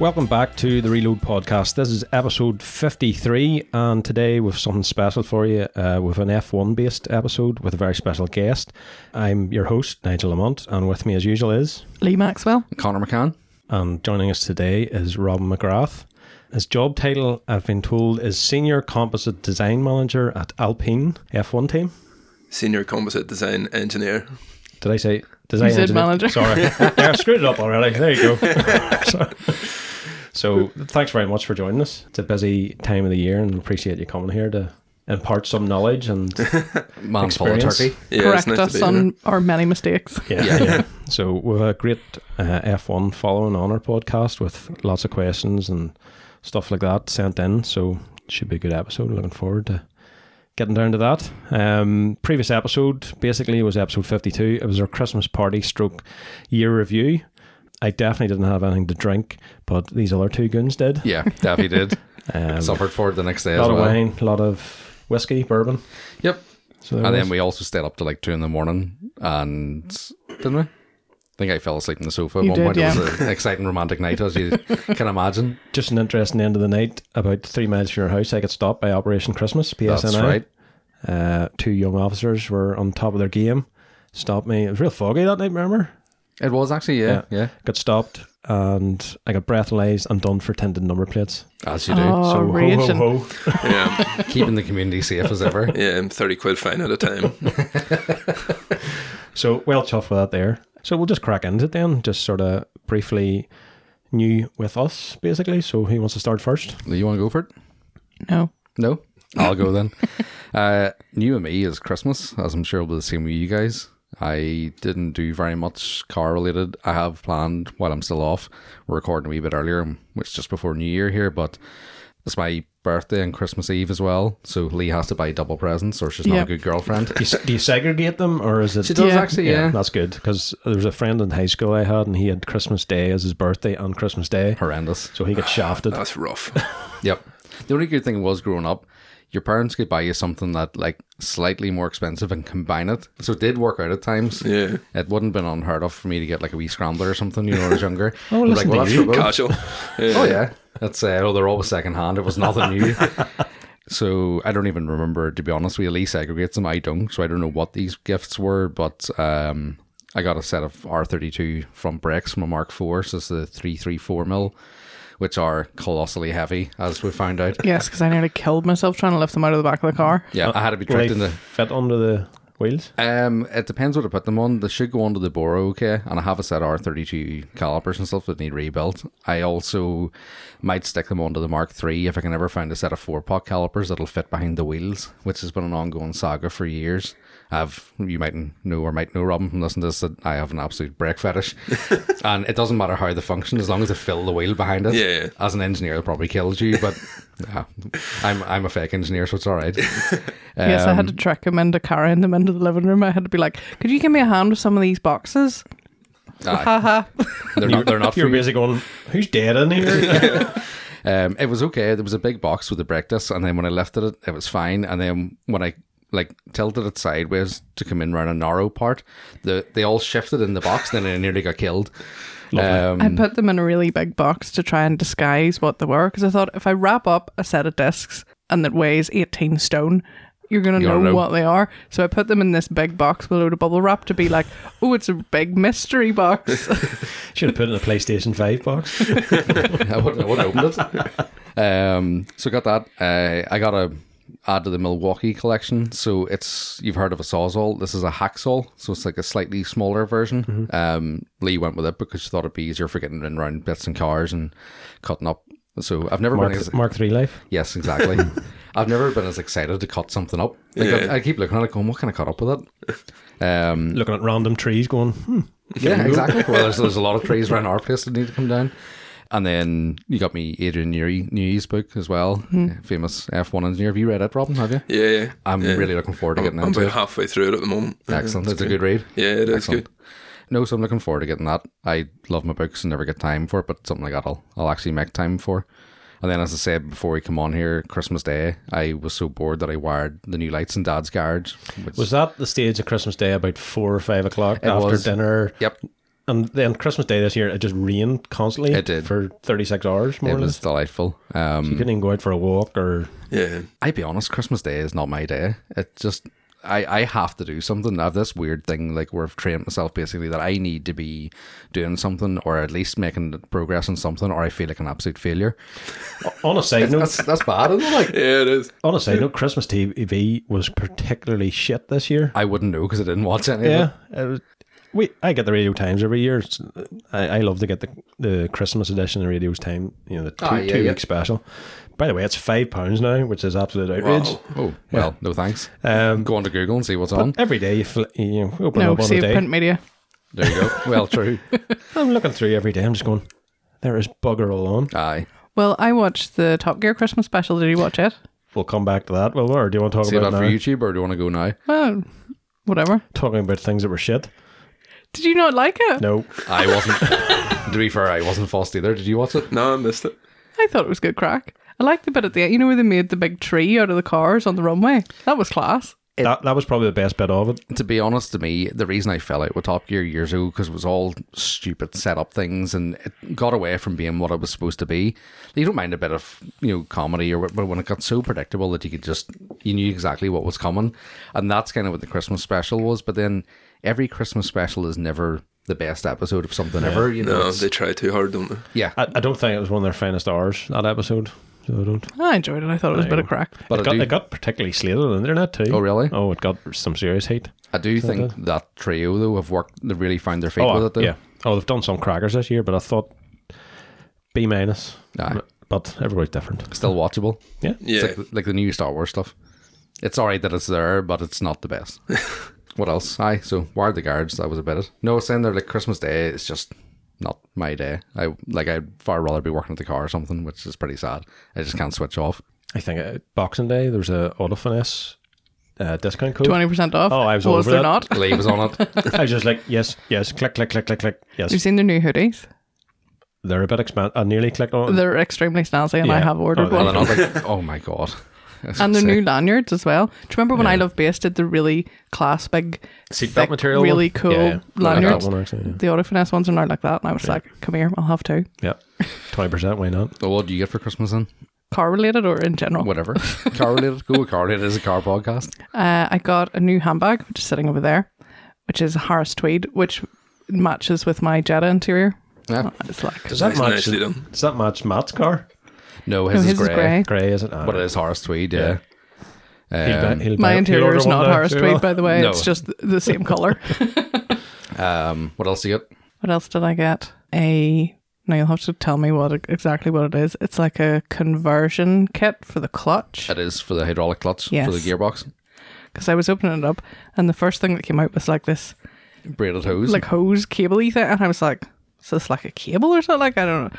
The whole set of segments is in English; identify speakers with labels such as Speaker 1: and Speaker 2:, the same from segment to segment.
Speaker 1: Welcome back to the Reload Podcast. This is episode 53, and today we've something special for you uh, with an F1 based episode with a very special guest. I'm your host, Nigel Lamont, and with me, as usual, is.
Speaker 2: Lee Maxwell.
Speaker 3: Connor McCann.
Speaker 1: And joining us today is Robin McGrath. His job title, I've been told, is Senior Composite Design Manager at Alpine F1 Team.
Speaker 4: Senior Composite Design Engineer.
Speaker 1: Did I say design
Speaker 2: said
Speaker 1: engineer?
Speaker 2: manager.
Speaker 1: Sorry, yeah, I've screwed it up already. There you go. so, so thanks very much for joining us. It's a busy time of the year, and appreciate you coming here to impart some knowledge and
Speaker 3: Man full of
Speaker 1: Experience.
Speaker 3: turkey.
Speaker 4: Yeah,
Speaker 2: Correct
Speaker 4: it's nice
Speaker 2: us
Speaker 4: to be here.
Speaker 2: on our many mistakes.
Speaker 1: Yeah. yeah. So we've a great uh, F1 following on our podcast with lots of questions and stuff like that sent in. So it should be a good episode. Looking forward to getting down to that. Um, previous episode basically was episode 52. It was our Christmas party stroke year review. I definitely didn't have anything to drink, but these other two goons did.
Speaker 3: Yeah, Davy did.
Speaker 1: Um,
Speaker 3: Suffered for it the next day
Speaker 1: a lot
Speaker 3: as
Speaker 1: of
Speaker 3: well.
Speaker 1: wine, a lot of whiskey, bourbon.
Speaker 3: Yep.
Speaker 1: So there
Speaker 3: And then
Speaker 1: was-
Speaker 3: we also stayed up till like two in the morning, and didn't we? I think I fell asleep on the sofa at
Speaker 2: You
Speaker 3: one
Speaker 2: did,
Speaker 3: point. It
Speaker 2: yeah.
Speaker 3: was an exciting romantic night, as you can imagine.
Speaker 1: just an interesting end of the night. About three miles from your house, I got stopped by Operation Christmas, PSNI.
Speaker 3: That's right.
Speaker 1: uh, two young officers were on top of their game, stopped me. It was real foggy that night, remember?
Speaker 3: It was actually, yeah, yeah.
Speaker 1: Got stopped and I got breathalyzed and done for tinted number plates.
Speaker 3: As you do.
Speaker 2: Oh,
Speaker 1: So ho,
Speaker 2: raging.
Speaker 1: ho, ho.
Speaker 4: Yeah,
Speaker 3: Keeping the community safe as ever.
Speaker 4: yeah, I'm 30 quid fine at a time.
Speaker 1: So well chuffed with that there. So we'll just crack into it then, just sort of briefly new with us, basically. So who wants to start first?
Speaker 3: Do you want to go for it?
Speaker 2: No.
Speaker 3: No? I'll go then. uh, new and me is Christmas, as I'm sure will be the same with you guys. I didn't do very much car related. I have planned while I'm still off, we're recording a wee bit earlier, which is just before New Year here, but it's my birthday and Christmas Eve as well. So Lee has to buy double presents, or she's not
Speaker 2: Yeah.
Speaker 3: a good girlfriend.
Speaker 1: Do you, do you segregate them or is it.
Speaker 3: She does
Speaker 2: Yeah.
Speaker 3: actually, yeah.
Speaker 1: that's good because there was a friend in high school I had, and he had Christmas Day as his birthday and Christmas Day,
Speaker 3: Horrendous.
Speaker 1: so he got shafted.
Speaker 4: That's rough.
Speaker 3: Yep. The only good thing was growing up, your parents could buy you something that like slightly more expensive and combine it. So it did work out at times.
Speaker 4: Yeah.
Speaker 3: It wouldn't have been unheard of for me to get like a wee scrambler or something, you know, when I was younger. oh,
Speaker 1: listen to you.
Speaker 4: Casual. Yeah.
Speaker 3: Oh yeah. That's uh, oh they're always second hand. It was nothing new. So I don't even remember to be honest. We at least aggregates them. I don't, so I don't know what these gifts were. But um, I got a set of R thirty two front brakes from a Mark IV. So it's the three three four mil, which are colossally heavy, as we found out.
Speaker 2: Yes, because I nearly killed myself trying to lift them out of the back of the car.
Speaker 3: Yeah, I had to be
Speaker 1: Will they
Speaker 3: tricked into.
Speaker 1: fit under the wheels.
Speaker 3: Um, it depends what I put them on. They should go under the bore okay, and I have a set of R32 calipers and stuff that need rebuilt. I also might stick them onto the Mark III if I can ever find a set of four pot calipers that'll fit behind the wheels, which has been an ongoing saga for years. I've you might know or might know Robin from listening to this that I have an absolute brake fetish, and it doesn't matter how they function as long as they fill the wheel behind it.
Speaker 4: Yeah, yeah.
Speaker 3: As an engineer, it probably kills you, but yeah, I'm I'm a fake engineer, so it's all right.
Speaker 2: yes, I had to trick him into carrying them into the living room. I had to be like, could you give me a hand with some of these boxes?
Speaker 3: Aye.
Speaker 2: Ha ha.
Speaker 3: Ah, they're not they're not
Speaker 1: You're
Speaker 3: for you.
Speaker 1: busy going, who's dead in here?
Speaker 3: Um, it was okay. There was a big box with the brake disc, and then when I lifted it, it was fine. And then when I like tilted it sideways to come in around a narrow part, the they all shifted in the box. then I nearly got killed. Um,
Speaker 2: I put them in a really big box to try and disguise what they were because I thought if I wrap up a set of discs and that weighs 18 stone, you're going to
Speaker 3: You're
Speaker 2: know,
Speaker 3: gonna know.
Speaker 2: what they are. So I put them in this big box with a load of bubble wrap to be like, oh, it's a big mystery box.
Speaker 1: Should have put it in a PlayStation 5 box.
Speaker 3: I wouldn't, I wouldn't open it. Um, so got that. Uh, I got a add to the Milwaukee collection. So it's you've heard of a sawzall. This is a hacksaw, so it's like a slightly smaller version. Um, Lee went with it because she thought it'd be easier for getting in around bits and cars and cutting up. So I've never been. as-
Speaker 1: Mark, Mark 3 Life.
Speaker 3: Yes, exactly. I've never been as excited to cut something up. Like,
Speaker 4: Yeah.
Speaker 3: I, I keep looking at it going, what can I cut up with it? Um,
Speaker 1: Looking at random trees going, hmm.
Speaker 3: yeah, exactly. Well, there's, there's a lot of trees around our place that need to come down. And then you got me Adrian Newey, Newey's book as well, Uh, famous F1 engineer. Have you read it, Robin? Have you?
Speaker 4: Yeah, yeah.
Speaker 3: I'm
Speaker 4: yeah.
Speaker 3: really looking forward to
Speaker 4: I'm,
Speaker 3: getting
Speaker 4: I'm
Speaker 3: into
Speaker 4: about
Speaker 3: it.
Speaker 4: halfway through it at the moment.
Speaker 3: Excellent. It's a good read.
Speaker 4: Yeah, it is
Speaker 3: Excellent. No, so I'm looking forward to getting that. I love my books and never get time for it, but something like that I'll, I'll actually make time for. And then, as I said before we come on here, Christmas Day, I was so bored that I wired the new lights in Dad's garage. Which
Speaker 1: Was that the stage of Christmas Day about 4 or 5 o'clock
Speaker 3: It
Speaker 1: after
Speaker 3: was.
Speaker 1: dinner?
Speaker 3: Yep.
Speaker 1: And then Christmas Day this year, it just rained constantly.
Speaker 3: It did.
Speaker 1: for thirty six hours more
Speaker 3: It
Speaker 1: or
Speaker 3: was
Speaker 1: less.
Speaker 3: delightful.
Speaker 1: You
Speaker 3: Um,
Speaker 1: couldn't even go out for a walk or
Speaker 4: Yeah.
Speaker 3: I'd be honest, Christmas Day is not my day. It just I, I have to do something. I have this weird thing like where I've trained myself basically that I need to be doing something or at least making progress on something or I feel like an absolute failure.
Speaker 1: on a side
Speaker 3: That's
Speaker 1: note.
Speaker 3: that's bad, isn't it? Like
Speaker 4: Yeah, it is.
Speaker 1: On a side note, Christmas TV was particularly shit this year.
Speaker 3: I wouldn't know because I didn't watch any of
Speaker 1: Yeah,
Speaker 3: it.
Speaker 1: it was- we I get the Radio Times every year. It's- I, I love to get the the Christmas edition of Radio's Time. You know, the two
Speaker 3: Ah, yeah,
Speaker 1: two
Speaker 3: yeah.
Speaker 1: week special. By the way, it's five pounds now, which is absolute outrage.
Speaker 4: Wow.
Speaker 3: Oh well, no thanks.
Speaker 1: Um,
Speaker 3: Go on to Google and see what's on.
Speaker 1: every day you, fl- you know, open
Speaker 2: No,
Speaker 1: up on a
Speaker 2: save
Speaker 1: day.
Speaker 2: print media.
Speaker 3: There you go. Well, true.
Speaker 1: I'm looking through every day. I'm just going, there is bugger all on.
Speaker 3: Aye.
Speaker 2: Well, I watched the Top Gear Christmas special. Did you watch it?
Speaker 1: We'll come back to that. Well, or do you want to talk
Speaker 3: Save
Speaker 1: about
Speaker 3: that
Speaker 1: now?
Speaker 3: for YouTube or do you want to go now?
Speaker 2: Oh, whatever.
Speaker 1: Talking about things that were shit.
Speaker 2: Did you not like it?
Speaker 1: No,
Speaker 3: I wasn't. to be fair, I wasn't fussed either. Did you watch it?
Speaker 4: No, I missed it.
Speaker 2: I thought it was good crack. I liked the bit at the end. You know where they made the big tree out of the cars on the runway? That was class.
Speaker 1: that that was probably the best bit of it.
Speaker 3: to be honest to me, the reason I fell out with Top Gear years ago because it was all stupid setup things and it got away from being what it was supposed to be. You don't mind a bit of you know comedy or what- but when it got so predictable that you could just you knew exactly what was coming, and that's kind of what the Christmas special was. But then every Christmas special is never the best episode of something ever. You know,
Speaker 4: No,
Speaker 3: it's-
Speaker 4: they try too hard, don't they?
Speaker 3: yeah.
Speaker 1: I, I don't think it was one of their finest hours that episode. So I don't.
Speaker 2: I enjoyed it. I thought it was a bit of crack.
Speaker 3: but
Speaker 1: it,
Speaker 3: I
Speaker 1: got,
Speaker 3: do-
Speaker 1: it got particularly slated on the internet too.
Speaker 3: Oh, really?
Speaker 1: Oh, it got some serious heat.
Speaker 3: I do think that uh, trio though have worked. They really found their feet with
Speaker 1: Oh,
Speaker 2: eh?
Speaker 3: it. Though.
Speaker 1: yeah. Oh, they've done some crackers this year, but I thought B minus.
Speaker 3: Aye.
Speaker 1: But everybody's different.
Speaker 3: still watchable.
Speaker 1: Yeah.
Speaker 4: Yeah.
Speaker 3: It's like, like the new Star Wars stuff. It's alright that it's there, but it's not the best. what else? Aye, so Wired the Guards, that was about it. No, I was saying there like Christmas Day is just not my day. I like I'd far rather be working at the car or something, which is pretty sad. I just can't switch off.
Speaker 1: I think uh, Boxing Day there was a auto finesse uh, discount code.
Speaker 2: 20% off.
Speaker 1: Oh, I was all
Speaker 2: Was
Speaker 1: over
Speaker 2: there
Speaker 1: that.
Speaker 2: not?
Speaker 3: Lee was on it.
Speaker 1: I was just like, yes, yes, click, click, click, click, click.
Speaker 2: You've
Speaker 1: Yes,
Speaker 2: seen their new hoodies?
Speaker 1: they're a bit expensive. I nearly clicked on.
Speaker 2: They're extremely snazzy, and I
Speaker 1: Yeah.
Speaker 2: have
Speaker 1: Oh,
Speaker 2: ordered
Speaker 1: they
Speaker 2: one.
Speaker 3: And then I was like, oh my god.
Speaker 2: and the new lanyards as well. Do you remember when I Love Base did the really class, big,
Speaker 1: Seatbelt
Speaker 2: thick,
Speaker 1: material
Speaker 2: really
Speaker 1: one?
Speaker 2: cool
Speaker 1: Yeah, yeah. Like that
Speaker 2: lanyards?
Speaker 1: one, actually, yeah.
Speaker 2: The auto finesse ones are not like that, and I was like, "Come here, I'll have two."
Speaker 1: Yeah, twenty percent. Why not?
Speaker 3: So what do you get for Christmas then?
Speaker 2: Car related or in general?
Speaker 3: Whatever. Car related. Go with car related is a car podcast.
Speaker 2: Uh, I got a new handbag, which is sitting over there, which is a Harris Tweed, which matches with my Jetta interior.
Speaker 3: Yeah.
Speaker 2: It's like
Speaker 1: Does that
Speaker 4: Nice,
Speaker 1: match?
Speaker 4: nicely done.
Speaker 1: Does that match Matt's car?
Speaker 3: No, his,
Speaker 2: no,
Speaker 3: is,
Speaker 2: his
Speaker 3: grey,
Speaker 2: is grey.
Speaker 1: Grey, is it? Ah,
Speaker 3: But it is Horace Tweed, yeah.
Speaker 1: he'll buy-
Speaker 3: Um,
Speaker 1: he'll buy-
Speaker 2: My
Speaker 1: he'll
Speaker 2: interior
Speaker 1: order
Speaker 2: is
Speaker 1: one
Speaker 2: not
Speaker 1: now,
Speaker 2: Harris
Speaker 1: too,
Speaker 2: Tweed,
Speaker 1: well.
Speaker 2: by the way.
Speaker 3: No.
Speaker 2: It's just th- the same color.
Speaker 3: um, what else do you get?
Speaker 2: what else did I get? A no, you'll have to tell me what it- exactly what it is. It's like a conversion kit for the clutch.
Speaker 3: It is for the hydraulic clutch for the
Speaker 2: Yes.
Speaker 3: gearbox.
Speaker 2: because I was opening it up, and the first thing that came out was like this,
Speaker 3: braided hose.
Speaker 2: like hose cable thing, and I was like, "Is this like a cable or something?" Like I don't know.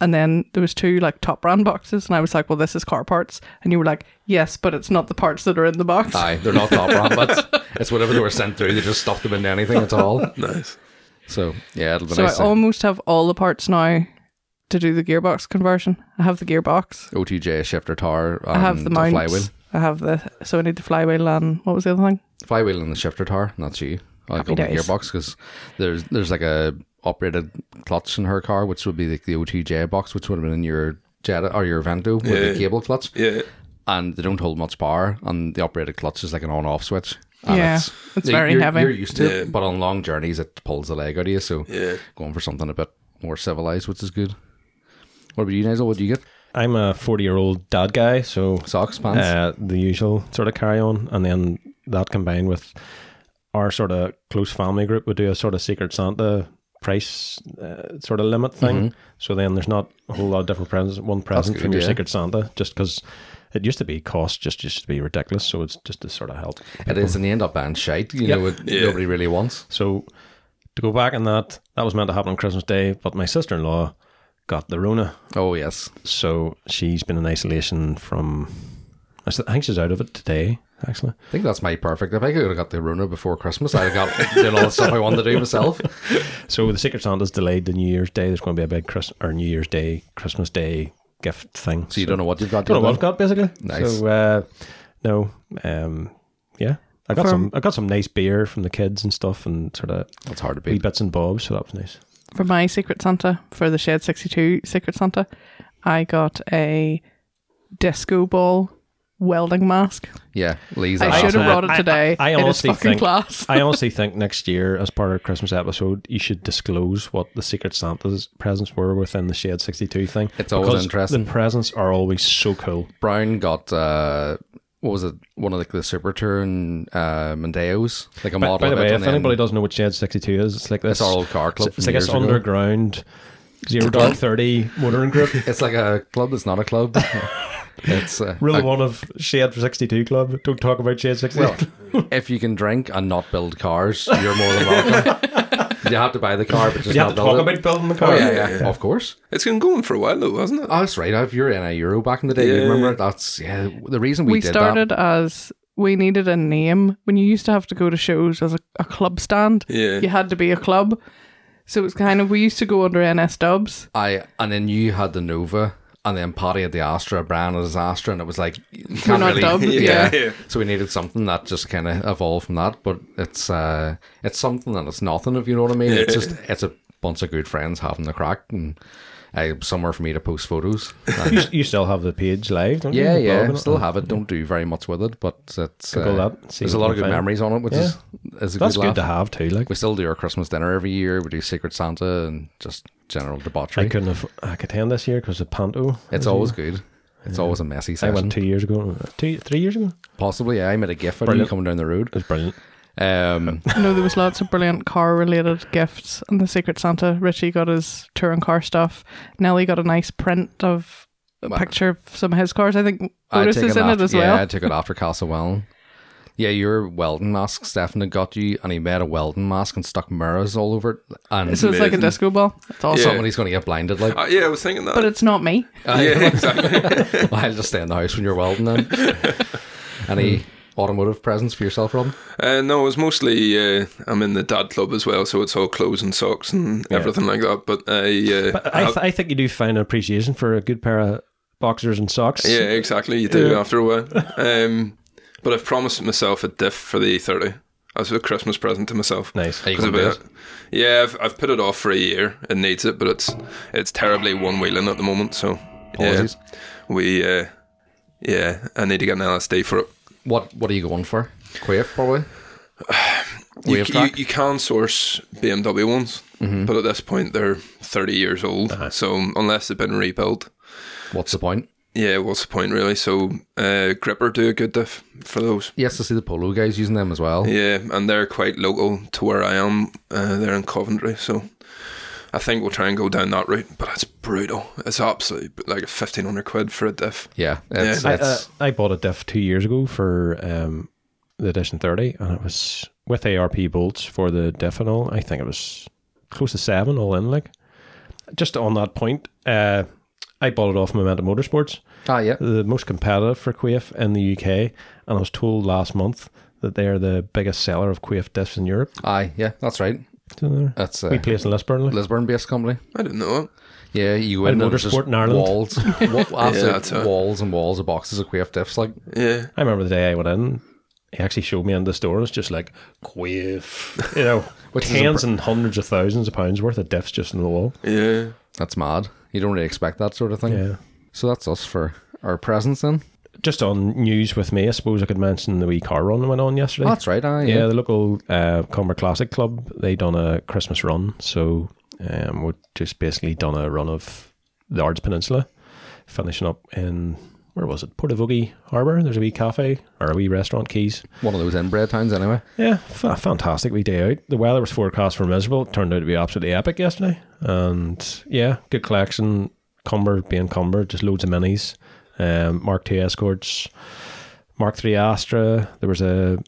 Speaker 2: And then there was two like top brand boxes, and I was like, "Well, this is car parts," and you were like, "Yes, but it's not the parts that are in the box."
Speaker 3: Aye, they're not top round, but it's whatever they were sent through. They just stuffed them into anything at all.
Speaker 4: Nice.
Speaker 3: So yeah, it'll be
Speaker 2: so um,
Speaker 3: nice.
Speaker 2: I
Speaker 3: to-
Speaker 2: almost have all the parts now to do the gearbox conversion. I have the gearbox.
Speaker 3: OTJ shifter tar.
Speaker 2: I have
Speaker 3: and
Speaker 2: the mounts.
Speaker 3: flywheel,
Speaker 2: I have the so I need the flywheel and what was the other thing?
Speaker 3: flywheel and the shifter tar. and That's you. I
Speaker 2: Happy
Speaker 3: call the
Speaker 2: days.
Speaker 3: gearbox because there's there's like a operated clutch in her car, which would be like the OTJ box, which would have been in your Jetta or your Vento with
Speaker 4: Yeah.
Speaker 3: the cable clutch,
Speaker 4: Yeah.
Speaker 3: and they don't hold much power, and the operated clutch is like an on-off switch. And
Speaker 2: Yeah, it's very
Speaker 3: you're,
Speaker 2: heavy.
Speaker 3: You're used to it,
Speaker 4: Yeah.
Speaker 3: but on long journeys it pulls the leg out of you. So
Speaker 4: Yeah.
Speaker 3: going for something a bit more civilized, which is good. What about you, Nigel? What do you get?
Speaker 1: I'm a 40 year old dad guy, so
Speaker 3: Socks, pants.
Speaker 1: uh, the usual sort of carry on, and then that combined with our sort of close family group would do a sort of Secret Santa price uh, sort of limit thing. So then there's not a whole lot of different presents. One present from
Speaker 3: Mm-hmm. good,
Speaker 1: your
Speaker 3: yeah.
Speaker 1: Secret Santa, just because it used to be cost just used to be ridiculous. So it's just to sort of help.
Speaker 3: it is, and you end up buying shite. You know, what
Speaker 4: Yeah.
Speaker 3: nobody really wants.
Speaker 1: So to go back on that, that was meant to happen on Christmas Day, but my sister in law got the Rona.
Speaker 3: Oh yes,
Speaker 1: So she's been in isolation from. I s- I think she's out of it today, actually.
Speaker 3: I think that's my perfect. If I could have got the Rona before Christmas, I'd have got done all the stuff I wanted to do myself.
Speaker 1: So the Secret Santa's delayed to New Year's Day. There's going to be a big Chris or New Year's Day, Christmas Day gift thing.
Speaker 3: So you don't know what you've got.
Speaker 1: don't know what I've
Speaker 3: done.
Speaker 1: got basically.
Speaker 3: Nice.
Speaker 1: So uh, no, uh, um, yeah, I got
Speaker 2: For-
Speaker 1: some. I got some nice beer from the kids and stuff, and sort of
Speaker 3: It's hard to
Speaker 1: wee
Speaker 3: beat.
Speaker 1: bits and bobs. So that was nice.
Speaker 2: for my Secret Santa, for the Shed 62 Secret Santa, I got a disco ball welding mask.
Speaker 3: Yeah, Lee's
Speaker 2: I
Speaker 3: an
Speaker 2: should have
Speaker 3: asshole.
Speaker 2: brought it today.
Speaker 1: I, I
Speaker 2: in his
Speaker 1: honestly
Speaker 2: fucking
Speaker 1: think.
Speaker 2: class.
Speaker 1: I honestly think next year, as part of Christmas episode, you should disclose what the Secret Santa's presents were within the Shade sixty two thing.
Speaker 3: It's always
Speaker 1: because
Speaker 3: interesting.
Speaker 1: The presents are always so cool.
Speaker 3: Brown got uh, what was it? One of the, the Super Turn uh, Mondeos, like a
Speaker 1: By,
Speaker 3: model.
Speaker 1: by the
Speaker 3: of it,
Speaker 1: way,
Speaker 3: and
Speaker 1: if anybody
Speaker 3: then
Speaker 1: doesn't know what Shade sixty two is, it's like this.
Speaker 3: it's our old car club.
Speaker 1: it's, it's
Speaker 3: from
Speaker 1: like this
Speaker 3: years ago.
Speaker 1: underground zero dark thirty motoring group.
Speaker 3: It's like a club that's not a club. it's uh,
Speaker 1: Rule
Speaker 3: a-
Speaker 1: one of Shade sixty two club. Don't talk about Shade sixty two.
Speaker 3: well, if you can drink and not build cars, you're more than welcome. you have to buy the car, but just
Speaker 1: you
Speaker 3: not
Speaker 1: have to
Speaker 3: build
Speaker 1: talk
Speaker 3: it.
Speaker 1: about building the car.
Speaker 3: Oh, yeah, yeah, of course.
Speaker 4: It's been going for a while though, hasn't it?
Speaker 3: Oh, that's right. If you're in a euro back in the day, you
Speaker 4: Yeah.
Speaker 3: remember that's yeah. The reason we,
Speaker 2: we
Speaker 3: did
Speaker 2: started as we needed a name when you used to have to go to shows as a, a club stand
Speaker 4: Yeah.
Speaker 2: you had to be a club so it's kind of we used to go under ns dubs
Speaker 3: that, I and then you had the Nova, and then Patty had the Astra, Brian had his Astra, and it was like you can't
Speaker 2: not
Speaker 3: really,
Speaker 2: dubbed,
Speaker 4: yeah. Yeah.
Speaker 3: So we needed something that just kind of evolved from that. But it's uh, it's something and it's nothing if you know what I mean. It's just it's a bunch of good friends having the crack and. Uh, somewhere for me to post photos. And
Speaker 1: You, you still have the page live, don't
Speaker 3: Yeah,
Speaker 1: you? The blog
Speaker 3: yeah.
Speaker 1: and
Speaker 3: Still
Speaker 1: all.
Speaker 3: have it. Don't do very much with it, but it's
Speaker 1: Google
Speaker 3: uh,
Speaker 1: that, see
Speaker 3: there's a
Speaker 1: what
Speaker 3: lot of
Speaker 1: you
Speaker 3: good
Speaker 1: find.
Speaker 3: memories on it, which is is a
Speaker 1: That's
Speaker 3: good,
Speaker 1: good
Speaker 3: laugh.
Speaker 1: to have too. Like
Speaker 3: We still do our Christmas dinner every year. We do Secret Santa and just general
Speaker 1: I
Speaker 3: debauchery.
Speaker 1: couldn't have I could attend this year because of Panto.
Speaker 3: It's always good. It's always a messy
Speaker 1: I
Speaker 3: session.
Speaker 1: went two years ago, two three years ago. It
Speaker 3: Possibly, yeah, I made a gif of you
Speaker 1: Brilliant.
Speaker 3: coming down the road.
Speaker 1: was brilliant.
Speaker 3: Um,
Speaker 2: you know there was lots of brilliant car related gifts and the secret santa richie got his tour and car stuff nelly got a nice print of a picture of some of his cars i think
Speaker 3: I
Speaker 2: otis
Speaker 3: took
Speaker 2: is
Speaker 3: it
Speaker 2: in
Speaker 3: after,
Speaker 2: it as
Speaker 3: yeah,
Speaker 2: well
Speaker 3: I took it after Castle Wellon. Yeah, your Weldon mask, Stefan had got you, and he made a Weldon mask and stuck mirrors all over it. And
Speaker 2: so it's like a
Speaker 4: Amazing.
Speaker 2: disco ball it's awesome
Speaker 3: somebody's going to get blinded. Like,
Speaker 4: Uh, yeah, I was thinking that.
Speaker 2: but it's not me
Speaker 4: yeah, exactly.
Speaker 3: I'll just stay in the house when you're welding them. Any automotive presents for yourself, Robin?
Speaker 4: Uh, no, it's mostly uh, I'm in the dad club as well, so it's all clothes and socks and everything like that. But I, uh,
Speaker 1: But I, th- I think you do find an appreciation for a good pair of boxers and socks.
Speaker 4: yeah, exactly. You do after a while. Um, but I've promised myself a diff for the E30 as a Christmas present to myself.
Speaker 1: Nice.
Speaker 3: Are you
Speaker 4: 'Cause
Speaker 3: gonna do
Speaker 4: I've- yeah, I've, I've put it off for a year. It needs it, but it's it's terribly one wheeling at the moment. So yeah.
Speaker 3: Apologies.
Speaker 4: we uh, yeah, I need to get an LSD for it.
Speaker 3: What What are you going for? Quaife, probably.
Speaker 4: You,
Speaker 3: Wave Mm-hmm.
Speaker 4: c- you,
Speaker 3: track?
Speaker 4: you can source BMW ones, but at this point they're 30 years old.
Speaker 3: Uh-huh.
Speaker 4: So unless they've been rebuilt,
Speaker 3: What's the point?
Speaker 4: yeah, what's the point really? So uh, Gripper do a good diff for those.
Speaker 3: Yes, I see the polo guys using them as well.
Speaker 4: Yeah, and they're quite local to where I am. Uh, they're in Coventry, so I think we'll try and go down that route. But it's brutal. It's absolutely b- like 1500 quid for a diff.
Speaker 3: Yeah, it's,
Speaker 4: Yeah.
Speaker 1: I, uh,
Speaker 3: it's
Speaker 1: I bought a diff two years ago for um, the edition thirty, and it was with ARP bolts for the diff and all. I think it was close to seven all in. Like just on that point, uh, I bought it off Momentum Motorsports.
Speaker 3: ah yeah.
Speaker 1: the most competitive for Quaife in the UK, and I was told last month that they are the biggest seller of Quaife discs in Europe.
Speaker 3: Aye, yeah, that's right.
Speaker 1: So they're-
Speaker 3: That's
Speaker 1: we
Speaker 3: uh,
Speaker 1: place in Lisburnley.
Speaker 3: Lisburn based company.
Speaker 4: I didn't know it.
Speaker 3: Yeah, you win
Speaker 1: And
Speaker 3: and it's just
Speaker 1: Motorsport in Ireland.
Speaker 3: Walls, wa- absolute
Speaker 4: that's it.
Speaker 3: walls and walls of boxes of quaife diffs. Like,
Speaker 4: Yeah,
Speaker 1: I remember the day I went in. He actually showed me in the store. and It's just like Quaife, you know,
Speaker 3: Which is
Speaker 1: tens and hundreds of thousands of pounds worth of diffs just in the wall.
Speaker 4: yeah.
Speaker 3: that's mad. You don't really expect that sort of thing.
Speaker 1: Yeah.
Speaker 3: So that's us for our presents then.
Speaker 1: Just on news with me, I suppose I could mention the wee car run that went on yesterday.
Speaker 3: Oh, That's right. Aye,
Speaker 1: Yeah,
Speaker 3: yeah.
Speaker 1: the local uh, Comer Classic Club they done a Christmas run, so um, we just basically done a run of the Ards Peninsula, finishing up in where was it Portavogie Harbour. There's a wee cafe or a wee restaurant, Keys.
Speaker 3: One of those inbred towns, anyway.
Speaker 1: Yeah, fa- fantastic wee day out. The weather was forecast for miserable. It turned out to be absolutely epic yesterday, and yeah, good collection. Cumber being Cumber, just loads of minis, um, Mark Two Escorts, Mark Three Astra. There was a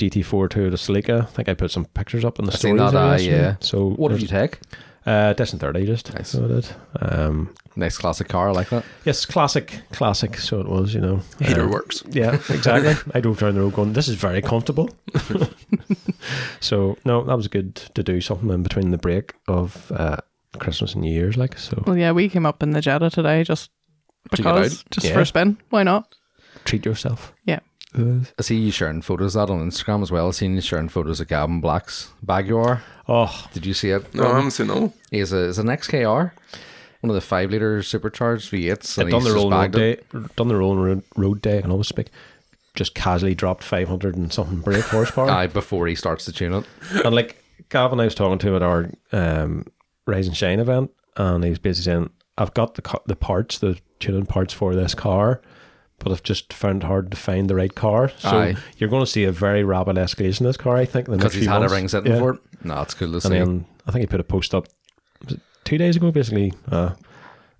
Speaker 1: GT4 Toyota Celica. I think I put some pictures up in the
Speaker 3: I seen
Speaker 1: stories.
Speaker 3: that,
Speaker 1: there
Speaker 3: aye,
Speaker 1: yesterday.
Speaker 3: yeah.
Speaker 1: So
Speaker 3: What did
Speaker 1: there's-
Speaker 3: you take?
Speaker 1: Uh, Destin Thirty just.
Speaker 3: Nice.
Speaker 1: So I did. Um,
Speaker 3: Nice classic car, I like that.
Speaker 1: yes, classic, classic. So it was, you know.
Speaker 4: Heater
Speaker 1: Um,
Speaker 4: works.
Speaker 1: yeah, exactly. I drove down the road going, this is very comfortable. so, no, that was good to do something in between the break of uh, Christmas and New Year's, like, so
Speaker 2: well yeah we came up in the jetta today just
Speaker 3: get out?
Speaker 2: because just
Speaker 1: Yeah.
Speaker 2: for a spin why not
Speaker 1: treat yourself.
Speaker 2: yeah
Speaker 1: it is.
Speaker 3: I see you sharing photos of that on Instagram as well. I seen you sharing photos of Gavin Black's Baguar.
Speaker 1: Oh,
Speaker 3: Did you see it?
Speaker 4: No, I haven't seen that one.
Speaker 3: He is a, is an XKR, one of the five liter supercharged V8s.
Speaker 1: I've done
Speaker 3: he's
Speaker 1: the
Speaker 3: just
Speaker 1: rolling road
Speaker 3: bagged it.
Speaker 1: day, done the rolling road, road day, and always speak. Just casually dropped five hundred and something brake horsepower.
Speaker 3: Aye, before he starts to tune it.
Speaker 1: and like Gavin, I was talking to him at our um, Rise and Shine event, and he was basically saying, "I've got the ca- the parts, the tuning parts for this car, but I've just found it hard to find the right car." So
Speaker 3: Aye.
Speaker 1: you're going to see a very rapid escalation in this car, I think, in the next
Speaker 3: Because he's
Speaker 1: few
Speaker 3: had
Speaker 1: months.
Speaker 3: everything sitting
Speaker 1: Yeah.
Speaker 3: for it. No, it's cool to
Speaker 1: And
Speaker 3: see.
Speaker 1: then I think he put a post up was it two days ago, basically. Uh,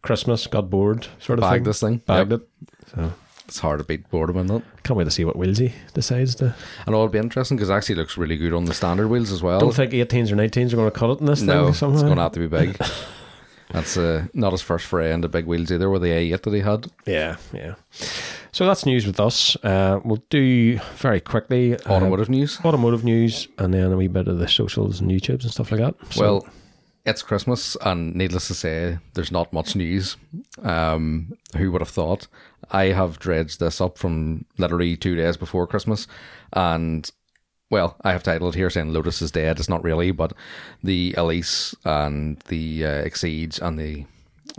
Speaker 1: Christmas got bored, sort of
Speaker 3: Bag
Speaker 1: thing.
Speaker 3: this thing.
Speaker 1: bagged
Speaker 3: Yep.
Speaker 1: it. So
Speaker 3: It's hard to beat boredom in that.
Speaker 1: can't wait to see what wheels he decides to.
Speaker 3: And all will be interesting because actually looks really good on the standard wheels as well.
Speaker 1: I don't think 18s or 19s are going to cut it in this
Speaker 3: no,
Speaker 1: thing
Speaker 3: it's
Speaker 1: somehow.
Speaker 3: going to have to be big. That's uh, not his first foray into big wheels either with the A8 that he had.
Speaker 1: Yeah, yeah. So that's news with us. Uh, we'll do very quickly uh,
Speaker 3: Automotive news.
Speaker 1: automotive news, and then a wee bit of the socials and YouTubes and stuff like that. So,
Speaker 3: Well, it's Christmas, and needless to say, there's not much news. Um, who would have thought? I have dredged this up from literally two days before Christmas, and well, I have titled here saying Lotus is dead. It's not really, but the Elise and the uh, Exige and the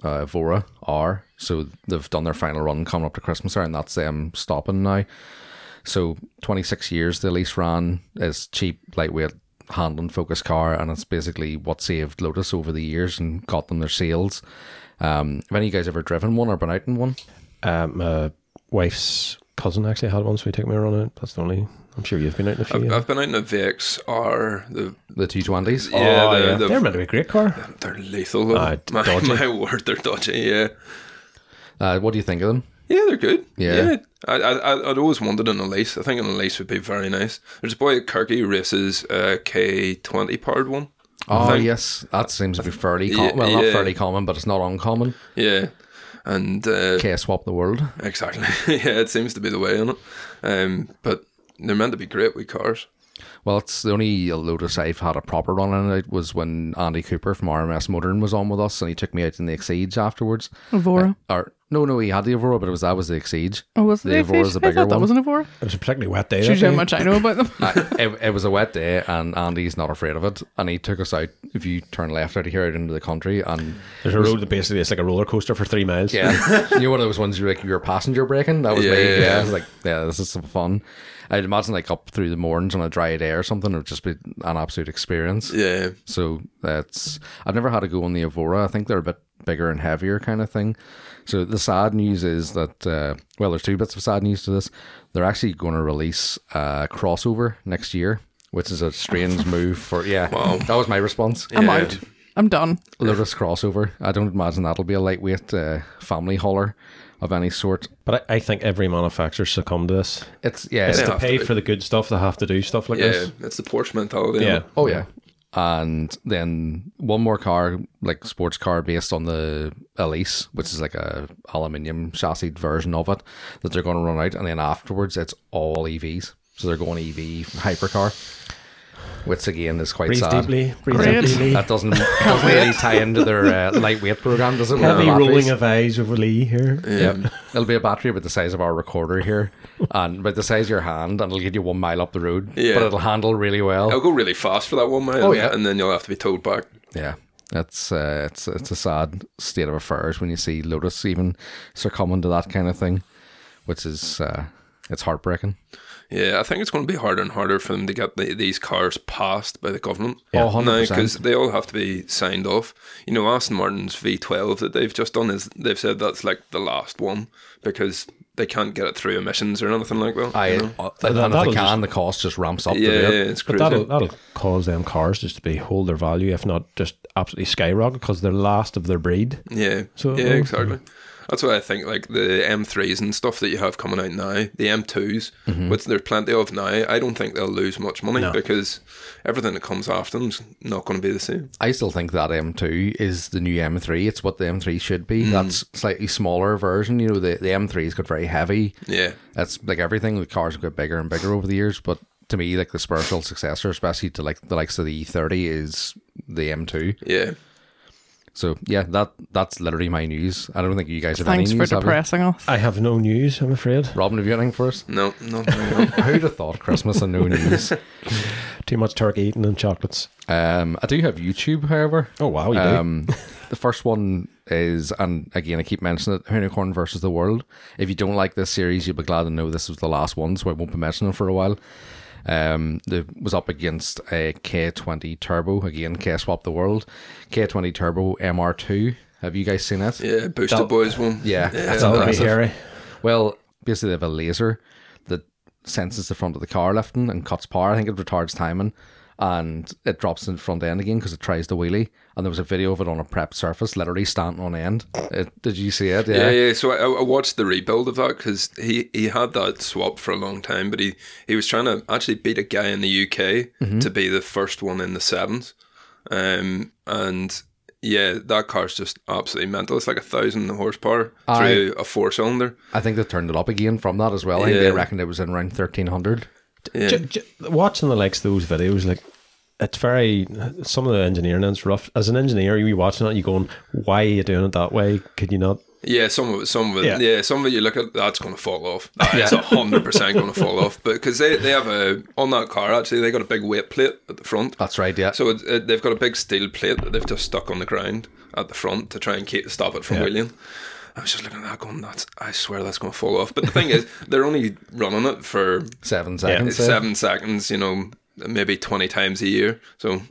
Speaker 3: uh, Vora are. So they've done their final run coming up to Christmas, there, and that's them stopping now. So 26 years the lease ran is cheap, lightweight, handling focused car, and it's basically what saved Lotus over the years and got them their sales. Um, have any of you guys ever driven one or been out in one?
Speaker 1: uh, my wife's cousin actually had one, so he took me around it. That's the only. I'm sure you've been out in a few. yeah.
Speaker 4: I've been out in a VXR. The,
Speaker 3: The T20s?
Speaker 1: Oh,
Speaker 4: yeah, the, the-
Speaker 1: They're meant to be a great car.
Speaker 4: they're lethal. though.
Speaker 1: Aye,
Speaker 4: my,
Speaker 1: dodgy.
Speaker 4: my word, they're dodgy. Yeah,
Speaker 3: Uh, what do you think of them?
Speaker 4: yeah, they're good.
Speaker 3: Yeah.
Speaker 4: I, I, I- I'd always wanted an Elise. I think an Elise would be very nice. There's a boy at Kirky who races a K20 powered one.
Speaker 3: Oh,
Speaker 4: think-
Speaker 3: yes. That seems to be fairly
Speaker 4: Yeah,
Speaker 3: common. Well, not
Speaker 4: yeah.
Speaker 3: fairly common, but it's not uncommon.
Speaker 4: Yeah, and uh,
Speaker 3: K swap the world.
Speaker 4: exactly. yeah, it seems to be the way on it. Um, but they're meant to be great with cars.
Speaker 3: Well, it's the only Lotus I've had a proper run in it was when Andy Cooper from RMS Modern was on with us and he took me out in the Exige afterwards.
Speaker 2: Avora.
Speaker 3: Or no, no, he had the Avora, but it was that was the Exige.
Speaker 2: oh, was it
Speaker 3: the
Speaker 2: the
Speaker 3: Avora's
Speaker 2: Avora? I
Speaker 3: the bigger
Speaker 2: thought that
Speaker 3: one.
Speaker 2: was an Avora.
Speaker 1: It was a particularly wet day. that
Speaker 2: Shows you how
Speaker 1: day.
Speaker 2: much I know about them.
Speaker 3: I- Uh, it, it was a wet day, and Andy's not afraid of it. And he took us out. If you turn left out of here, out into the country, and
Speaker 1: There's a road that basically it's like a roller coaster for three miles.
Speaker 3: yeah, you know one of those ones you're like you're passenger braking. That was me.
Speaker 4: Yeah.
Speaker 3: Yeah, I was like, yeah, this is some fun. I'd imagine like up through the mornings on a dry day or something, it would just be an absolute experience.
Speaker 4: Yeah,
Speaker 3: So that's I've never had to go on the Avora. I think they're a bit bigger and heavier kind of thing. So the sad news is that uh, well, there's two bits of sad news to this. They're actually going to release a crossover next year, which is a strange move for yeah. That was my response.
Speaker 2: I'm
Speaker 4: Yeah.
Speaker 2: out. I'm done.
Speaker 3: Lotus crossover. I don't imagine that'll be a lightweight uh, family hauler of any sort.
Speaker 1: But I, I think every manufacturer succumbed to this.
Speaker 3: It's yeah.
Speaker 1: It's
Speaker 3: it's-
Speaker 1: to
Speaker 4: have to
Speaker 1: pay
Speaker 4: do.
Speaker 1: for the good stuff. They have to do stuff like
Speaker 4: yeah,
Speaker 1: this.
Speaker 4: it's the Porsche mentality.
Speaker 1: Yeah.
Speaker 4: Yeah,
Speaker 3: Oh yeah. And then one more car, like sports car based on the Elise, which is like a aluminium chassis version of it, that they're going to run out, and then afterwards it's all EVs. So they're going EV hypercar, which again is quite
Speaker 1: Breathe
Speaker 3: sad.
Speaker 1: deeply. Breathe
Speaker 2: Great.
Speaker 1: deeply.
Speaker 3: That doesn't, doesn't really tie into their uh, lightweight program, does it? with their
Speaker 1: Heavy
Speaker 3: batteries?
Speaker 1: rolling of eyes over Lee here.
Speaker 4: yeah.
Speaker 3: It'll be a battery about the size of our recorder here, and about the size of your hand, and it'll get you one mile up the road.
Speaker 4: Yeah.
Speaker 3: But it'll handle really well.
Speaker 4: I'll go really fast for that one mile.
Speaker 3: Oh, yeah.
Speaker 4: and then you'll have to be towed back.
Speaker 3: Yeah, that's uh, it's it's a sad state of affairs when you see Lotus even succumbing to that kind of thing, which is uh, it's heartbreaking.
Speaker 4: Yeah, I think it's going to be harder and harder for them to get the, these cars passed by the government.
Speaker 3: Yeah. Oh, 100%.
Speaker 4: because they all have to be signed off. You know, Aston Martin's V12 that they've just done is they've said that's like the last one because they can't get it through emissions or anything like that.
Speaker 3: I
Speaker 4: you know?
Speaker 3: uh,
Speaker 1: Th-
Speaker 3: and if
Speaker 1: that'll
Speaker 3: they can, the cost just ramps up.
Speaker 4: yeah,
Speaker 3: to do it.
Speaker 4: it's
Speaker 1: But
Speaker 4: crazy.
Speaker 1: that'll that'll cause them cars just to be hold their value, if not just absolutely skyrocket, because they're last of their breed.
Speaker 4: Yeah.
Speaker 1: So it
Speaker 4: yeah,
Speaker 1: will-
Speaker 4: exactly. That's why I think like the M3s and stuff that you have coming out now, the M2s, which there's plenty of now, I don't think they'll lose much money
Speaker 1: No.
Speaker 4: because everything that comes after them's not going to be the same.
Speaker 3: I still think that M2 is the new M3. It's what the M3 should be. That's slightly smaller version. You know, the the M3's got very heavy.
Speaker 4: Yeah.
Speaker 3: That's like everything. The cars have got bigger and bigger over the years, but to me, like the spiritual E successor, especially to like the likes of the E30, is the M2.
Speaker 4: Yeah.
Speaker 3: So yeah, that that's literally my news. I don't think you guys have
Speaker 2: Thanks
Speaker 3: any
Speaker 2: for
Speaker 3: news. have you?
Speaker 2: depressing us.
Speaker 1: I have no news, I'm afraid.
Speaker 3: Robin, have you anything for us?
Speaker 4: No, no, no.
Speaker 3: Who'd have thought Christmas and no news?
Speaker 1: Too much turkey eating and chocolates.
Speaker 3: Um, I do have YouTube, however.
Speaker 1: Oh, wow, you
Speaker 3: Um, the first one is, and again, I keep mentioning it, Unicorn versus the World. If you don't like this series, you'll be glad to know this was the last one, so I won't be mentioning it for a while. Um, it was up against a K20 Turbo. Again, K Swap the World. K20 Turbo MR2. Have you guys seen it?
Speaker 4: yeah, Booster
Speaker 1: That-
Speaker 4: Boys one.
Speaker 3: Yeah, that's
Speaker 1: do. That would be
Speaker 3: impressive.
Speaker 1: hairy.
Speaker 3: Well, basically, they have a laser that senses the front of the car lifting and cuts power. I think it retards timing and it drops in the front end again because it tries the wheelie. And there was a video of it on a prep surface, literally standing on end. It, did you see it?
Speaker 4: Yeah, yeah. So I, I watched the rebuild of that because he, he had that swap for a long time, but he, he was trying to actually beat a guy in the UK to be the first one in the sevens. Um, and yeah, that car's just absolutely mental. It's like a thousand horsepower
Speaker 3: Aye.
Speaker 4: through a four cylinder.
Speaker 3: I think they turned it up again from that as well. I think
Speaker 4: Yeah.
Speaker 3: they reckoned it was in around 1300.
Speaker 4: Yeah.
Speaker 1: Ju- ju- watching the likes of those videos, like it's very some of the engineering and it's rough. As an engineer, you watching it, you going, "Why are you doing it that way? Could you not?"
Speaker 4: Yeah, some of it, some of it,
Speaker 1: Yeah.
Speaker 4: yeah, some of it. You look at that's going to fall off. That is a hundred percent going to fall off. But because they, they have a on that car actually, they got a big weight plate at the front.
Speaker 3: That's right, yeah.
Speaker 4: So it, it, they've got a big steel plate that they've just stuck on the ground at the front to try and keep, stop it from wheeling. I was just looking at that going, that's, I swear that's going to fall off. But the thing is, they're only running it for
Speaker 3: Seven seconds. eh?
Speaker 4: seven seconds, you know, maybe 20 times a year. So,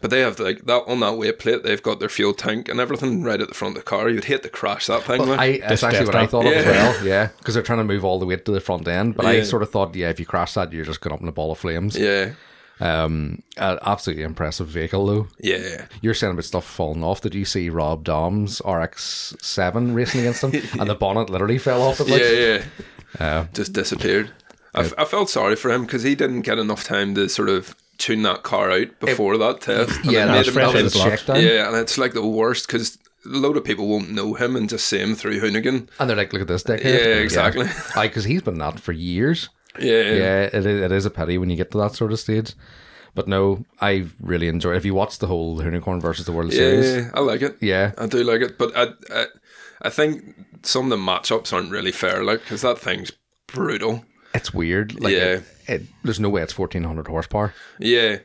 Speaker 4: but they have like that on that weight plate, they've got their fuel tank and everything right at the front of the car. You'd hate to crash that thing. like.
Speaker 3: I, that's
Speaker 1: Just
Speaker 3: actually what
Speaker 1: left
Speaker 3: I
Speaker 1: out.
Speaker 3: thought of as
Speaker 4: Yeah.
Speaker 3: well. Yeah, because they're trying to move all the way to the front end. But I
Speaker 4: Yeah.
Speaker 3: sort of thought, yeah, if you crash that, you're just going up in a ball of flames.
Speaker 4: yeah,
Speaker 3: Um, uh, absolutely impressive vehicle though.
Speaker 4: yeah.
Speaker 3: You're saying about stuff falling off. Did you see Rob Dom's RX-7 racing against him, and the bonnet literally fell off? It like? uh,
Speaker 4: yeah, yeah. Just disappeared. I, f- I felt sorry for him because he didn't get enough time to sort of tune that car out before that test. And
Speaker 3: yeah.
Speaker 4: it
Speaker 3: That
Speaker 4: made
Speaker 3: was
Speaker 4: him
Speaker 3: fresh
Speaker 4: have
Speaker 3: out
Speaker 1: in
Speaker 3: of
Speaker 1: the
Speaker 3: the
Speaker 1: blocks.
Speaker 3: checkdown.
Speaker 4: Yeah, and it's like the worst because a load of people won't know him and just see him through Hoonigan.
Speaker 3: And they're like, "Look at this dickhead."
Speaker 4: Yeah, exactly.
Speaker 3: because he's been that for years.
Speaker 4: Yeah,
Speaker 3: Yeah, it, is, it is a pity when you get to that sort of stage. But no, I really enjoy. If you watch the whole Unicorn versus the World
Speaker 4: yeah,
Speaker 3: Series,
Speaker 4: I like it.
Speaker 3: yeah,
Speaker 4: I do like it, but I, I, I think some of the matchups aren't really fair, like because that thing's brutal.
Speaker 3: it's weird. Like,
Speaker 4: Yeah.
Speaker 3: it, it, there's no way it's 1400 horsepower.
Speaker 4: Yeah.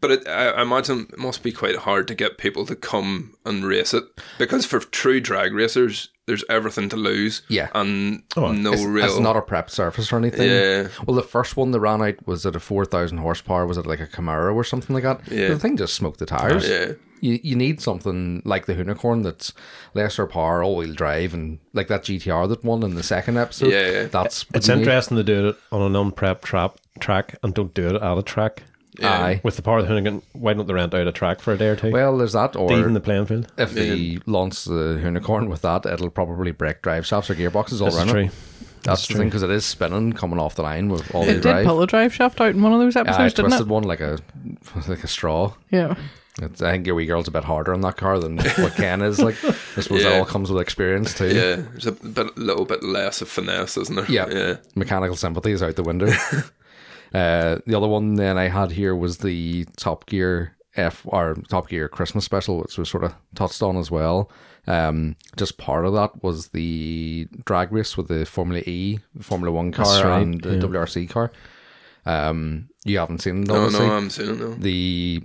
Speaker 4: But it, I I imagine it must be quite hard to get people to come and race it because for true drag racers, there's everything to lose.
Speaker 3: Yeah.
Speaker 4: and
Speaker 1: Oh,
Speaker 4: no
Speaker 3: It's,
Speaker 4: real.
Speaker 3: it's not a prep surface or anything.
Speaker 4: Yeah.
Speaker 3: Well, the first one that ran out was at a 4,000 horsepower. Was it like a Camaro or something like that?
Speaker 4: Yeah.
Speaker 3: The thing just smoked the tires.
Speaker 4: Yeah.
Speaker 3: You, you need something like the Unicorn that's lesser power, all wheel drive, and like that GTR that won in the second episode.
Speaker 4: Yeah, yeah.
Speaker 3: That's what
Speaker 1: It's
Speaker 3: you need.
Speaker 1: interesting to do it on an unprepped trap track and don't do it at a track.
Speaker 3: Aye.
Speaker 1: With the power of the Hoonigan, why don't they rent out a track for a day or two?
Speaker 3: Well, there's that. Or
Speaker 1: even the playing field.
Speaker 3: if they launch the Unicorn with that, it'll probably break drive shafts or gearboxes all
Speaker 1: This is
Speaker 3: around it.
Speaker 1: true.
Speaker 3: That's the thing because it is spinning coming off the line with all the
Speaker 2: It did
Speaker 3: drive.
Speaker 2: pull a drive shaft out in one of those
Speaker 3: Yeah, I
Speaker 2: episodes, didn't
Speaker 3: twisted
Speaker 2: it?
Speaker 3: one like a like a straw.
Speaker 2: Yeah.
Speaker 3: It's, I think your wee girl's a bit harder on that car than what Ken is. Like, I suppose that
Speaker 4: Yeah.
Speaker 3: all comes with experience too.
Speaker 4: Yeah, there's a bit, little bit less of finesse, isn't there?
Speaker 3: Yeah.
Speaker 4: yeah,
Speaker 3: Mechanical sympathy is out the window. uh, the other one then I had here was the Top Gear F or Top Gear Christmas special, which was sort of touched on as well. Um, just part of that was the drag race with the Formula E, Formula One car,
Speaker 1: right,
Speaker 3: and the WRC car. Um, you haven't seen it,
Speaker 4: No,
Speaker 3: obviously.
Speaker 4: no, I'm seeing it now.
Speaker 3: the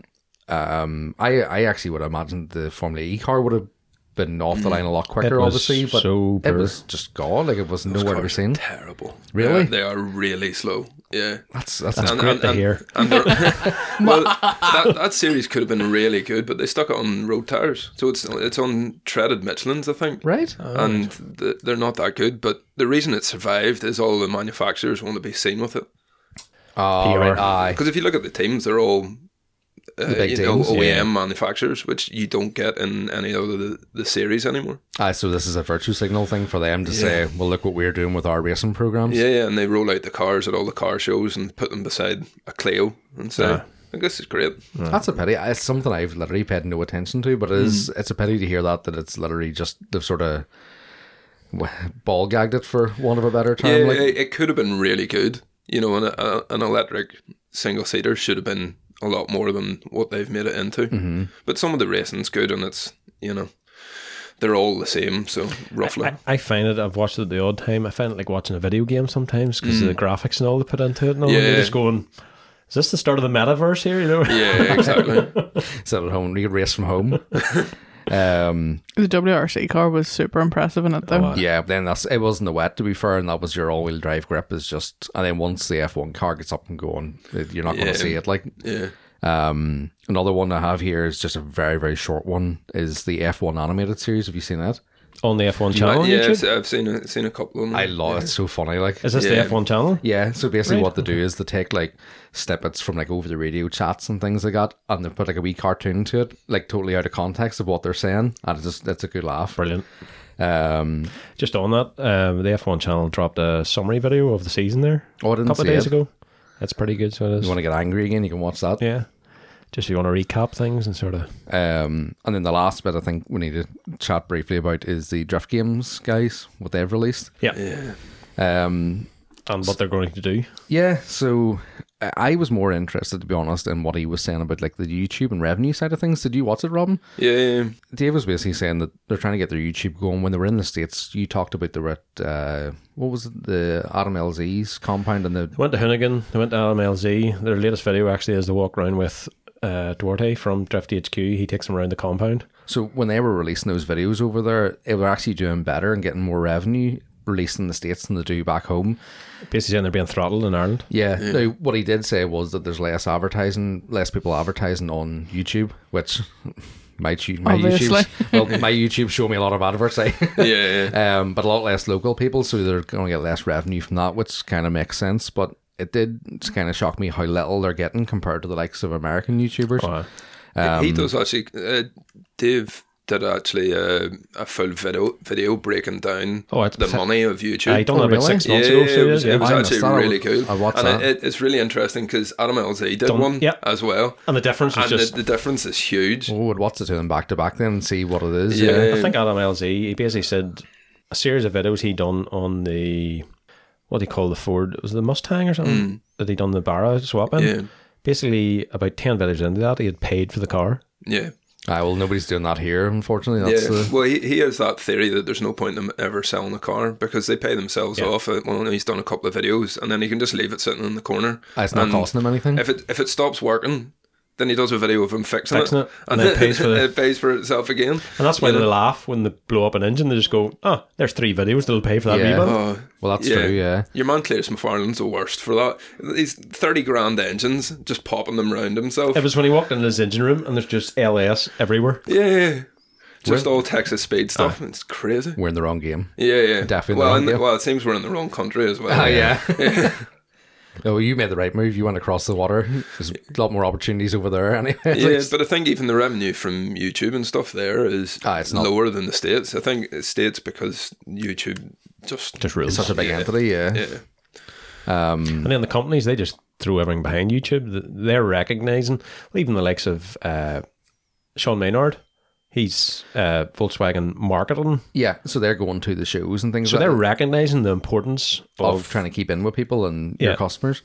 Speaker 3: um I I actually would imagine the Formula E car would have been off the line a lot quicker,
Speaker 1: was
Speaker 3: obviously, but
Speaker 1: so
Speaker 3: it
Speaker 1: poor.
Speaker 3: was just gone. Like it was nowhere to be
Speaker 4: Cars are
Speaker 3: seen.
Speaker 4: Terrible.
Speaker 3: Really?
Speaker 4: Yeah, they are really slow. Yeah,
Speaker 3: That's that's,
Speaker 4: And-
Speaker 1: Great
Speaker 4: and-
Speaker 1: to
Speaker 4: and-
Speaker 1: hear.
Speaker 4: And they're- well, that, that series could have been really good, but they stuck it on road tires, so it's it's on treaded Michelin's, I think.
Speaker 3: right.
Speaker 4: and th- they're not that good. But the reason it survived is all the manufacturers want to be seen with it.
Speaker 3: Oh,
Speaker 1: PR.
Speaker 3: right, aye.
Speaker 4: Because if you look at the teams, they're all uh,
Speaker 3: big
Speaker 4: you know,
Speaker 3: teams,
Speaker 4: OEM
Speaker 3: yeah.
Speaker 4: manufacturers, which you don't get in any other the, the series anymore.
Speaker 3: aye. So this is a virtue signal thing for them to say, well, look what we're doing with our racing programs.
Speaker 4: Yeah, yeah, and they roll out the cars at all the car shows and put them beside a Clio and say,
Speaker 3: Uh-huh.
Speaker 4: "I guess it's great."
Speaker 3: That's a pity. It's something I've literally paid no attention to, but it is, it's a pity to hear that that it's literally just they've sort of ball gagged it for want of a better term.
Speaker 4: Yeah,
Speaker 3: like.
Speaker 4: it, it could have been really good. You know, an, a, an electric single seater should have been a lot more than what they've made it into.
Speaker 1: Mm-hmm.
Speaker 4: But some of the racing's good, and it's you know they're all the same. So roughly,
Speaker 1: I, I find it. I've watched it the odd time. I find it like watching a video game sometimes because of the graphics and all they put into it. And all and
Speaker 4: Yeah.
Speaker 1: you're just going, "Is this the start of the metaverse here?" You know.
Speaker 4: yeah, exactly.
Speaker 3: Sit at home, you could race from home. um,
Speaker 2: The WRC car was super impressive in it though.
Speaker 3: yeah, but then that's it wasn't the wet to be fair, and that was your all-wheel drive grip is just. And then once the F1 car gets up and going, it- you're not
Speaker 4: Yeah.
Speaker 3: going to see it. Like
Speaker 4: yeah,
Speaker 3: um, another one I have here is just a very very short one. Is the F1 animated series? Have you seen that?
Speaker 1: On the F1 channel. on
Speaker 4: yeah.
Speaker 1: Oh, YouTube?
Speaker 4: I've, se- I've seen a, seen a couple of them.
Speaker 3: I love it. It's so funny. Like
Speaker 1: Is this
Speaker 4: Yeah.
Speaker 1: the F1 channel?
Speaker 3: Yeah, so basically what they do is they take like snippets from like over the radio chats and things like that, and they put like a wee cartoon to it, like totally out of context of what they're saying, and it's just that's a good laugh.
Speaker 1: Brilliant.
Speaker 3: Um,
Speaker 1: Just on that, um, the F1 channel dropped a summary video of the season there
Speaker 3: Oh, I
Speaker 1: a
Speaker 3: didn't
Speaker 1: couple of
Speaker 3: see
Speaker 1: days
Speaker 3: it.
Speaker 1: ago. That's pretty good. So it
Speaker 3: you
Speaker 1: is.
Speaker 3: want to get angry again, you can watch that.
Speaker 1: Yeah. Just if you want to recap things and sort of
Speaker 3: Um, and then the last bit I think we need to chat briefly about is the drift games guys, what they've released.
Speaker 1: yeah,
Speaker 4: Yeah,
Speaker 3: Um,
Speaker 1: and what they're going to do.
Speaker 3: Yeah, so I I was more interested, to be honest, in what he was saying about like the YouTube and revenue side of things. Did you watch it, Robin?
Speaker 4: yeah, yeah.
Speaker 3: Dave was basically saying that they're trying to get their YouTube going. When they were in the states, you talked about the uh, what was it, the Adam LZ's compound and the
Speaker 1: They went to Hoonigan, they went to LMLZ. Their latest video actually is the walk around with uh, Duarte from Drift HQ. He takes them around the compound.
Speaker 3: so when they were releasing those videos over there, they were actually doing better and getting more revenue released in the states than they do back home.
Speaker 1: Basically saying they're being throttled in Ireland.
Speaker 3: Yeah. Now, what he did say was that there's less advertising, less people advertising on YouTube, which my tu- my
Speaker 2: Obviously.
Speaker 3: YouTube, well, my YouTube show me a lot of advertising.
Speaker 4: yeah, yeah.
Speaker 3: um, but a lot less local people, so they're going to get less revenue from that, which kind of makes sense. But it did kind of shock me how little they're getting compared to the likes of American YouTubers.
Speaker 1: Wow. Um,
Speaker 4: he does actually. Uh, Dave did actually uh, a full video video breaking down
Speaker 1: Oh, I-
Speaker 4: the money of YouTube.
Speaker 1: I don't know
Speaker 3: Oh,
Speaker 1: about
Speaker 3: really?
Speaker 1: six months
Speaker 4: yeah,
Speaker 1: ago. So
Speaker 4: it was,
Speaker 1: yeah.
Speaker 4: it was
Speaker 3: I
Speaker 4: actually
Speaker 3: missed that. I
Speaker 4: really
Speaker 3: w-
Speaker 4: cool.
Speaker 3: I watched
Speaker 4: and it-
Speaker 3: that.
Speaker 4: It, it's really interesting because Adam LZ did
Speaker 1: Done.
Speaker 4: one
Speaker 1: Yep.
Speaker 4: as well,
Speaker 1: And the difference was
Speaker 4: and
Speaker 1: just
Speaker 4: the, the difference is huge.
Speaker 3: I would Oh, watch the two of them back to back then and see what it is.
Speaker 4: Yeah.
Speaker 1: I think Adam LZ, he basically said a series of videos he done on the, what do you call the Ford? Was it the Mustang or something that he done the Barra swap in?
Speaker 4: Hmm. Yeah.
Speaker 1: Basically, about 10 videos into that, he had paid for the car.
Speaker 4: Yeah,
Speaker 3: Ah, well, nobody's doing that here, unfortunately. That's
Speaker 4: yeah.
Speaker 3: the,
Speaker 4: Well, he, he has that theory that there's no point in them ever selling a car because they pay themselves
Speaker 1: Yeah.
Speaker 4: off. Uh, Well, he's done a couple of videos, and then he can just leave it sitting in the corner.
Speaker 3: ah, it's not
Speaker 4: And
Speaker 3: costing them anything.
Speaker 4: Um, If it if it stops working. Then he does a video of him fixing,
Speaker 1: Fixing it, and then
Speaker 4: it
Speaker 1: pays for the-
Speaker 4: it pays for itself again.
Speaker 1: And that's why they laugh when they blow up an engine. They just go, oh, there's three videos that'll pay for that
Speaker 3: Yeah.
Speaker 1: yeah.
Speaker 4: Oh,
Speaker 3: well, that's
Speaker 4: yeah.
Speaker 3: true, yeah.
Speaker 4: Your man Clears McFarlane's the worst for that. These thirty grand engines, just popping them round himself.
Speaker 1: It was when he walked into his engine room and there's just LS everywhere.
Speaker 4: yeah, just all Texas speed stuff. it's crazy.
Speaker 3: We're in the wrong game.
Speaker 4: Yeah, yeah,
Speaker 3: Definitely
Speaker 4: Well,
Speaker 3: not,
Speaker 4: and-
Speaker 3: yeah.
Speaker 4: well, it seems we're in the wrong country as well.
Speaker 3: Ah, yeah. oh, you made the right move. You went across the water. There's a lot more opportunities over there, anyway.
Speaker 4: Yeah, but I think even the revenue from YouTube and stuff there is
Speaker 3: Ah, it's not-
Speaker 4: lower than the states. I think it's states because YouTube just
Speaker 1: Just rules.
Speaker 3: such a big entity, yeah.
Speaker 4: yeah.
Speaker 1: And then the companies, they just throw everything behind YouTube. Th- They're recognizing, well, even the likes of uh, Sean Maynard, he's uh, Volkswagen marketing.
Speaker 3: Yeah, so they're going to the shows and things
Speaker 1: So
Speaker 3: like
Speaker 1: they're
Speaker 3: that.
Speaker 1: recognizing the importance
Speaker 3: of,
Speaker 1: of,
Speaker 3: trying to keep in with people and your
Speaker 1: Yeah.
Speaker 3: customers.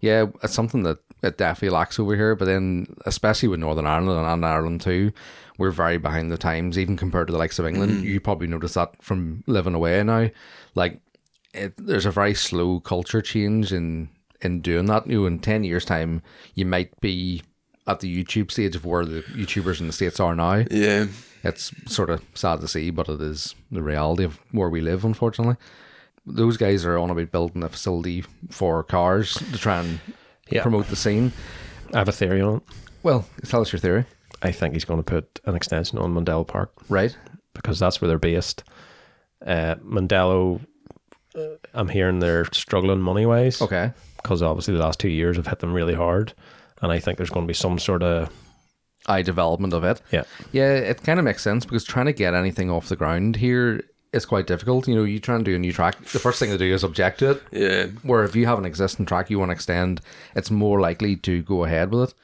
Speaker 3: Yeah, it's something that it definitely lacks over here. But then, especially with Northern Ireland and- and Ireland too, we're very behind the times, even compared to the likes of England. You probably notice that from living away now. Like, it, there's a very slow culture change in in doing that. You know, in ten years' time, you might be at the YouTube stage of where the YouTubers in the states are now.
Speaker 4: Yeah,
Speaker 3: It's sort of sad to see, but it is the reality of where we live, unfortunately. Those guys are on about building a facility for cars to try and
Speaker 1: Yeah.
Speaker 3: promote the scene.
Speaker 1: I have a theory on it.
Speaker 3: Well, tell us your theory,
Speaker 1: I think he's going to put an extension on Mandela Park
Speaker 3: right?
Speaker 1: because that's where they're based. Uh, Mandela, uh, I'm hearing they're struggling money wise.
Speaker 3: Okay.
Speaker 1: Because obviously the last two years have hit them really hard. And I think there's going to be some sort of.
Speaker 3: I development of it.
Speaker 1: Yeah.
Speaker 3: Yeah, it kind of makes sense because trying to get anything off the ground here is quite difficult. You know, you try and do a new track, the first thing to do is object to it.
Speaker 4: yeah,
Speaker 3: Where if you have an existing track you want to extend, it's more likely to go ahead with it.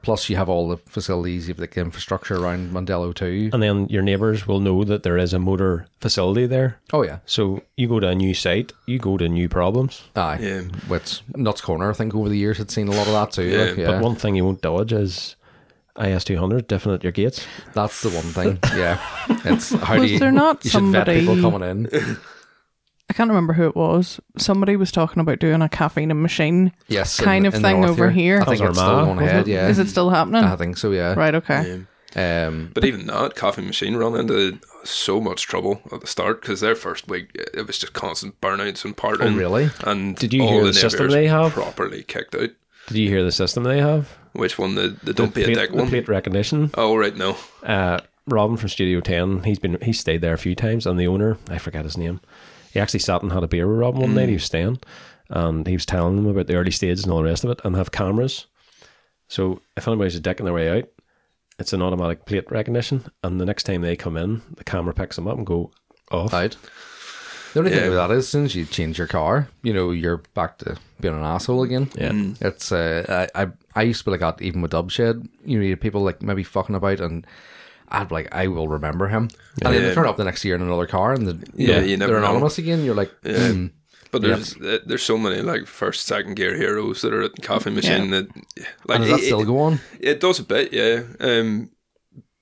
Speaker 3: Plus, you have all the facilities, you have the infrastructure around Mandelo too.
Speaker 1: And then your neighbors will know that there is a motor facility there.
Speaker 3: Oh yeah,
Speaker 1: So you go to a new site, you go to new problems.
Speaker 3: aye.
Speaker 4: Yeah.
Speaker 3: With Nuts Corner, I think over the years had seen a lot of that too.
Speaker 4: Yeah,
Speaker 3: like, yeah.
Speaker 1: But one thing you won't dodge is IS two hundred different at your gates.
Speaker 3: That's the one thing. Yeah, it's how do
Speaker 2: Was
Speaker 3: you,
Speaker 2: there not
Speaker 3: you should vet people
Speaker 2: somebody-
Speaker 3: coming in.
Speaker 2: I can't remember who it was. Somebody was talking about doing a caffeine and machine.
Speaker 3: Yes,
Speaker 2: Kind of
Speaker 3: the
Speaker 2: thing
Speaker 3: north
Speaker 2: over here.
Speaker 3: I think
Speaker 1: That was
Speaker 3: it's still
Speaker 1: Armagh,
Speaker 3: going ahead. Yeah,
Speaker 2: Is it still happening?
Speaker 3: I think so. Yeah.
Speaker 2: Right. Okay.
Speaker 4: Yeah.
Speaker 3: Um,
Speaker 4: But even that coffee machine run into so much trouble at the start because their first week it was just constant burnouts and partying.
Speaker 3: oh really?
Speaker 4: And
Speaker 1: Did you
Speaker 4: all
Speaker 1: hear the
Speaker 4: neighbours
Speaker 1: system they have?
Speaker 4: properly kicked out?
Speaker 1: Did you hear the system they have?
Speaker 4: Which one? The, the don't be a
Speaker 1: plate,
Speaker 4: dick
Speaker 1: the
Speaker 4: one.
Speaker 1: plate recognition.
Speaker 4: Oh right, no.
Speaker 1: Uh, Robin from Studio Ten, he's been he's stayed there a few times, and the owner, I forget his name, he actually sat and had a beer with Robin one night. He was staying, and he was telling them about the early stages and all the rest of it, and have cameras. So if anybody's a dick on their way out, it's an automatic plate recognition, and the next time they come in, the camera picks them up and go off.
Speaker 3: Right. The only
Speaker 4: Yeah.
Speaker 3: thing with that is, as soon as you change your car, you know you're back to being an asshole again.
Speaker 1: Yeah.
Speaker 2: Mm.
Speaker 3: It's uh, I, I I used to be like that even with Dubshed. You know, you had people like maybe fucking about, and I'd be like, I will remember him. And then they
Speaker 4: Yeah.
Speaker 3: turn up the next year in another car, and the,
Speaker 4: Yeah,
Speaker 3: know,
Speaker 4: you never
Speaker 3: they're
Speaker 4: know.
Speaker 3: anonymous again. You're like, hmm.
Speaker 4: But there's uh, there's so many like first second gear heroes that are at the coffee machine that like
Speaker 3: and does that
Speaker 4: it-
Speaker 3: still go on?
Speaker 4: It does a bit, yeah. Um,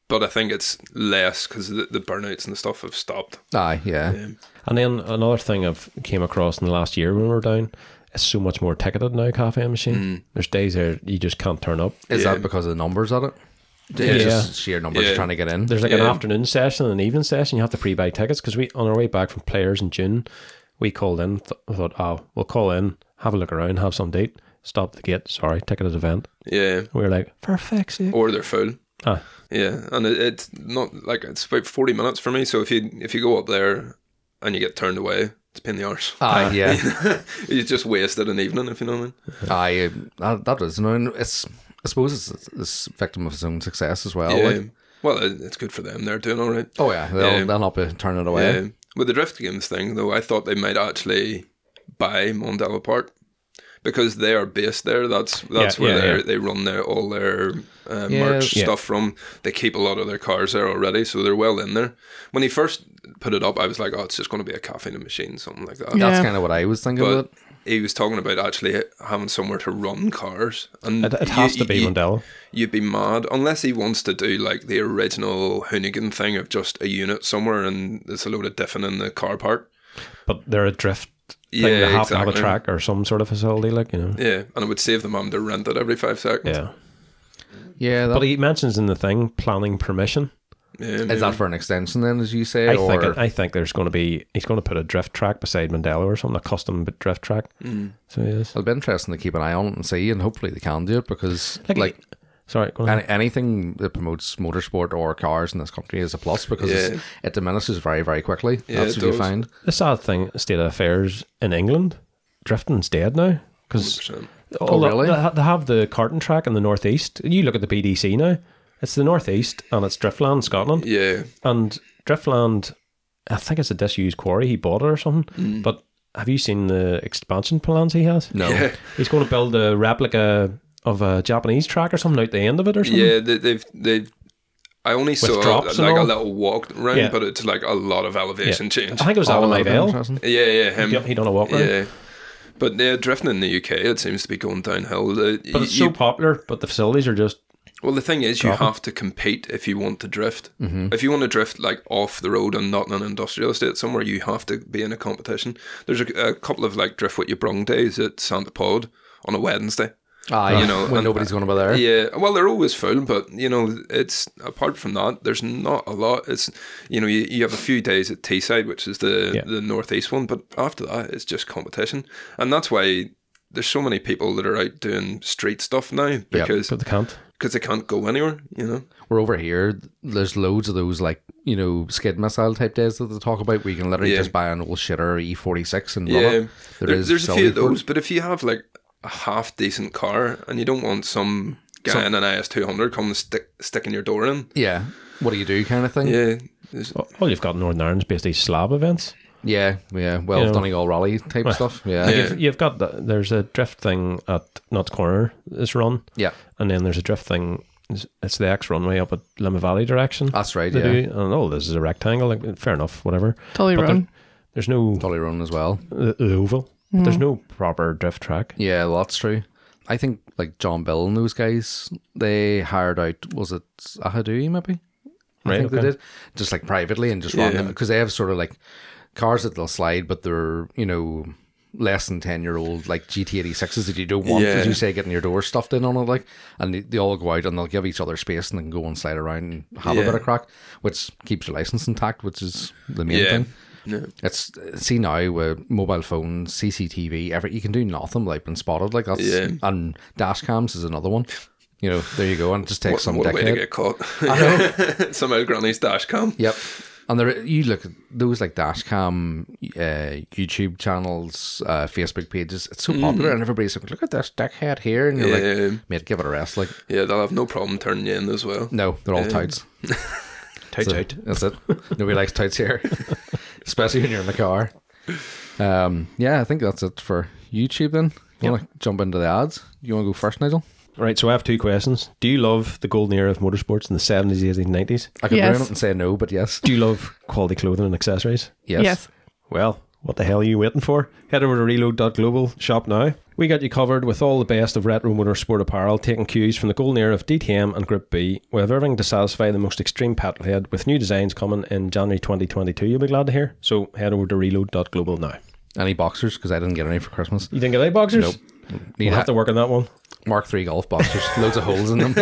Speaker 4: but I think it's less because the, the burnouts and the stuff have stopped.
Speaker 3: Aye, yeah.
Speaker 1: And then another thing I've came across in the last year when we were down, it's so much more ticketed now. Coffee machine. There's days there you just can't turn up.
Speaker 3: Is
Speaker 4: Yeah.
Speaker 3: that because of the numbers at it? It's
Speaker 4: Yeah.
Speaker 3: just sheer numbers
Speaker 4: Yeah.
Speaker 3: trying to get in.
Speaker 1: There's like an
Speaker 4: Yeah.
Speaker 1: afternoon session and an evening session. You have to pre-buy tickets because we on our way back from players in June, we called in. Th- thought, oh, we'll call in, have a look around, have some date. Stop at the gate. Sorry, ticketed event.
Speaker 4: Yeah,
Speaker 1: We were like, for fuck's sake.
Speaker 4: or they're full.
Speaker 1: Ah,
Speaker 4: Yeah, and it, it's not like it's about forty minutes for me. So if you if you go up there and you get turned away, it's a pain in the arse.
Speaker 3: Aye, Ah, yeah.
Speaker 4: you just wasted an evening, if you know what I
Speaker 3: Aye,
Speaker 4: mean.
Speaker 3: um, that, that is annoying. It's, I suppose it's, it's a victim of its own success as well.
Speaker 4: yeah.
Speaker 3: like.
Speaker 4: well, it- it's good for them. They're doing all right.
Speaker 3: Oh, yeah. They'll,
Speaker 4: Yeah.
Speaker 3: they'll not be turning it away.
Speaker 4: Yeah. Um, With the Drift Games thing, though, I thought they might actually buy Mondello Park because they are based there. That's that's
Speaker 1: Yeah,
Speaker 4: where
Speaker 1: yeah,
Speaker 4: they
Speaker 1: yeah.
Speaker 4: they run their all their uh,
Speaker 3: Yeah.
Speaker 4: merch
Speaker 1: Yeah.
Speaker 4: stuff from. They keep a lot of their cars there already, so they're well in there. When he first put it up, I was like, oh, it's just going to be a caffeine machine, something like that.
Speaker 3: That's
Speaker 2: Yeah.
Speaker 3: kind of what I was thinking of
Speaker 4: But
Speaker 3: it.
Speaker 4: he was talking about actually having somewhere to run cars, and
Speaker 1: it, it
Speaker 4: you-
Speaker 1: has
Speaker 4: you-
Speaker 1: to be
Speaker 4: you-
Speaker 1: Mandela.
Speaker 4: You'd be mad unless he wants to do like the original Hoonigan thing of just a unit somewhere and there's a load of different in the car park.
Speaker 1: But they're a drift thing.
Speaker 4: Yeah,
Speaker 1: they have to have a
Speaker 4: exactly.
Speaker 1: track or some sort of facility, like you know.
Speaker 4: Yeah, and it would save them having to rent it every five seconds.
Speaker 1: Yeah.
Speaker 3: Yeah, that,
Speaker 1: But he mentions in the thing planning permission.
Speaker 4: Yeah, maybe.
Speaker 3: is that for an extension then, as you say?
Speaker 1: I
Speaker 3: or
Speaker 1: think it- I think there's going to be he's going to put a drift track beside Mandela or something, a custom bit drift track. Mm. So yes,
Speaker 3: it'll be interesting to keep an eye on it and see, and hopefully they can do it because like,
Speaker 1: sorry, go on.
Speaker 3: any, anything that promotes motorsport or cars in this country is a plus because it's, it diminishes very, very quickly.
Speaker 4: Yeah,
Speaker 3: That's
Speaker 4: it
Speaker 3: what you
Speaker 4: does.
Speaker 3: find.
Speaker 1: The sad thing, state of affairs in England, drifting's dead now because
Speaker 4: 100%.
Speaker 1: all
Speaker 3: Oh,
Speaker 1: the-
Speaker 3: really?
Speaker 1: they, ha- they have the karting track in the northeast. You look at the BDC now; it's the northeast and it's Driftland, Scotland,
Speaker 4: Yeah,
Speaker 1: and Driftland. I think it's a disused quarry. He bought it or something. But have you seen the expansion plans he has?
Speaker 3: No.
Speaker 1: He's going to build a replica of a Japanese track or something out the end of it or something.
Speaker 4: yeah. They, they've they've. I only saw
Speaker 1: drops and
Speaker 4: like a
Speaker 1: all?
Speaker 4: little walk round,
Speaker 1: Yeah.
Speaker 4: but it's like a lot of
Speaker 1: Yeah.
Speaker 4: elevation change.
Speaker 1: I think it was
Speaker 3: Oh,
Speaker 1: Adam
Speaker 3: that'd be
Speaker 1: Idell.
Speaker 3: interesting.
Speaker 4: yeah, yeah, him.
Speaker 1: He done a walk round.
Speaker 4: yeah, but yeah, drifting in the UK, it seems to be going downhill. The-
Speaker 1: But it's
Speaker 4: you-
Speaker 1: so popular, but the facilities are just
Speaker 4: Well, the thing is, you have to compete if you want to drift. If you want to drift like off the road and not in an industrial estate somewhere, you have to be in a competition. There's a, a couple of like drift what you brung days at Santa Pod on a Wednesday.
Speaker 3: Aye,
Speaker 4: Ah, You know,
Speaker 3: Uh, when
Speaker 4: and-
Speaker 3: nobody's going to be there.
Speaker 4: Yeah, well, they're always full, but you know, it's apart from that, there's not a lot. It's you know, you, you have a few days at Teesside, which is the
Speaker 1: Yeah.
Speaker 4: the northeast one, but after that, it's just competition, and that's why there's so many people that are out doing street stuff now because
Speaker 1: but they can't.
Speaker 4: because they can't go anywhere. You know,
Speaker 3: We're over here. There's loads of those like you know skid missile type days that they talk about. where you can literally
Speaker 4: Yeah.
Speaker 3: just buy an old shitter E forty six and run
Speaker 4: yeah,
Speaker 3: it.
Speaker 4: There-
Speaker 3: is
Speaker 4: there's a
Speaker 3: facility
Speaker 4: few of
Speaker 3: for it.
Speaker 4: those, but if you have like a half decent car and you don't want some guy in an IS two hundred come and stick sticking your door in,
Speaker 3: Yeah, what do you do kind of thing.
Speaker 4: yeah. there's-
Speaker 1: Well, you've got in Northern Ireland's basically slab events.
Speaker 3: Yeah, yeah. Well,
Speaker 1: You know.
Speaker 3: Donegal Rally type stuff. Yeah.
Speaker 4: Yeah.
Speaker 3: yeah.
Speaker 1: You've, you've got the, there's a drift thing at Nuts Corner this run, and then there's a drift thing. It's, it's the X runway up at Lima Valley direction.
Speaker 3: That's right,
Speaker 1: They
Speaker 3: Ah, yeah.
Speaker 1: do, and oh, this is a rectangle. Like, fair enough, whatever.
Speaker 2: Tully
Speaker 1: But
Speaker 2: Roan.
Speaker 1: There's no
Speaker 3: Dolly Run as well.
Speaker 1: the, the oval. There's no proper drift track.
Speaker 3: Hmm. Yeah, well, that's true. I think like John Bell and those guys, they hired out was it Ahadui maybe? I
Speaker 1: Right,
Speaker 3: think
Speaker 1: okay.
Speaker 3: they did just like privately and just run them because they have sort of like cars that they'll slide, but they're you know less than ten year old like GT eighty sixes that you don't want, as
Speaker 4: Yeah.
Speaker 3: you say, getting your door stuffed in on it like, and they, they all go out and they'll give each other space and then go and slide around and have a
Speaker 4: Yeah.
Speaker 3: bit of crack, which keeps your license intact, which is the main
Speaker 4: Yeah.
Speaker 3: thing. It's see now with mobile phones, CCTV, every you can do nothing like been spotted like that's
Speaker 4: Yeah.
Speaker 3: and dash cams is another one. You know, there you go, and it just takes
Speaker 4: What,
Speaker 3: some
Speaker 4: what a way to
Speaker 3: dickhead.
Speaker 4: get caught.
Speaker 3: I know.
Speaker 4: Some old granny's dash cam.
Speaker 3: yep. And there, you look at those like dash cam, uh, YouTube channels, uh, Facebook pages. It's so popular, and everybody's like, "Look at this dickhead here," and you're
Speaker 4: Mm. Yeah.
Speaker 3: like, "Mate, give it a rest." Like,
Speaker 4: Yeah, they'll have no problem turning you in as well.
Speaker 3: no, they're all touts.
Speaker 1: Tight,
Speaker 3: So,
Speaker 1: tight.
Speaker 3: That's it. Nobody likes tights here, especially when you're in the car. Um, yeah, I think that's it for YouTube. Then you want to jump into the ads? You want to go first, Nigel?
Speaker 1: Right, so I have two questions. Do you love the golden era of motorsports in the 70s, 80s, 90s?
Speaker 3: I could
Speaker 2: Yes.
Speaker 3: ruin it and say no, but yes,
Speaker 1: Do you love quality clothing and accessories?
Speaker 3: yes,
Speaker 2: yes.
Speaker 1: Well, what the hell are you waiting for? Head over to reload.global shop now. We got you covered with all the best of retro motorsport apparel, taking cues from the golden era of DTM and Group B. We have everything to satisfy the most extreme paddlehead, with new designs coming in January 2022, you'll be glad to hear. So head over to reload.global now.
Speaker 3: Any boxers? Because I didn't get any for Christmas.
Speaker 1: You think of that, boxers?
Speaker 3: Nope. Need
Speaker 1: You'll have to
Speaker 3: ha-
Speaker 1: work on that one.
Speaker 3: Mark three golf boxers. Loads of holes in them.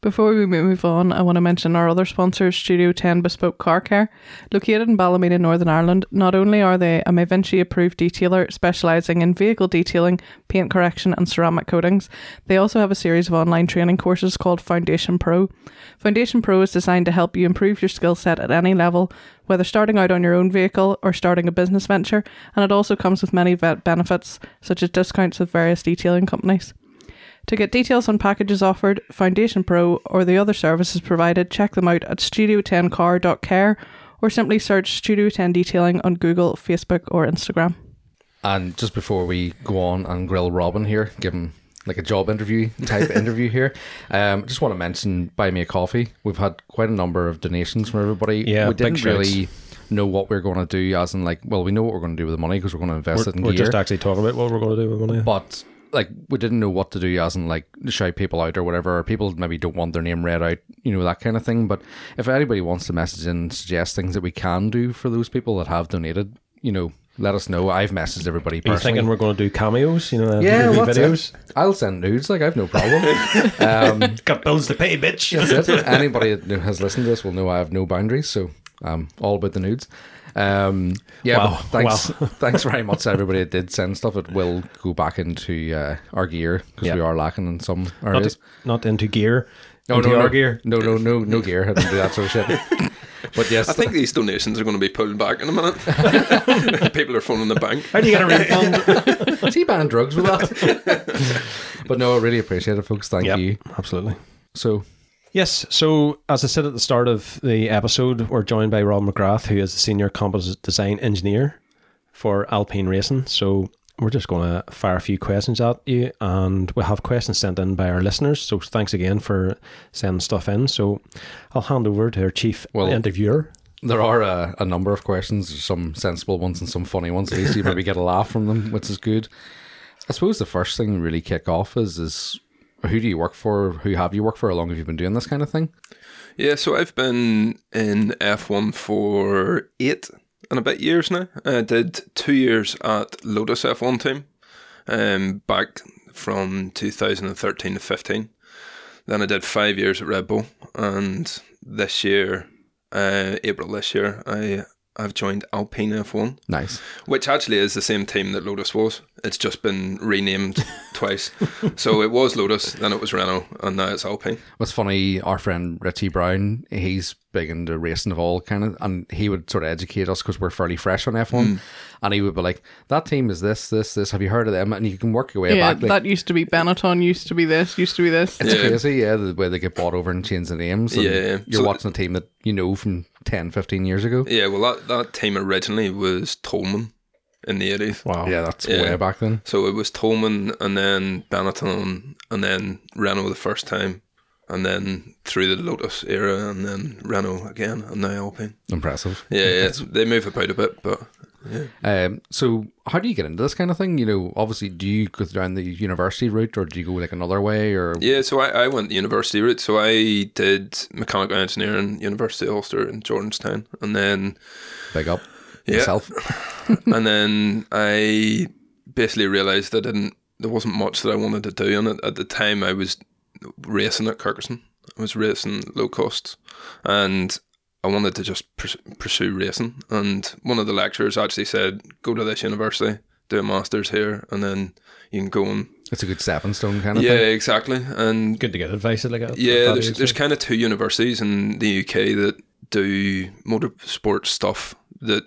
Speaker 2: Before we move on, I want to mention our other sponsor, Studio 10 Bespoke Car Care. Located in Ballymena, Northern Ireland, not only are they a Mavinci approved detailer specialising in vehicle detailing, paint correction, and ceramic coatings, they also have a series of online training courses called Foundation Pro. Foundation Pro is designed to help you improve your skill set at any level, whether starting out on your own vehicle or starting a business venture, and it also comes with many vet benefits, such as discounts with various detailing companies. To get details on packages offered, Foundation Pro, or the other services provided, check them out at studio10car.care or simply search Studio 10 Detailing on Google, Facebook, or Instagram.
Speaker 3: and just before we go on and grill Robin here, give him like a job interview type interview here. Um, just want to mention Buy Me a Coffee. We've had quite a number of donations from everybody.
Speaker 1: Yeah,
Speaker 3: we
Speaker 1: big
Speaker 3: didn't really know what we are going to do, as in like, well, we know what we're going to do with the money because we're going to invest it in
Speaker 1: We're
Speaker 3: gear.
Speaker 1: just actually talking about what we're going to do with money.
Speaker 3: but like we didn't know what to do as in like shout people out or whatever or people maybe don't want their name read out you know that kind of thing but if anybody wants to message in and suggest things that we can do for those people that have donated you know let us know i've messaged everybody
Speaker 1: Are you
Speaker 3: personally
Speaker 1: thinking we're going to do cameos? You know,
Speaker 3: yeah
Speaker 1: review
Speaker 3: well, that's
Speaker 1: videos.
Speaker 3: it. i'll send nudes like i've no problem
Speaker 1: Got bills to pay, bitch.
Speaker 3: That's it. Anybody that kn- has listened to this will know I have no boundaries, so um, all about the nudes. Um, yeah,
Speaker 1: Wow.
Speaker 3: but thanks, thanks very much to everybody that did send stuff. It will go back into uh, our gear because
Speaker 1: Yeah.
Speaker 3: we are lacking in some
Speaker 1: Not,
Speaker 3: areas.
Speaker 1: not into gear.
Speaker 3: No,
Speaker 1: into
Speaker 3: no,
Speaker 1: our
Speaker 3: no,
Speaker 1: gear.
Speaker 3: No, no, no, no gear. I don't do that sort of shit. But yes,
Speaker 4: I think these donations are going to be pulled back in a minute. People are phoning the bank.
Speaker 1: How do you get a refund?
Speaker 3: is he banned drugs with that? but no, I really appreciate it, folks. Thank
Speaker 1: yep,
Speaker 3: you.
Speaker 1: absolutely.
Speaker 3: So
Speaker 1: Yes, so as I said at the start of the episode, we're joined by Rob McGrath, who is the senior composite design engineer for Alpine Racing. So we're just going to fire a few questions at you, and we'll have questions sent in by our listeners. So thanks again for sending stuff in. So I'll hand over to our chief
Speaker 3: Well-
Speaker 1: interviewer.
Speaker 3: There are a, a number of questions, There's some sensible ones and some funny ones. At least you maybe get a laugh from them, which is good. I suppose the first thing we really kick off is is who do you work for? Who have you worked for? How long have you been doing this kind of thing?
Speaker 4: Yeah, so I've been in F1 for eight and a bit years now. I did two years at Lotus F1 team um, back from 2013 to 15. Then I did five years at Red Bull, and this year, uh, April this year, I I've joined Alpine F1,
Speaker 3: Nice.
Speaker 4: which actually is the same team that Lotus was. It's just been renamed twice. so it was Lotus, then it was Renault, and now it's Alpine.
Speaker 3: What's funny, our friend Richie Brown, he's big into racing of all kind of, and he would sort of educate us because we're fairly fresh on F1.
Speaker 2: Hmm.
Speaker 3: And he would be like, that team is this, this, this. Have you heard of them? And you can work your way
Speaker 2: yeah,
Speaker 3: back. Like,
Speaker 2: that used to be Benetton, used to be this, used to be this.
Speaker 3: it's
Speaker 4: Yeah.
Speaker 3: crazy, yeah, the way they get bought over and change the names. and
Speaker 4: Yeah.
Speaker 3: You're
Speaker 4: So-
Speaker 3: watching a team that you know from 10, 15 years ago.
Speaker 4: Yeah, well, that, that team originally was Tolman in the 80s.
Speaker 1: Wow.
Speaker 3: Yeah, that's
Speaker 4: Yeah.
Speaker 3: way back then.
Speaker 4: So it was Tolman and then Benetton and then Renault the first time. And then through the Lotus era, and then Renault again, and now Alpine.
Speaker 3: Impressive.
Speaker 4: Yeah, yeah it's, they move about a bit, but
Speaker 3: Um, so how do you get into this kind of thing? You know, obviously, do you go down the university route or do you go like another way or
Speaker 4: Yeah, so I, I went the university route. So I did mechanical engineering, University of Ulster in Jordanstown, and then
Speaker 3: big up
Speaker 4: Yeah.
Speaker 3: yourself?
Speaker 4: and then I basically realised I didn't. There wasn't much that I wanted to do on it at the time. I was racing at Kirkerson. I was racing low costs, and I wanted to just pers- pursue racing. And one of the lecturers actually said, "Go to this university, do a masters here, and then you can go and."
Speaker 3: It's a good stepping stone kind of
Speaker 4: Yeah,
Speaker 3: thing.
Speaker 4: exactly. And
Speaker 1: Good to get advice like uh, that.
Speaker 4: yeah, there's, there's kind of two universities in the UK that do motorsport stuff that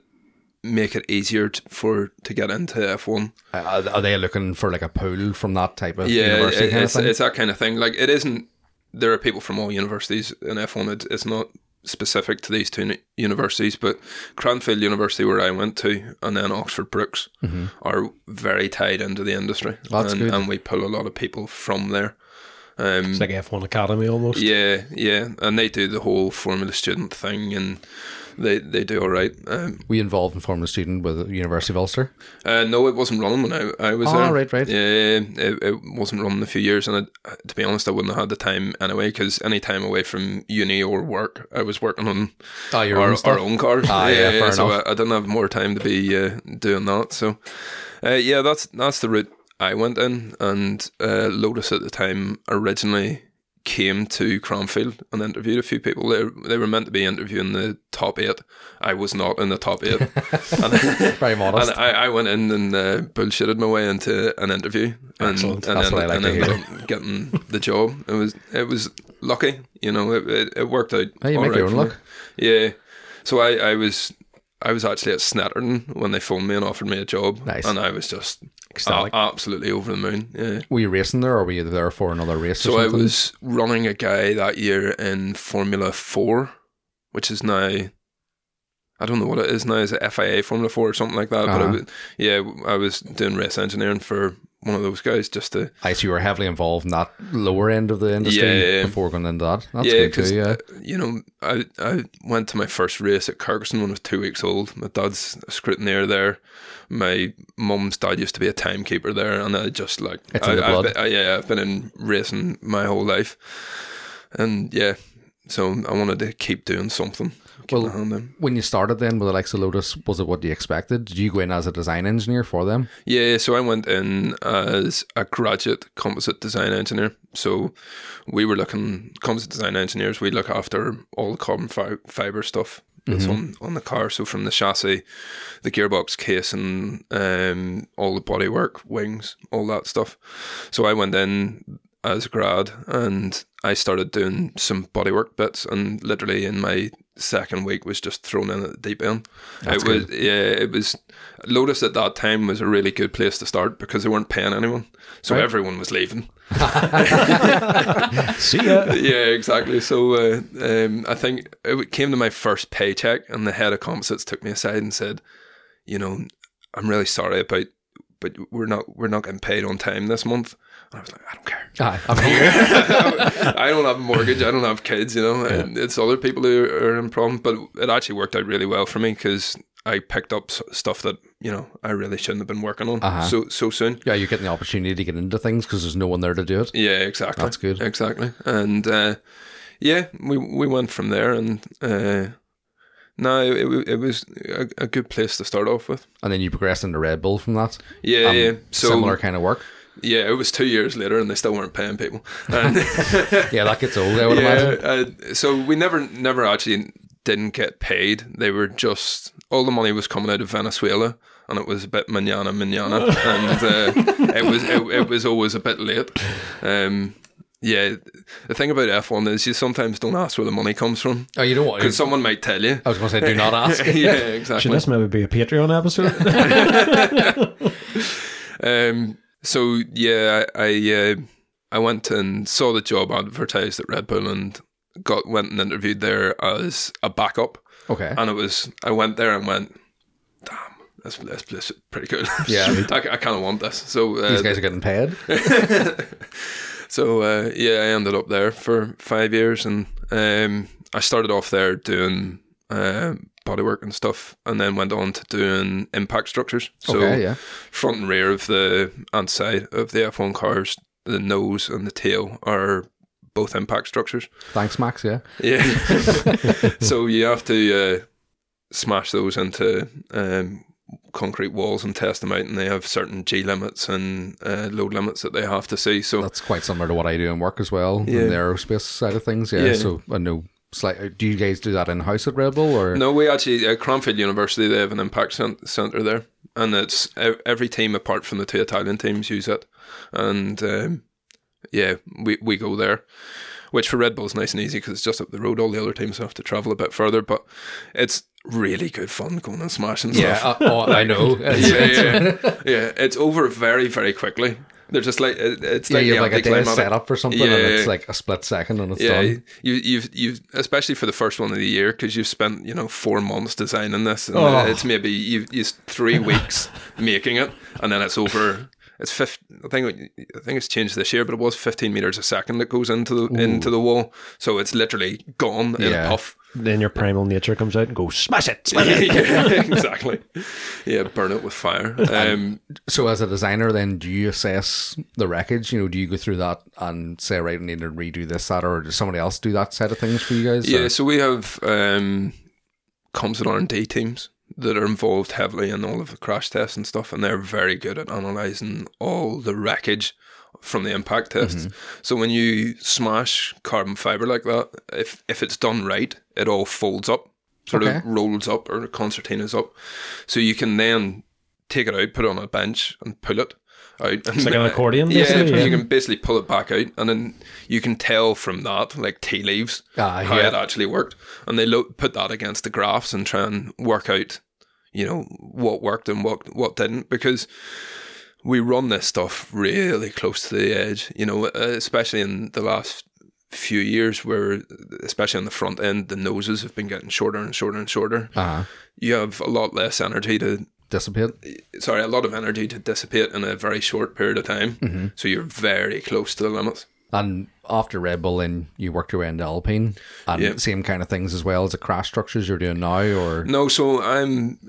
Speaker 4: make it easier t- for to get into F1.
Speaker 3: Are, are they looking for like a pool from that type of
Speaker 4: Yeah,
Speaker 3: university
Speaker 4: it,
Speaker 3: kind of
Speaker 4: it's,
Speaker 3: thing?
Speaker 4: it's that kind of thing. Like it isn't. There are people from all universities in F1. It, it's not specific to these two uni- universities, but Cranfield University, where I went to, and then Oxford Brooks are very tied into the industry.
Speaker 3: Mm-hmm. That's
Speaker 4: and,
Speaker 3: good.
Speaker 4: and we pull a lot of people from there. Um,
Speaker 1: It's like F1 Academy almost.
Speaker 4: Yeah, yeah, and they do the whole formula student thing, and they they do all right. Um,
Speaker 3: we involved in former student with the University of Ulster.
Speaker 4: uh, no, it wasn't running when I, I was
Speaker 3: Ah,
Speaker 4: there.
Speaker 3: right, right.
Speaker 4: Yeah, it, it wasn't running a few years, and I, to be honest, I wouldn't have had the time anyway. Because any time away from uni or work, I was working on
Speaker 3: Oh, your
Speaker 4: our,
Speaker 3: own stuff.
Speaker 4: our own cars.
Speaker 3: Ah, yeah, fair
Speaker 4: so
Speaker 3: enough.
Speaker 4: I, I didn't have more time to be uh, doing that. So, uh, yeah, that's that's the route I went in. And uh, Lotus at the time originally came to Cranfield and interviewed a few people. They, they were meant to be interviewing the top eight. I was not in the top eight. and
Speaker 3: Very modest.
Speaker 4: and I, I went in and uh, bullshitted my way into an interview. And,
Speaker 1: Excellent.
Speaker 4: and
Speaker 3: That's
Speaker 4: ended,
Speaker 3: what I like
Speaker 4: and
Speaker 3: to
Speaker 4: ended up getting the job. It was it was lucky, you know. It, it, it worked out.
Speaker 3: Hey, you
Speaker 4: all
Speaker 3: make your
Speaker 4: right
Speaker 3: own
Speaker 4: for
Speaker 3: luck.
Speaker 4: me. Yeah. So I, I was I was actually at Snetterton when they phoned me and offered me a job.
Speaker 3: Nice.
Speaker 4: And I was just a-
Speaker 1: Ecstatic.
Speaker 4: absolutely over the moon. Yeah.
Speaker 3: Were you racing there or were you there for another race? or
Speaker 4: So I
Speaker 3: something?
Speaker 4: was running a guy that year in Formula Four, which is now I don't know what it is now. Is it FIA Formula Four or something like that? But
Speaker 3: Uh-huh.
Speaker 4: I was, yeah, I was doing race engineering for one of those guys just to
Speaker 3: I see you were heavily involved in that lower end of the industry
Speaker 4: Yeah, yeah, yeah.
Speaker 3: before going into that. That's
Speaker 4: yeah,
Speaker 3: good too, yeah.
Speaker 4: uh, you know, I I went to my first race at Kirkson when I was two weeks old. My dad's a scrutineer there. My mum's dad used to be a timekeeper there, and I just like
Speaker 3: It's
Speaker 4: I,
Speaker 3: in the
Speaker 4: I've
Speaker 3: blood.
Speaker 4: been- I- yeah, I've been in racing my whole life, and yeah, so I wanted to keep doing something. Keep
Speaker 3: Well,
Speaker 4: my hand in.
Speaker 3: When you started then with Alexa Lotus, was it what you expected? Did you go in as a design engineer for them?
Speaker 4: Yeah, so I went in as a graduate composite design engineer. So we were looking composite design engineers. We look after all the carbon fi- fiber stuff that's on, on the car. So from the chassis, the gearbox case, and um, all the bodywork, wings, all that stuff. So I went in as a grad and I started doing some bodywork bits. And literally in my second week was just thrown in at the deep end.
Speaker 3: That's
Speaker 4: it was yeah, it was Lotus at that time was a really good place to start because they weren't paying anyone, so
Speaker 3: Right.
Speaker 4: everyone was leaving.
Speaker 1: See ya.
Speaker 4: yeah, exactly. So uh, um, I think it w- came to my first paycheck, and the head of composites took me aside and said, "You know, I'm really sorry about, but we're not we're not getting paid on time this month." And I was like, "I don't care."
Speaker 3: Aye, I'm here.
Speaker 4: I don't have a mortgage. I don't have kids. You know, and it's other people who are in problem. But it actually worked out really well for me because I picked up s- stuff that you know I really shouldn't have been working on
Speaker 3: Uh-huh.
Speaker 4: so so soon.
Speaker 3: yeah, you're getting the opportunity to get into things because there's no one there to do it.
Speaker 4: Yeah, exactly.
Speaker 3: That's good.
Speaker 4: Exactly. And uh, yeah, we we went from there, and uh, no, it, wa- it was a, a good place to start off with.
Speaker 3: And then you progressed into Red Bull from that.
Speaker 4: Yeah,
Speaker 3: Um,
Speaker 4: yeah. So
Speaker 3: similar kind of work.
Speaker 4: yeah, it was two years later, and they still weren't paying people. And-
Speaker 3: Yeah, that gets old, I would imagine.
Speaker 4: Uh, so we never, never actually didn't get paid. They were just all the money was coming out of Venezuela, and it was a bit manana manana, and uh, it was it, it was always a bit late. Um, yeah, the thing about F one is you sometimes don't ask where the money comes from
Speaker 3: Oh, you know what?
Speaker 4: because someone might tell you.
Speaker 3: I was going to say, do not ask.
Speaker 4: yeah,
Speaker 1: Should
Speaker 4: exactly.
Speaker 1: this maybe be a Patreon episode?
Speaker 4: Um, so yeah, I uh, I went and saw the job advertised at Red Bull and got went and interviewed there as a backup,
Speaker 3: okay.
Speaker 4: and it was I went there and went, damn, this this place is pretty good.
Speaker 3: Yeah.
Speaker 4: I, I kind of want this. So uh,
Speaker 3: These guys are getting paid.
Speaker 4: so uh, yeah, I ended up there for five years, and um, I started off there doing uh, bodywork and stuff, and then went on to doing impact structures. So
Speaker 3: okay, yeah.
Speaker 4: front and rear of the and side of the F1 cars, the nose and the tail are both impact structures.
Speaker 3: Thanks, Max. Yeah.
Speaker 4: Yeah. so you have to uh, smash those into um, concrete walls and test them out, and they have certain G limits and uh, load limits that they have to see. So
Speaker 3: That's quite similar to what I do in work as well,
Speaker 4: Yeah.
Speaker 3: in the aerospace side of things. Yeah.
Speaker 4: Yeah.
Speaker 3: So I know. Slight, do you guys do that in house at Red Bull or
Speaker 4: No, we actually at Cranfield University they have an impact cent- center there, and it's e- every team apart from the two Italian teams use it, and um, yeah, we we go there, which for Red Bull's nice and easy because it's just up the road. All the other teams have to travel a bit further, but it's really good fun going and smashing
Speaker 3: Yeah,
Speaker 4: stuff.
Speaker 3: uh, oh, I know. It's-
Speaker 4: yeah,
Speaker 3: it's-
Speaker 4: yeah, yeah. It's over very very quickly. They're just like it- it's
Speaker 3: yeah,
Speaker 4: like
Speaker 3: you
Speaker 4: the
Speaker 3: have like a day
Speaker 4: anticlimactic-
Speaker 3: set up for something, and
Speaker 4: Yeah.
Speaker 3: it's like a split second, and it's
Speaker 4: yeah,
Speaker 3: done.
Speaker 4: you, you've you've especially for the first one of the year because you've spent you know four months designing this, and
Speaker 1: Oh.
Speaker 4: it's maybe you you three weeks making it, and then it's over. It's fifth. I think I think it's changed this year, but it was fifteen meters a second that goes into the into the wall, so it's literally gone in
Speaker 3: Yeah.
Speaker 4: a puff.
Speaker 1: then your primal nature comes out and goes, smash it, smash it.
Speaker 4: yeah, exactly. Yeah, burn it with fire. Um,
Speaker 3: So, as a designer, then do you assess the wreckage? You know, do you go through that and say, right, I need to redo this, that, or does somebody else do that side of things for you guys?
Speaker 4: Yeah,
Speaker 3: or-
Speaker 4: so we have um, comms and R and D teams that are involved heavily in all of the crash tests and stuff, and they're very good at analysing all the wreckage from the impact tests.
Speaker 1: Mm-hmm.
Speaker 4: So when you smash carbon fibre like that, if if it's done right, it all folds up, sort
Speaker 3: Okay.
Speaker 4: of rolls up or concertinas up, so you can then take it out, put it on a bench, and pull it. Out.
Speaker 1: It's like an accordion,
Speaker 4: Yeah,
Speaker 1: basically.
Speaker 4: you
Speaker 1: yeah.
Speaker 4: can basically pull it back out, and then you can tell from that, like tea leaves,
Speaker 3: Ah,
Speaker 4: how
Speaker 3: yeah.
Speaker 4: it actually worked. And they lo- put that against the graphs and try and work out, you know, what worked and what what didn't, because we run this stuff really close to the edge, you know, uh, especially in the last few years where especially on the front end the noses have been getting shorter and shorter and shorter
Speaker 3: Uh-huh.
Speaker 4: you have a lot less energy to
Speaker 3: Dissipate.
Speaker 4: sorry, a lot of energy to dissipate in a very short period of time.
Speaker 3: Mm-hmm.
Speaker 4: So you're very close to the limits.
Speaker 3: And after Red Bull, then you worked your way into Alpine, and
Speaker 4: Yeah.
Speaker 3: same kind of things as well as the crash structures you're doing now, or
Speaker 4: No, so I'm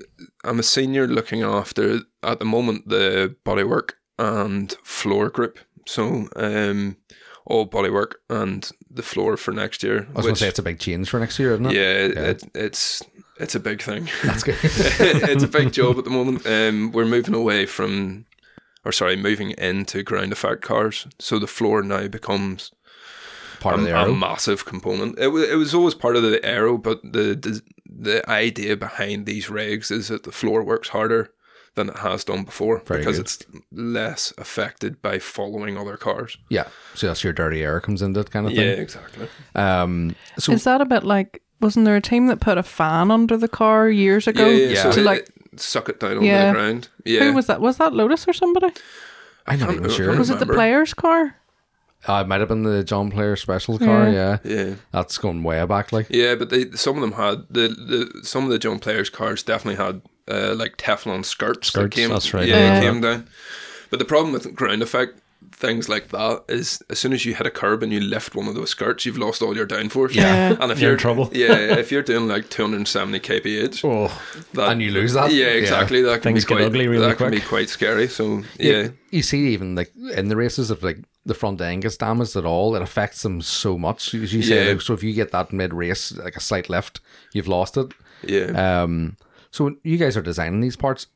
Speaker 4: I'm a senior looking after at the moment the bodywork and floor grip. So um all bodywork and the floor for next year.
Speaker 3: I was going to say it's a big change for next year, isn't it?
Speaker 4: yeah, it, it's it's a big thing.
Speaker 3: that's good.
Speaker 4: it's a big job at the moment. Um, we're moving away from, or sorry, moving into ground effect cars. So the floor now becomes
Speaker 3: Part of the
Speaker 4: a, a
Speaker 3: arrow.
Speaker 4: massive component. It was it was always part of the aero, but the the, the idea behind these regs is that the floor works harder than it has done before
Speaker 3: Very
Speaker 4: because
Speaker 3: good.
Speaker 4: it's less affected by following other cars.
Speaker 3: yeah, so that's your dirty air comes into it kind of thing.
Speaker 4: exactly.
Speaker 3: Um, so
Speaker 2: Is that a bit like? Wasn't there a team that put a fan under the car years ago?
Speaker 4: Yeah, yeah. So
Speaker 2: To
Speaker 4: it-
Speaker 2: like,
Speaker 4: it suck it down on
Speaker 2: Yeah.
Speaker 4: the ground. Yeah.
Speaker 2: who was that? Was that Lotus or somebody?
Speaker 3: I'm not
Speaker 4: can't-
Speaker 3: even
Speaker 4: I
Speaker 3: sure.
Speaker 2: Was it the
Speaker 4: Remember.
Speaker 2: players' car?
Speaker 3: Uh, it might have been the John Player special car. Yeah.
Speaker 4: yeah.
Speaker 3: that's going way back. Like,
Speaker 4: Yeah, but they some of them had the, the some of the John Player's cars definitely had uh, like Teflon skirts.
Speaker 1: Skirts,
Speaker 4: that came,
Speaker 1: that's right,
Speaker 4: Yeah,
Speaker 2: yeah.
Speaker 4: came down. But the problem with ground effect things like that is as soon as you hit a curb and you lift one of those skirts, you've lost all your downforce.
Speaker 2: Yeah.
Speaker 4: and if
Speaker 1: You're
Speaker 4: you're,
Speaker 1: in trouble.
Speaker 4: yeah, if you're doing like 270 kph,
Speaker 1: Oh,
Speaker 4: that,
Speaker 3: and you lose that.
Speaker 4: yeah, exactly. That can
Speaker 1: Things
Speaker 4: be
Speaker 1: get
Speaker 4: quite,
Speaker 1: ugly really
Speaker 4: that can
Speaker 1: quick.
Speaker 4: be quite scary. So
Speaker 3: Yeah,
Speaker 4: yeah,
Speaker 3: you see, even like in the races, if like the front end gets damaged at all, it affects them so much. As you say,
Speaker 4: Yeah.
Speaker 3: like, so if you get that mid race, like a slight lift, you've lost it.
Speaker 4: yeah.
Speaker 1: Uh,
Speaker 3: Um, so when you guys are designing these parts.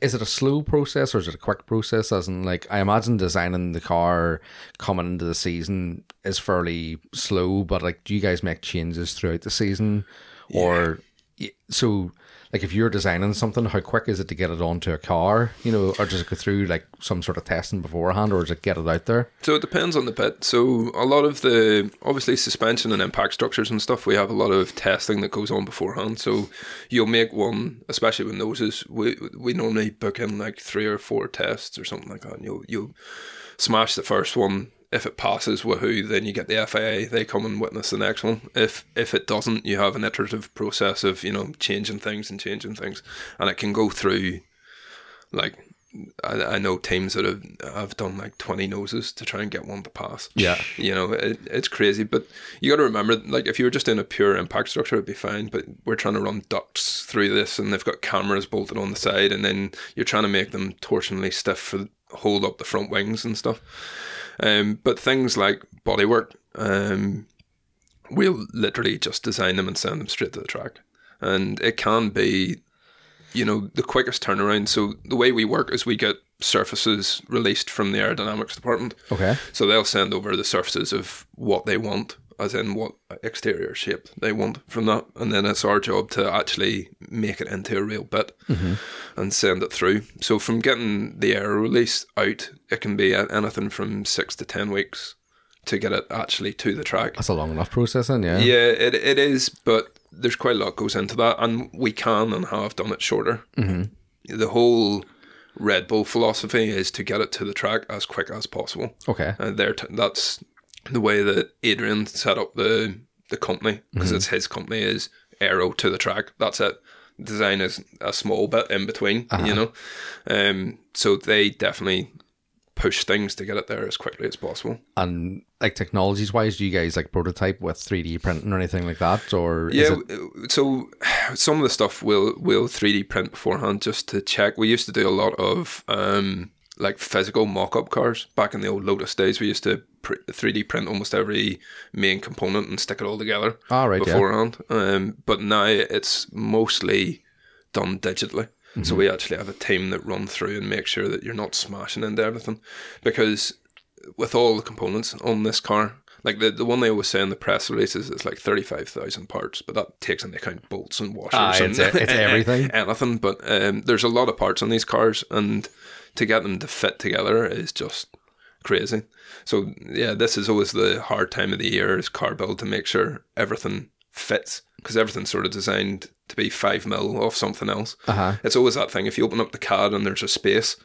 Speaker 3: Is it a slow process or is it a quick process? As in, like, I imagine designing the car coming into the season is fairly slow, but like, do you guys make changes throughout the season, or y- so like if you're designing something, how quick is it to get it onto a car? You know, or does it go through like some sort of testing beforehand, or does it get it out there?
Speaker 4: So it depends on the bit. So a lot of the obviously suspension and impact structures and stuff, we have a lot of testing that goes on beforehand. So you'll make one, especially with noses. We we normally book in like three or four tests or something like that. And you'll you'll smash the first one. If it passes, woohoo! Then you get the FAA. They come and witness the next one. If if it doesn't, you have an iterative process of you know changing things and changing things, and it can go through like I, I know teams that have have done like twenty noses to try and get one to pass.
Speaker 3: Yeah.
Speaker 4: you know it, it's crazy, but you got to remember, like if you were just in a pure impact structure, it'd be fine. But we're trying to run ducts through this, and they've got cameras bolted on the side, and then you're trying to make them torsionally stiff for hold up the front wings and stuff. Um, but things like bodywork, um, we'll literally just design them and send them straight to the track, and it can be you know, the quickest turnaround. So the way we work is we get surfaces released from the aerodynamics department.
Speaker 3: Okay.
Speaker 4: So they'll send over the surfaces of what they want, as in what exterior shape they want from that. And then it's our job to actually make it into a real bit and send it through. So from getting the air release out, it can be a- anything from six to 10 weeks to get it actually to the track.
Speaker 3: That's a long enough process, then, yeah.
Speaker 4: Yeah, it, it is, but there's quite a lot goes into that, and we can and have done it shorter. Mm-hmm. The whole Red Bull philosophy is to get it to the track as quick as possible.
Speaker 3: Okay.
Speaker 4: And there, t- that's the way that Adrian set up the the company because it's his company is aero to the track. That's it. Design is a small bit in between, you know. Um, so they definitely push things to get it there as quickly as possible.
Speaker 3: And like technologies wise, do you guys like prototype with 3D printing or anything like that, or is
Speaker 4: Yeah,
Speaker 3: it
Speaker 4: w- so some of the stuff we'll we'll three D print beforehand just to check. We used to do a lot of um, like physical mock up cars back in the old Lotus days. We used to three D print almost every main component and stick it all together
Speaker 3: all Ah, right? Yeah.
Speaker 4: beforehand. Um, but now it's mostly done digitally.
Speaker 3: Mm-hmm.
Speaker 4: So we actually have a team that run through and make sure that you're not smashing into everything, because with all the components on this car. Like the, the one they always say in the press releases is like 35,000 parts, but that takes into account bolts and washers
Speaker 3: Aye,
Speaker 4: and
Speaker 3: it's e- it's everything.
Speaker 4: anything. But um, there's a lot of parts on these cars, and to get them to fit together is just crazy. So, yeah, this is always the hard time of the year is car build to make sure everything fits because everything's sort of designed to be 5 mil off something else.
Speaker 3: Uh-huh.
Speaker 4: It's always that thing if you open up the CAD and there's a space,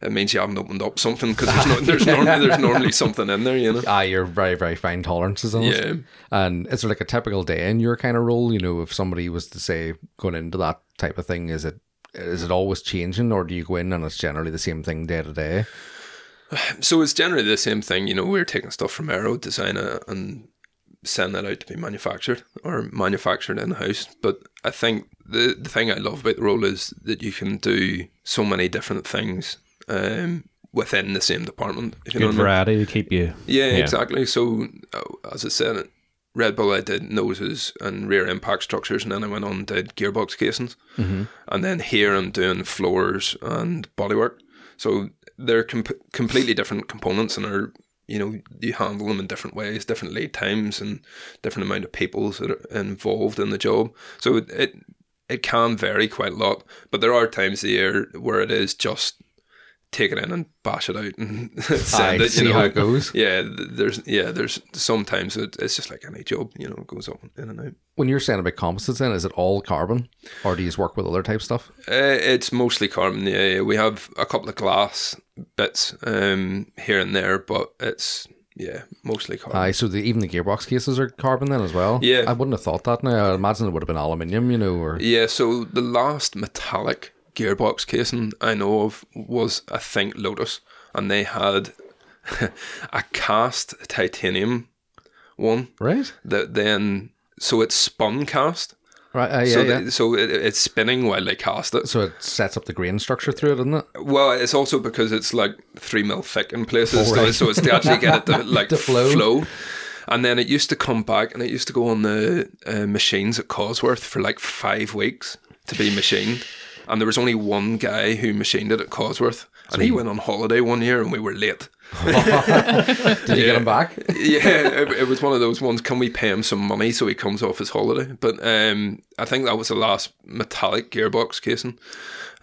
Speaker 4: it means you haven't opened up something because there's, no, there's, normally, there's normally something in there, you know?
Speaker 3: Ah, you're very, very fine tolerances on it.
Speaker 4: Yeah.
Speaker 3: And is there like a typical day in your kind of role? You know, if somebody was to say going into that type of thing, is it is it always changing, or do you go in and it's generally the same thing day to day?
Speaker 4: So it's generally the same thing, you know, we're taking stuff from Aero, design it, and send that out to be manufactured or manufactured in house. But I think the, the thing I love about the role is that you can do so many different things um, within the same department. If you know
Speaker 1: Good
Speaker 4: what I mean.
Speaker 1: variety to keep you.
Speaker 4: Yeah, exactly. So, uh, as I said, Red Bull, I did noses and rear impact structures, and then I went on and did gearbox casings. Mm-hmm. And then here I'm doing floors and bodywork. So they're comp- completely different components and are, you know, you handle them in different ways, different lead times, and different amount of people that are involved in the job. So it, it, it can vary quite a lot, but there are times of the year where it is just take it in and bash it out and
Speaker 3: Aye,
Speaker 4: send it,
Speaker 3: see
Speaker 4: you know,
Speaker 3: how it goes.
Speaker 4: yeah, th- there's yeah, there's sometimes it, it's just like any job, you know, it goes on in and out.
Speaker 3: When you're saying about composites, then is it all carbon, or do you just work with other type stuff?
Speaker 4: Uh, it's mostly carbon. Yeah, yeah, we have a couple of glass bits um here and there, but it's yeah, mostly carbon.
Speaker 3: Aye, so the, even the gearbox cases are carbon then as well.
Speaker 4: Yeah.
Speaker 3: I wouldn't have thought that. Now I imagine it would have been aluminium, you know, or
Speaker 4: Yeah, so the last metallic gearbox casing I know of was I think Lotus, and they had a cast titanium one
Speaker 3: right,
Speaker 4: that then so it's spun cast.
Speaker 3: right, aye, yeah,
Speaker 4: so
Speaker 3: yeah.
Speaker 4: the- so it, it's spinning while they cast it.
Speaker 3: so it sets up the grain structure through it, doesn't it?
Speaker 4: Well, it's also because it's like three mil thick in places,
Speaker 3: Oh,
Speaker 4: so-
Speaker 3: right.
Speaker 4: so it's to actually get it to like
Speaker 3: To flow.
Speaker 4: flow. And then it used to come back, and it used to go on the uh, machines at Cosworth for like five weeks to be machined. And there was only one guy who machined it at Cosworth, And he went on holiday one year and we were late.
Speaker 3: Did you get him back?
Speaker 4: yeah, it, it was one of those ones. Can we pay him some money so he comes off his holiday? But um, I think that was the last metallic gearbox casing.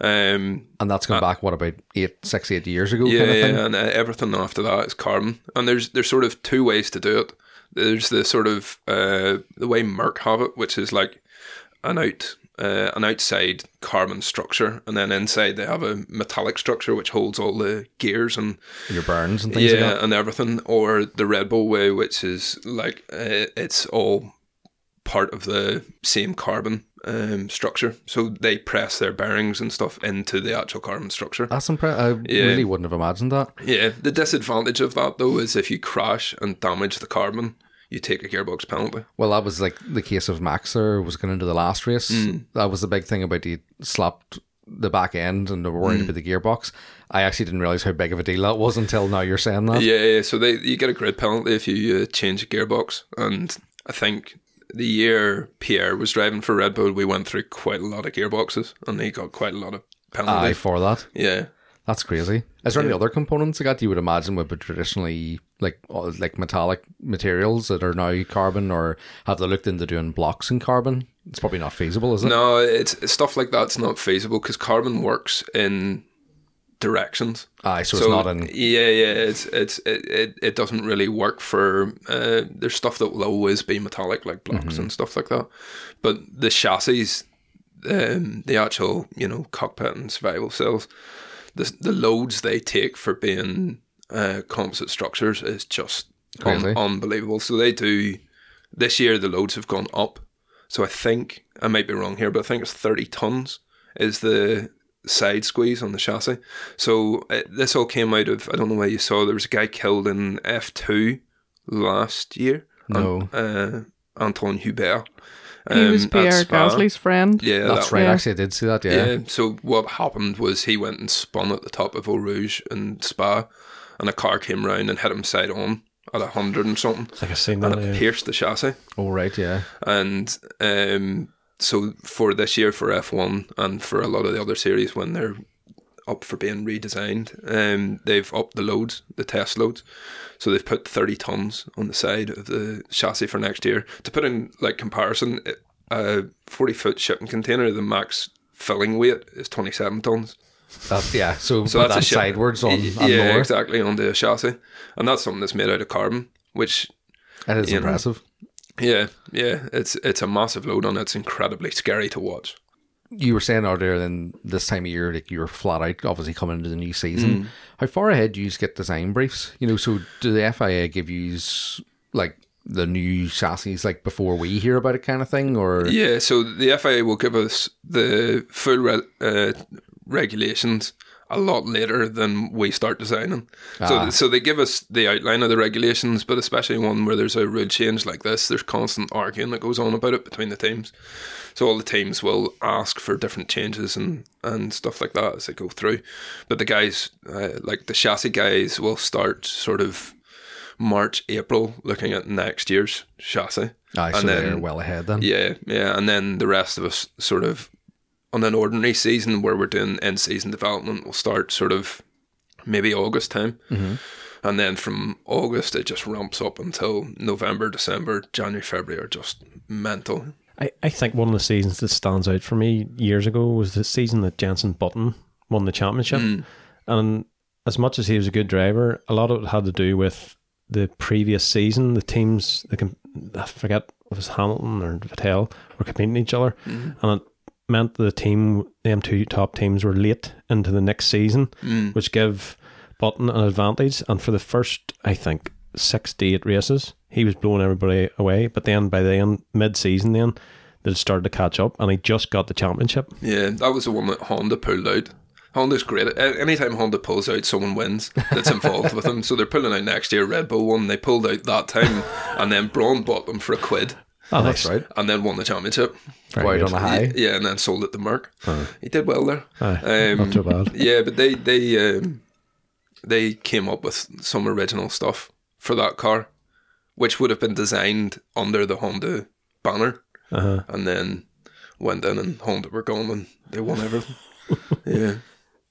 Speaker 4: Um,
Speaker 3: And that's gone back, what, about eight, six, eight years ago?
Speaker 4: yeah,
Speaker 3: kind of thing?
Speaker 4: yeah, and uh, everything after that is carbon. And there's there's sort of two ways to do it. There's the sort of uh, the way Merc have it, which is like an out uh, an outside carbon structure, and then inside they have a metallic structure which holds all the gears and
Speaker 3: Your burns and things
Speaker 4: yeah
Speaker 3: like that.
Speaker 4: and everything. Or the Red Bull way, which is like uh, it's all part of the same carbon um, structure. So they press their bearings and stuff into the actual carbon structure.
Speaker 3: That's impressive. I
Speaker 4: Yeah.
Speaker 3: really wouldn't have imagined that.
Speaker 4: Yeah, the disadvantage of that though is if you crash and damage the carbon, you take a gearbox penalty.
Speaker 3: Well, that was like the case of Max there was going into the last race.
Speaker 4: Mm.
Speaker 3: That was the big thing about he slapped the back end and they were
Speaker 4: Mm.
Speaker 3: worried about the gearbox. I actually didn't realize how big of a deal that was until now you're saying that.
Speaker 4: Yeah, yeah, so they you get a grid penalty if you uh, change a gearbox, and I think the year Pierre was driving for Red Bull, we went through quite a lot of gearboxes, and he got quite a lot of
Speaker 3: Aye,
Speaker 4: penalties.
Speaker 3: for that.
Speaker 4: yeah,
Speaker 3: That's crazy. Is there any other components like that you would imagine would be traditionally like uh, like metallic materials that are now carbon, or have they looked into doing blocks in carbon? It's probably not feasible, is it?
Speaker 4: no, it's it's stuff like that's not feasible because carbon works in directions.
Speaker 3: Aye, Ah, so, it's not in.
Speaker 4: yeah yeah it's it's it, it, it doesn't really work for uh, there's stuff that will always be metallic like blocks
Speaker 3: Mm-hmm.
Speaker 4: and stuff like that but the chassis um, the actual you know cockpit and survival cells the, the loads they take for being uh, composite structures is just un-
Speaker 3: Crazy.
Speaker 4: unbelievable so they do this year the loads have gone up so I think I might be wrong here, but I think it's 30 tons is the side squeeze on the chassis. So uh, this all came out of I don't know where you saw there was a guy killed in F2 last year.
Speaker 3: No.
Speaker 4: Uh, Anton Hubert.
Speaker 2: He was
Speaker 4: um, at
Speaker 2: Pierre
Speaker 4: Spa.
Speaker 2: Gasly's friend.
Speaker 4: Yeah,
Speaker 3: That's
Speaker 4: that-
Speaker 3: right.
Speaker 2: Yeah.
Speaker 3: Actually, I did see that. Yeah.
Speaker 4: uh, yeah. So what happened was he went and spun at the top of Eau Rouge and Spa, and a car came round and hit him side on at a hundred and something,
Speaker 1: I think I've seen
Speaker 4: and
Speaker 1: that.
Speaker 4: it
Speaker 1: yeah.
Speaker 4: pierced the chassis.
Speaker 3: Oh right. Yeah.
Speaker 4: And um, so for this year for F1 and for a lot of the other series when they're up for being redesigned, um, they've upped the loads, the test loads. So they've put 30 tons on the side of the chassis for next year. To put in like comparison, a 40 foot shipping container, the max filling weight is 27 tons.
Speaker 3: That's yeah. So,
Speaker 4: So
Speaker 3: put
Speaker 4: that's a
Speaker 3: that
Speaker 4: ship.
Speaker 3: sidewards on,
Speaker 4: Y-
Speaker 3: on
Speaker 4: yeah,
Speaker 3: lower.
Speaker 4: exactly, on the chassis. And that's something that's made out of carbon, which
Speaker 3: It is
Speaker 4: you know.
Speaker 3: impressive.
Speaker 4: yeah, yeah, it's it's a massive load and it's incredibly scary to watch.
Speaker 3: You were saying earlier then this time of year, like you're flat out, obviously coming into the new
Speaker 4: Mm.
Speaker 3: season. How far ahead do you get design briefs? You know, so do the FIA give you like the new chassis like before we hear about it, kind of thing, or
Speaker 4: Yeah, so the FIA will give us the full re- uh, regulations a lot later than we start designing.
Speaker 3: Ah.
Speaker 4: So, so they give us the outline of the regulations, but especially one where there's a rule change like this, there's constant arguing that goes on about it between the teams. So all the teams will ask for different changes and, and stuff like that as they go through. But the guys, uh, like the chassis guys, will start sort of March, April, looking at next year's chassis.
Speaker 3: Aye, so
Speaker 4: And
Speaker 3: they're
Speaker 4: then-
Speaker 3: well ahead then.
Speaker 4: Yeah, yeah, and then the rest of us sort of on an ordinary season where we're doing end season development, we'll start sort of maybe August time, and then from August it just ramps up until November, December, January, February are just mental.
Speaker 1: I, I think one of the seasons that stands out for me years ago was the season that Jensen Button won the championship. And as much as he was a good driver, a lot of it had to do with the previous season. The teams, the, com- I forget if it was Hamilton or Vettel, were competing each other. And it meant the team, the M2 top teams were late into the next season, which give Button an advantage. And for the first, I think, six to eight races, he was blowing everybody away. But then by the end, mid season, then they started to catch up and he just got the championship.
Speaker 4: Yeah, that was the one that Honda pulled out. Honda's great. at- a- Anytime Honda pulls out, someone wins that's involved with them. So they're pulling out next year. Red Bull won. They pulled out that time, and then Braun bought them for a quid,
Speaker 1: Oh,
Speaker 3: That's right.
Speaker 4: and then won the championship.
Speaker 1: Very
Speaker 3: Right
Speaker 1: good.
Speaker 3: on a high.
Speaker 4: Yeah, and then sold it to Merck. He did well there.
Speaker 1: Aye,
Speaker 4: Um,
Speaker 1: not too bad.
Speaker 4: Yeah, but they they um, they came up with some original stuff for that car, which would have been designed under the Honda banner,
Speaker 1: Uh-huh.
Speaker 4: and then went in and Honda were gone and they won everything. yeah,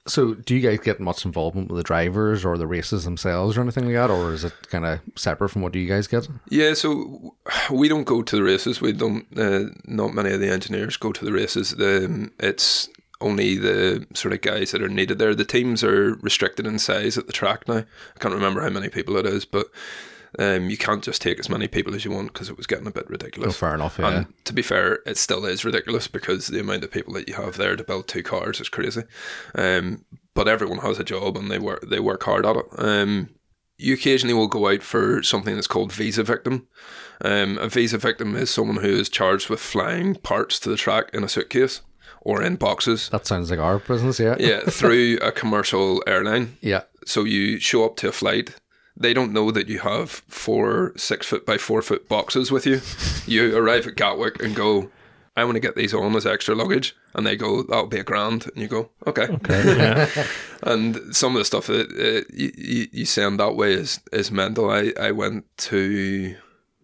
Speaker 3: So, do you guys get much involvement with the drivers or the races themselves or anything like that, or is it kind of separate from what do you guys get?
Speaker 4: Yeah, so we don't go to the races. We don't. Uh, not many of the engineers go to the races. The, um, it's only the sort of guys that are needed there. The teams are restricted in size at the track now. I can't remember how many people it is, but um, you can't just take as many people as you want because it was getting a bit ridiculous.
Speaker 3: Oh, fair enough. Yeah.
Speaker 4: And to be fair, it still is ridiculous because the amount of people that you have there to build two cars is crazy. Um, but everyone has a job and they work they work hard at it. Um, you occasionally will go out for something that's called visa victim. Um, a visa victim is someone who is charged with flying parts to the track in a suitcase or in boxes.
Speaker 3: that sounds like our business. Yeah.
Speaker 4: yeah, through a commercial airline.
Speaker 3: Yeah.
Speaker 4: So you show up to a flight. They don't know that you have four six foot by four foot boxes with you. You arrive at Gatwick and go, I want to get these on as extra luggage. And they go, that'll be a grand. And you go, okay. and some of the stuff that uh, you- you, you send that way is, is mental. I, I went to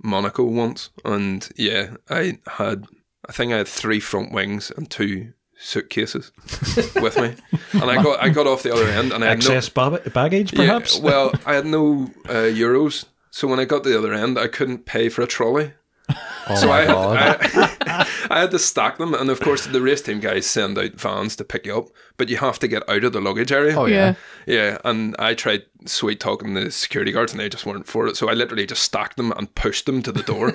Speaker 4: Monaco once and yeah, I had, I think I had three front wings and two suitcases with me. And I got I got off the other end and I had no,
Speaker 1: Excess bab- baggage, perhaps?
Speaker 4: yeah, well, I had no uh, euros, so when I got to the other end, I couldn't pay for a trolley.
Speaker 3: Oh
Speaker 4: So
Speaker 3: my
Speaker 4: I had,
Speaker 3: god.
Speaker 4: I, I had to stack them, and of course the race team guys send out vans to pick you up, but you have to get out of the luggage area.
Speaker 3: oh yeah.
Speaker 2: yeah.
Speaker 4: Yeah, and I tried sweet talking the security guards, and they just weren't for it. So I literally just stacked them and pushed them to the door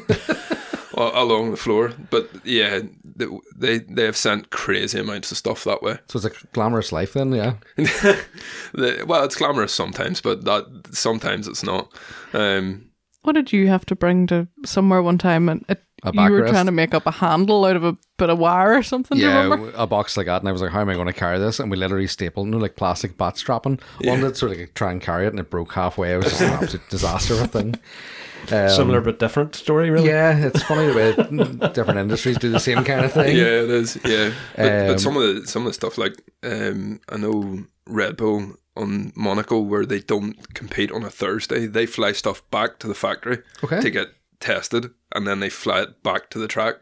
Speaker 4: a- along the floor. But yeah, they, they they have sent crazy amounts of stuff that way.
Speaker 3: So it's a glamorous life then. Yeah.
Speaker 4: The- well, it's glamorous sometimes, but that sometimes it's not. Um,
Speaker 2: What did you have to bring to somewhere one time? And it,
Speaker 3: A
Speaker 2: you were
Speaker 3: backrest.
Speaker 2: trying to make up a handle out of a bit of wire or something. do you
Speaker 3: Yeah,
Speaker 2: remember?
Speaker 3: w- a box like that, and I was like, "How am I going to carry this?" And we literally stapled, you know, like plastic bat strapping on it, so like try and carry it, and it broke halfway. It was just an absolute disaster of a thing. Um,
Speaker 1: Similar but different story, really.
Speaker 3: Yeah, it's funny the way different industries do the same kind of thing.
Speaker 4: yeah, it is. Yeah, but,
Speaker 3: Um,
Speaker 4: but some of the some of the stuff like um, I know Red Bull on Monaco where they don't compete on a Thursday, they fly stuff back to the factory
Speaker 3: Okay.
Speaker 4: to get tested, and then they fly it back to the track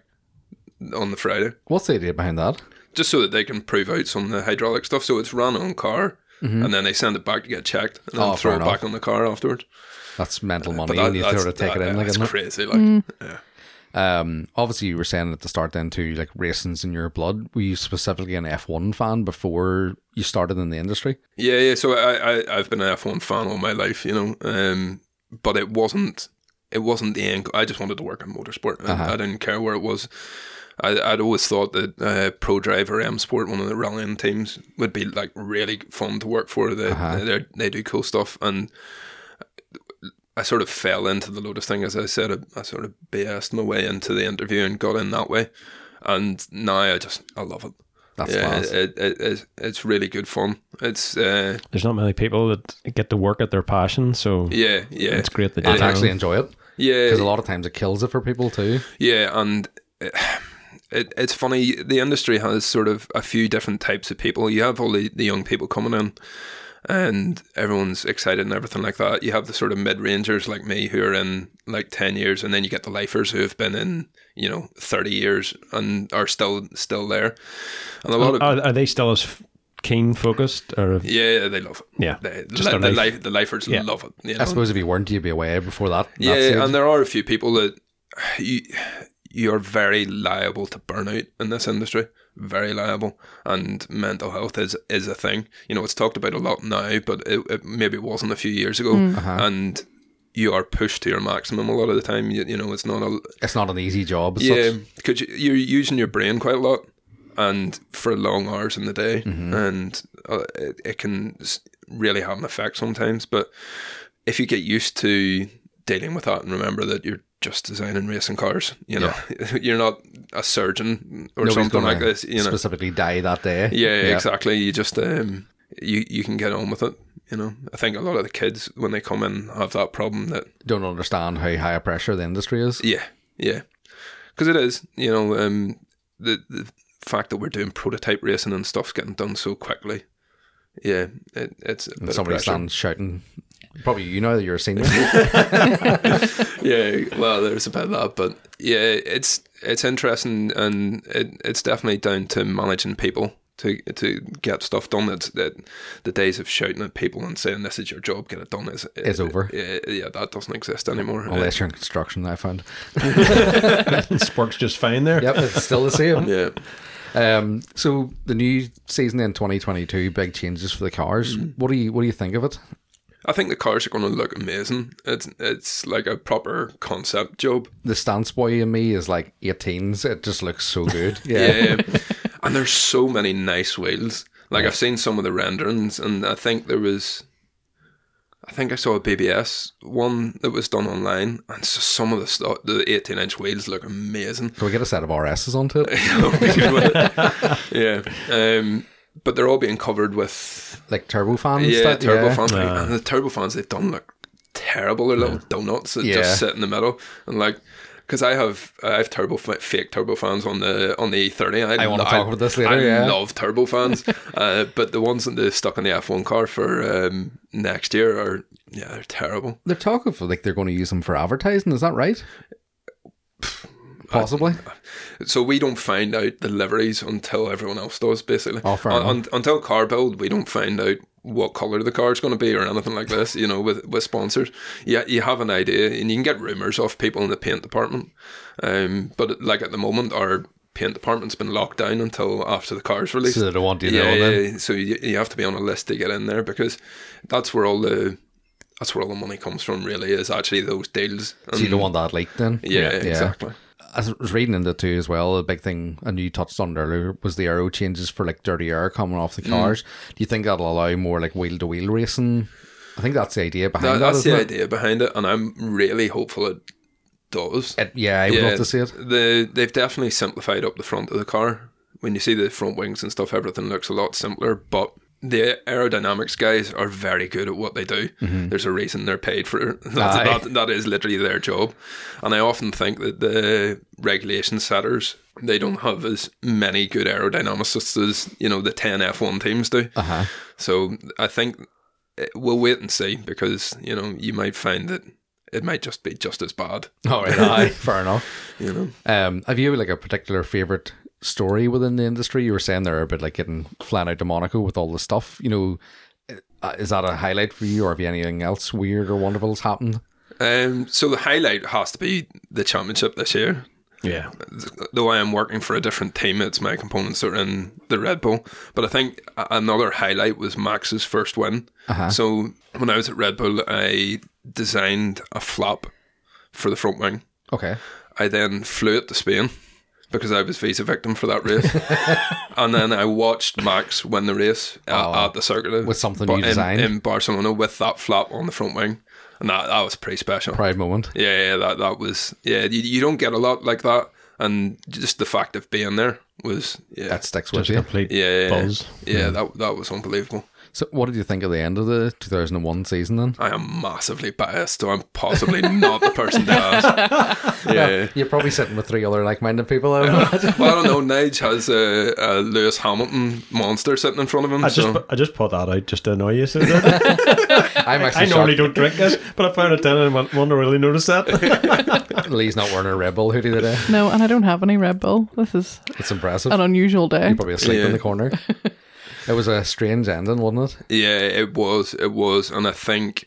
Speaker 4: on the Friday
Speaker 3: What's the idea behind that?
Speaker 4: just so that they can prove out some of the hydraulic stuff. So it's run on car. And then they send it back to get checked, and then
Speaker 3: Mm-hmm. Oh,
Speaker 4: throw
Speaker 3: fair
Speaker 4: it back on the car afterwards.
Speaker 3: That's mental money.
Speaker 4: But
Speaker 3: you
Speaker 4: that,
Speaker 3: need to
Speaker 4: that's,
Speaker 3: sort of take
Speaker 4: that-
Speaker 3: it in, like
Speaker 4: that's
Speaker 3: isn't it?
Speaker 4: crazy. Like,
Speaker 3: Um, obviously, you were saying at the start then too, like racing's in your blood. Were you specifically an F one fan before you started in the industry?
Speaker 4: Yeah, yeah. So I, I, I've been an F one fan all my life, you know. Um, but it wasn't, it wasn't the end. go- I just wanted to work in motorsport. I- I, didn't care where it was. I, I'd always thought that uh, Pro Drive or M Sport, one of the rallying teams, would be like really fun to work for. They they're they do cool stuff, and I sort of fell into the Lotus thing, as I said. I, I sort of BS'd my way into the interview and got in that way. And now I just I love it.
Speaker 3: That's
Speaker 4: yeah,
Speaker 3: class.
Speaker 4: it, it, it, it's- it's really good fun. It's uh,
Speaker 1: There's not many people that get to work at their passion, so
Speaker 4: yeah, yeah,
Speaker 1: it's great that you
Speaker 3: I'd
Speaker 1: can.
Speaker 3: actually enjoy it
Speaker 4: yeah,
Speaker 3: because a lot of times it kills it for people too.
Speaker 4: yeah, and it, it, it's funny. The industry has sort of a few different types of people. You have all the, the young people coming in, and everyone's excited and everything like that. You have the sort of mid rangers like me who are in like ten years, and then you get the lifers who have been in you know thirty years and are still still there. And a lot of
Speaker 1: Are, are they still as f- keen focused? Or have-
Speaker 4: yeah, they love it.
Speaker 1: Yeah,
Speaker 4: They,
Speaker 1: just
Speaker 4: the,
Speaker 1: their
Speaker 4: the,
Speaker 1: life.
Speaker 4: life, the lifers
Speaker 1: Yeah.
Speaker 4: love it. You
Speaker 3: I
Speaker 4: know?
Speaker 3: suppose if you weren't, you'd be away before that.
Speaker 4: Um, Yeah,
Speaker 3: that stage.
Speaker 4: and there are a few people that you you're very liable to burnout in this industry. Very liable, and mental health is is a thing. You know, it's talked about a lot now, but it, it maybe wasn't a few years ago. And you are pushed to your maximum a lot of the time. You, you know, it's not a
Speaker 3: it's not an easy job. As
Speaker 4: yeah,
Speaker 3: such.
Speaker 4: because you're using your brain quite a lot, and for long hours in the day,
Speaker 3: Mm-hmm.
Speaker 4: and uh, it, it can s- really have an effect sometimes. But if you get used to dealing with that and remember that you're just designing racing cars, you know, you're not a surgeon or
Speaker 3: Nobody's
Speaker 4: something
Speaker 3: gonna
Speaker 4: like this, you know.
Speaker 3: specifically die that day.
Speaker 4: Yeah, exactly. You just um, you you can get on with it. You know, I think a lot of the kids when they come in have that problem that
Speaker 3: Don't understand how high a pressure the industry is.
Speaker 4: Yeah, yeah, because it is. You know, um, the the fact that we're doing prototype racing and stuff's getting done so quickly. Yeah, it, it's a
Speaker 3: And
Speaker 4: bit
Speaker 3: somebody
Speaker 4: of pressure.
Speaker 3: stands shouting. Probably you know that you're a senior.
Speaker 4: Yeah, well, there's about that, but yeah, it's it's interesting and it, it's definitely down to managing people to to get stuff done. It's that the days of shouting at people and saying this is your job, get it done is
Speaker 3: It's over.
Speaker 4: Yeah, yeah, that doesn't exist anymore.
Speaker 3: Unless you're in construction, I found.
Speaker 1: This works just fine there.
Speaker 3: Yep, it's still the same.
Speaker 4: yeah,
Speaker 3: Um, so the new season in 2022, big changes for the cars.
Speaker 4: Mm.
Speaker 3: What do you What do you think of it?
Speaker 4: I think the cars are going to look amazing. It's it's like a proper concept job.
Speaker 3: The stance boy in me is like 18s. It just looks so good.
Speaker 4: Yeah. Um, and there's so many nice wheels. Like I've seen some of the renderings, and I think there was, I think I saw a BBS one that was done online, and so some of the stuff, the 18 inch wheels look amazing.
Speaker 3: Can we get a set of RSs onto it?
Speaker 4: I'll be good with it. yeah, um, but they're all being covered with
Speaker 3: Like turbofans?
Speaker 4: yeah
Speaker 3: that-
Speaker 4: turbo fans, and the turbo fans they've done look terrible. They're little donuts that
Speaker 3: Yeah.
Speaker 4: just sit in the middle, and like. Because I have I have turbo fa- fake turbo fans on the on the E30. I,
Speaker 3: wanna
Speaker 4: lo-
Speaker 3: talk about this later,
Speaker 4: I
Speaker 3: yeah.
Speaker 4: love turbo fans, uh, but the ones that they've stuck in the F1 car for um, next year are yeah they're terrible.
Speaker 3: They're talking for like they're going to use them for advertising. Is that right? Possibly.
Speaker 4: So we don't find out the liveries until everyone else does, basically.
Speaker 3: Oh, fair
Speaker 4: Un-
Speaker 3: enough.
Speaker 4: un- until car build, we don't find out what color the car's going to be or anything like this. You know, with with sponsors, yeah, you have an idea, and you can get rumors off people in the paint department. Um, but like at the moment, our paint department's been locked down until after the car's released.
Speaker 3: So they don't want you to
Speaker 4: yeah,
Speaker 3: know
Speaker 4: yeah,
Speaker 3: then.
Speaker 4: yeah. So you, you have to be on a list to get in there because that's where all the that's where all the money comes from. Really, is actually those deals.
Speaker 3: So you
Speaker 4: And-
Speaker 3: don't want that leaked then?
Speaker 4: yeah, exactly.
Speaker 3: I was reading into it too as well. A big thing, and you touched on it earlier, was the aero changes for like dirty air coming off the cars. Do you think that'll allow more like wheel to wheel racing? I think that's the idea
Speaker 4: That-
Speaker 3: behind that.
Speaker 4: that's
Speaker 3: isn't
Speaker 4: the
Speaker 3: it?
Speaker 4: idea behind it, and I'm really hopeful it does.
Speaker 3: It- yeah, I would love to see it.
Speaker 4: The, they've definitely simplified up the front of the car. When you see the front wings and stuff, everything looks a lot simpler. But the aerodynamics guys are very good at what they do. There's a reason they're paid for it.
Speaker 3: Mm-hmm. Aye.
Speaker 4: That's, that, that is literally their job. And I often think that the regulation setters they don't have as many good aerodynamicists as you know the ten F1 teams do.
Speaker 3: Uh-huh.
Speaker 4: So I think eh, we'll wait and see because you know you might find that it might just be just as bad.
Speaker 3: All right, aye, fair enough.
Speaker 4: You know.
Speaker 3: Um, have you like a particular favorite story within the industry? You were saying there about like getting flat out to Monaco with all the stuff. You know, uh, is that a highlight for you, or have you anything else weird or wonderful that's happened?
Speaker 4: Um, so the highlight has to be the championship this year.
Speaker 1: Yeah.
Speaker 4: Though I am working for a different team, it's my components that are in the Red Bull. But I think a- another highlight was Max's first win.
Speaker 3: Uh-huh.
Speaker 4: So when I was at Red Bull, I designed a flap for the front wing.
Speaker 3: Okay,
Speaker 4: I then flew it to Spain because I was visa victim for that race. and then I watched Max win the race a-
Speaker 3: Oh,
Speaker 4: at the circuit
Speaker 3: with something
Speaker 4: but
Speaker 3: you
Speaker 4: in-
Speaker 3: designed?
Speaker 4: in, Barcelona with that flap on the front wing. And that, that was pretty special.
Speaker 3: proud moment.
Speaker 4: Yeah, yeah, that that was yeah. You, you don't get a lot like that, and just the fact of being there was yeah,
Speaker 3: That sticks with
Speaker 1: Just a
Speaker 3: you.
Speaker 1: complete
Speaker 4: yeah, yeah,
Speaker 1: buzz.
Speaker 4: yeah. That that was unbelievable.
Speaker 3: So, what did you think of the end of the 2001 season then?
Speaker 4: I am massively biased, so I'm possibly not the person to ask. Yeah.
Speaker 3: You're probably sitting with three other like-minded people. I would imagine.
Speaker 4: Well, I don't know. Nige has a, a Lewis Hamilton monster sitting in front of him.
Speaker 1: I
Speaker 4: so
Speaker 1: just, I just put that out just to annoy you. So that,
Speaker 3: I'm actually
Speaker 1: I normally don't
Speaker 3: shocked
Speaker 1: drink this, but I found it then and went, wonder really noticed that.
Speaker 3: Lee's not wearing a Red Bull hoodie today.
Speaker 2: No, and I don't have any Red Bull. This is
Speaker 3: It's impressive.
Speaker 2: an unusual day.
Speaker 3: You're probably asleep
Speaker 4: Yeah.
Speaker 3: in the corner. It was a strange ending, wasn't it?
Speaker 4: Yeah, it was. It was, and I think,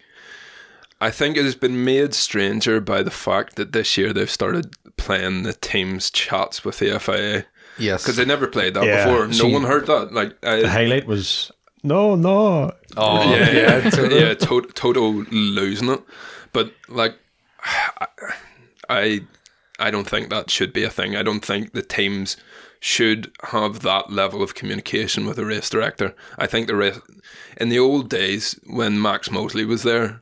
Speaker 4: I think it has been made stranger by the fact that this year they've started playing the team's chats with the FIA
Speaker 3: Yes.
Speaker 4: because they never played that
Speaker 1: Yeah.
Speaker 4: before. No
Speaker 1: She-
Speaker 4: one heard that. Like,
Speaker 1: The
Speaker 4: I,
Speaker 1: highlight was, no, no.
Speaker 3: oh,
Speaker 4: yeah, yeah,
Speaker 3: so-
Speaker 4: yeah, to- Toto losing it, but like, I, I don't think that should be a thing. I don't think the teams should have that level of communication with the race director. I think the race in the old days when Max Mosley was there,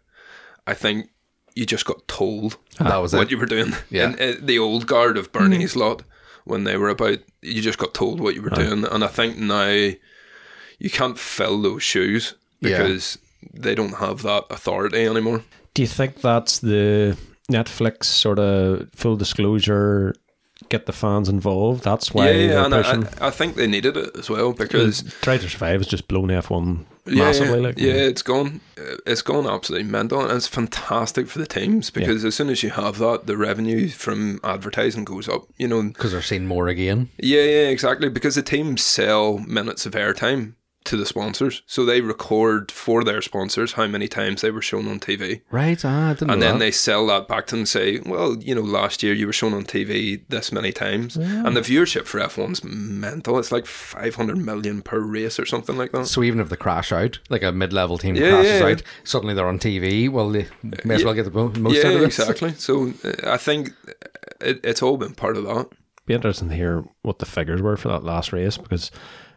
Speaker 4: I think you just got told
Speaker 3: That was
Speaker 4: what
Speaker 3: it.
Speaker 4: you were doing.
Speaker 3: Yeah.
Speaker 4: And, uh, the old guard of Bernie's lot when they were about, you just got told what you were doing, and I think now you can't fill those shoes
Speaker 3: Yeah.
Speaker 4: because they don't have that authority anymore.
Speaker 1: Do you think that's the Netflix sort of full disclosure get the fans involved. That's why
Speaker 4: yeah,
Speaker 1: they're
Speaker 4: yeah, and
Speaker 1: pushing.
Speaker 4: I, I think they needed it as well because
Speaker 1: Try to survive has just blown F one
Speaker 4: yeah,
Speaker 1: Mm. massively.
Speaker 4: yeah,
Speaker 1: like,
Speaker 4: yeah, it's gone, uh, it's gone absolutely mental, and it's fantastic for the teams because as soon as you have that, the revenue from advertising goes up. You know,
Speaker 3: because they're seeing more again.
Speaker 4: yeah, yeah, exactly, because the teams sell minutes of airtime to the sponsors, so they record for their sponsors how many times they were shown on TV.
Speaker 3: Right, ah, I didn't
Speaker 4: and
Speaker 3: know
Speaker 4: then
Speaker 3: that.
Speaker 4: they sell that back to them and say, well, you know, last year you were shown on TV this many times. And the viewership for F1's mental. It's like 500 million per race or something like that.
Speaker 3: so even if they crash out, like a mid-level team
Speaker 4: Yeah,
Speaker 3: crashes
Speaker 4: yeah.
Speaker 3: out, suddenly they're on TV. Well, they may as well get the mo- most out of
Speaker 4: yeah,
Speaker 3: this.
Speaker 4: exactly. So uh, I think it, it's all been part of that.
Speaker 1: be interesting to hear what the figures were for that last race because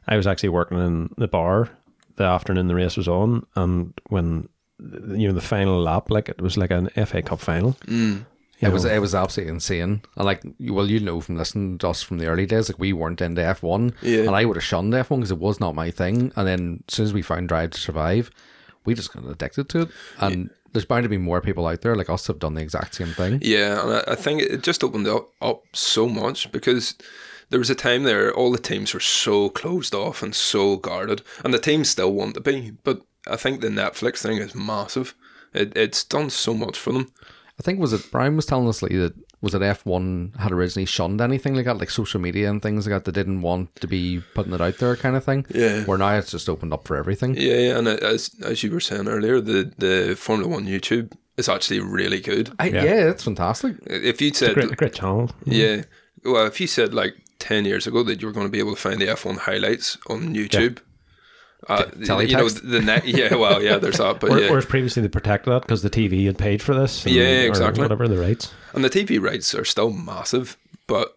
Speaker 1: I was actually working in the bar the afternoon the race was on, and when you know the final lap, like it was like an FA Cup final.
Speaker 4: Mm.
Speaker 1: You
Speaker 3: It was
Speaker 1: know,
Speaker 3: it was absolutely insane. And like, you- well, you know from listening to us from the early days, like we weren't into F one,
Speaker 4: Yeah.
Speaker 3: and I would have shunned F one because it was not my thing. And then as soon as we found Drive to Survive, we just got addicted to it. And there's bound to be more people out there like us have done the exact same thing.
Speaker 4: Yeah, and I, I think it just opened up, up so much because there was a time there all the teams were so closed off and so guarded, and the teams still want to be. But I think the Netflix thing is massive. It, it's done so much for them.
Speaker 3: I think was it Brian was telling us like that was it F one had originally shunned anything like that, like social media and things like that. They didn't want to be putting it out there, kind of thing.
Speaker 4: Yeah.
Speaker 3: Where now it's just opened up for everything.
Speaker 4: Yeah, yeah, and as as you were saying earlier, the the Formula One YouTube is actually really good.
Speaker 3: I, yeah. it's fantastic.
Speaker 4: If you
Speaker 1: a
Speaker 4: said
Speaker 1: great, a great channel.
Speaker 4: yeah, well, if you said like ten years ago that you were going to be able to find the F one highlights on YouTube, uh, you know
Speaker 3: teletext.
Speaker 4: the net. Yeah, well, yeah, there's that, but
Speaker 1: Where-
Speaker 4: yeah,
Speaker 1: Whereas previously they protected that because the TV had paid for this. and-
Speaker 4: Yeah, yeah,
Speaker 1: or
Speaker 4: exactly.
Speaker 1: Whatever the rights.
Speaker 4: and the TV rights are still massive, but.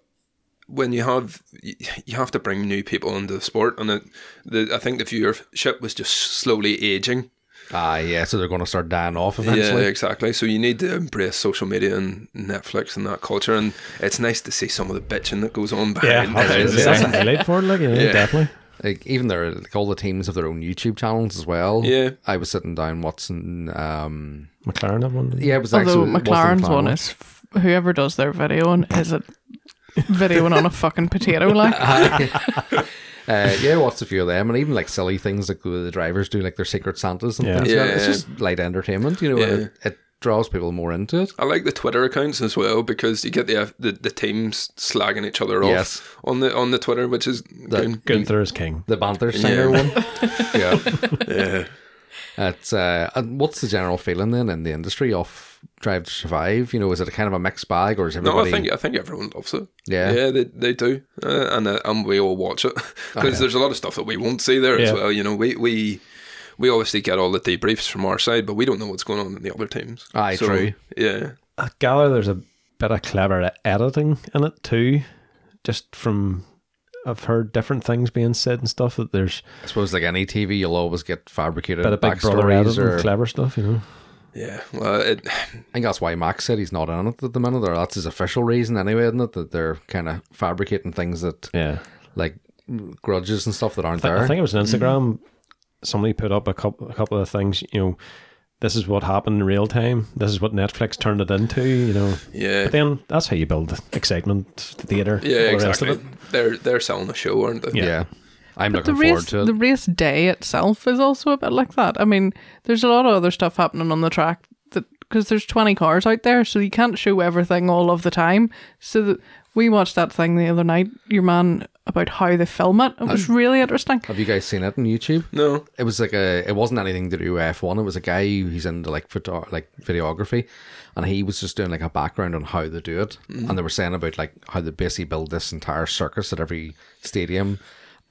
Speaker 4: When you have y- you have to bring new people into the sport, and it, the I think the viewership was just slowly aging.
Speaker 3: Ah, yeah. So they're going to start dying off
Speaker 4: Yeah,
Speaker 3: eventually.
Speaker 4: exactly. So you need to embrace social media and Netflix and that culture, and it's nice to see some of the bitching that goes on behind.
Speaker 1: that's,
Speaker 4: the
Speaker 1: that's
Speaker 4: scenes.
Speaker 1: a highlight for it. Like, you know,
Speaker 4: Yeah.
Speaker 1: definitely.
Speaker 3: like even their like all the teams have their own YouTube channels as well.
Speaker 4: Yeah.
Speaker 3: I was sitting down watching. Um,
Speaker 1: McLaren had one.
Speaker 3: yeah, it was
Speaker 2: Although
Speaker 3: actually it wasn't
Speaker 2: McLaren's
Speaker 3: McLaren.
Speaker 2: one is f- whoever does their videoing is it videoing on a fucking potato like.
Speaker 3: Uh, yeah, I watched a few of them, and even like silly things like the drivers do, like their secret Santas and
Speaker 1: Yeah.
Speaker 3: things. like that. It's
Speaker 4: Yeah.
Speaker 3: just light entertainment, you know. and it, it draws people more into it.
Speaker 4: I like the Twitter accounts as well because you get the the, the teams slagging each other off
Speaker 3: Yes.
Speaker 4: on the on the Twitter, which is good.
Speaker 1: Gunther is king.
Speaker 3: The banter singer
Speaker 4: Yeah.
Speaker 3: one. yeah.
Speaker 4: Yeah.
Speaker 3: It's uh, and what's the general feeling then in the industry of Drive to Survive? You know, is it a kind of a mixed bag, or is
Speaker 4: No,
Speaker 3: everybody?
Speaker 4: I think I think everyone loves it.
Speaker 3: Yeah.
Speaker 4: yeah, they, they do, uh, and uh, and we all watch it because there's a lot of stuff that we won't see there as
Speaker 1: Yeah.
Speaker 4: well. You know, we we we obviously get all the debriefs from our side, but we don't know what's going on in the other teams.
Speaker 3: Aye, true.
Speaker 4: Yeah,
Speaker 1: I gather there's a bit of clever editing in it too, just from I've heard different things being said and stuff that there's
Speaker 3: I suppose like any TV, you'll always get fabricated
Speaker 1: a bit of big brother
Speaker 3: backstories
Speaker 1: editing,
Speaker 3: or
Speaker 1: clever stuff, you know.
Speaker 4: yeah. Well, it,
Speaker 3: I think that's why Max said he's not in it at the minute, or that's his official reason anyway, isn't it? That they're kind of fabricating things that,
Speaker 1: Yeah,
Speaker 3: like, grudges and stuff that aren't
Speaker 1: I,
Speaker 3: there.
Speaker 1: think it was on Instagram. Somebody put up a couple, a couple of things, you know. This is what happened in real time. This is what Netflix turned it into, you know.
Speaker 4: yeah,
Speaker 1: But then that's how you build excitement, theater,
Speaker 4: yeah,
Speaker 1: all the rest
Speaker 4: exactly.
Speaker 1: of it.
Speaker 4: They're they're selling a show, aren't they?
Speaker 3: yeah. I'm
Speaker 2: But the
Speaker 3: looking forward
Speaker 2: race,
Speaker 3: to it.
Speaker 2: the race day itself is also a bit like that. I mean, there's a lot of other stuff happening on the track that because there's 20 cars out there, so you can't show everything all of the time. So that we watched that thing the other night, your man about how they film it. It was really interesting.
Speaker 3: Have you guys seen it on YouTube?
Speaker 4: No,
Speaker 3: It was like a. It wasn't anything to do with F one. It was a guy who's into like photo, like videography, and he was just doing like a background on how they do it,
Speaker 2: Mm-hmm.
Speaker 3: and they were saying about like how they basically build this entire circus at every stadium,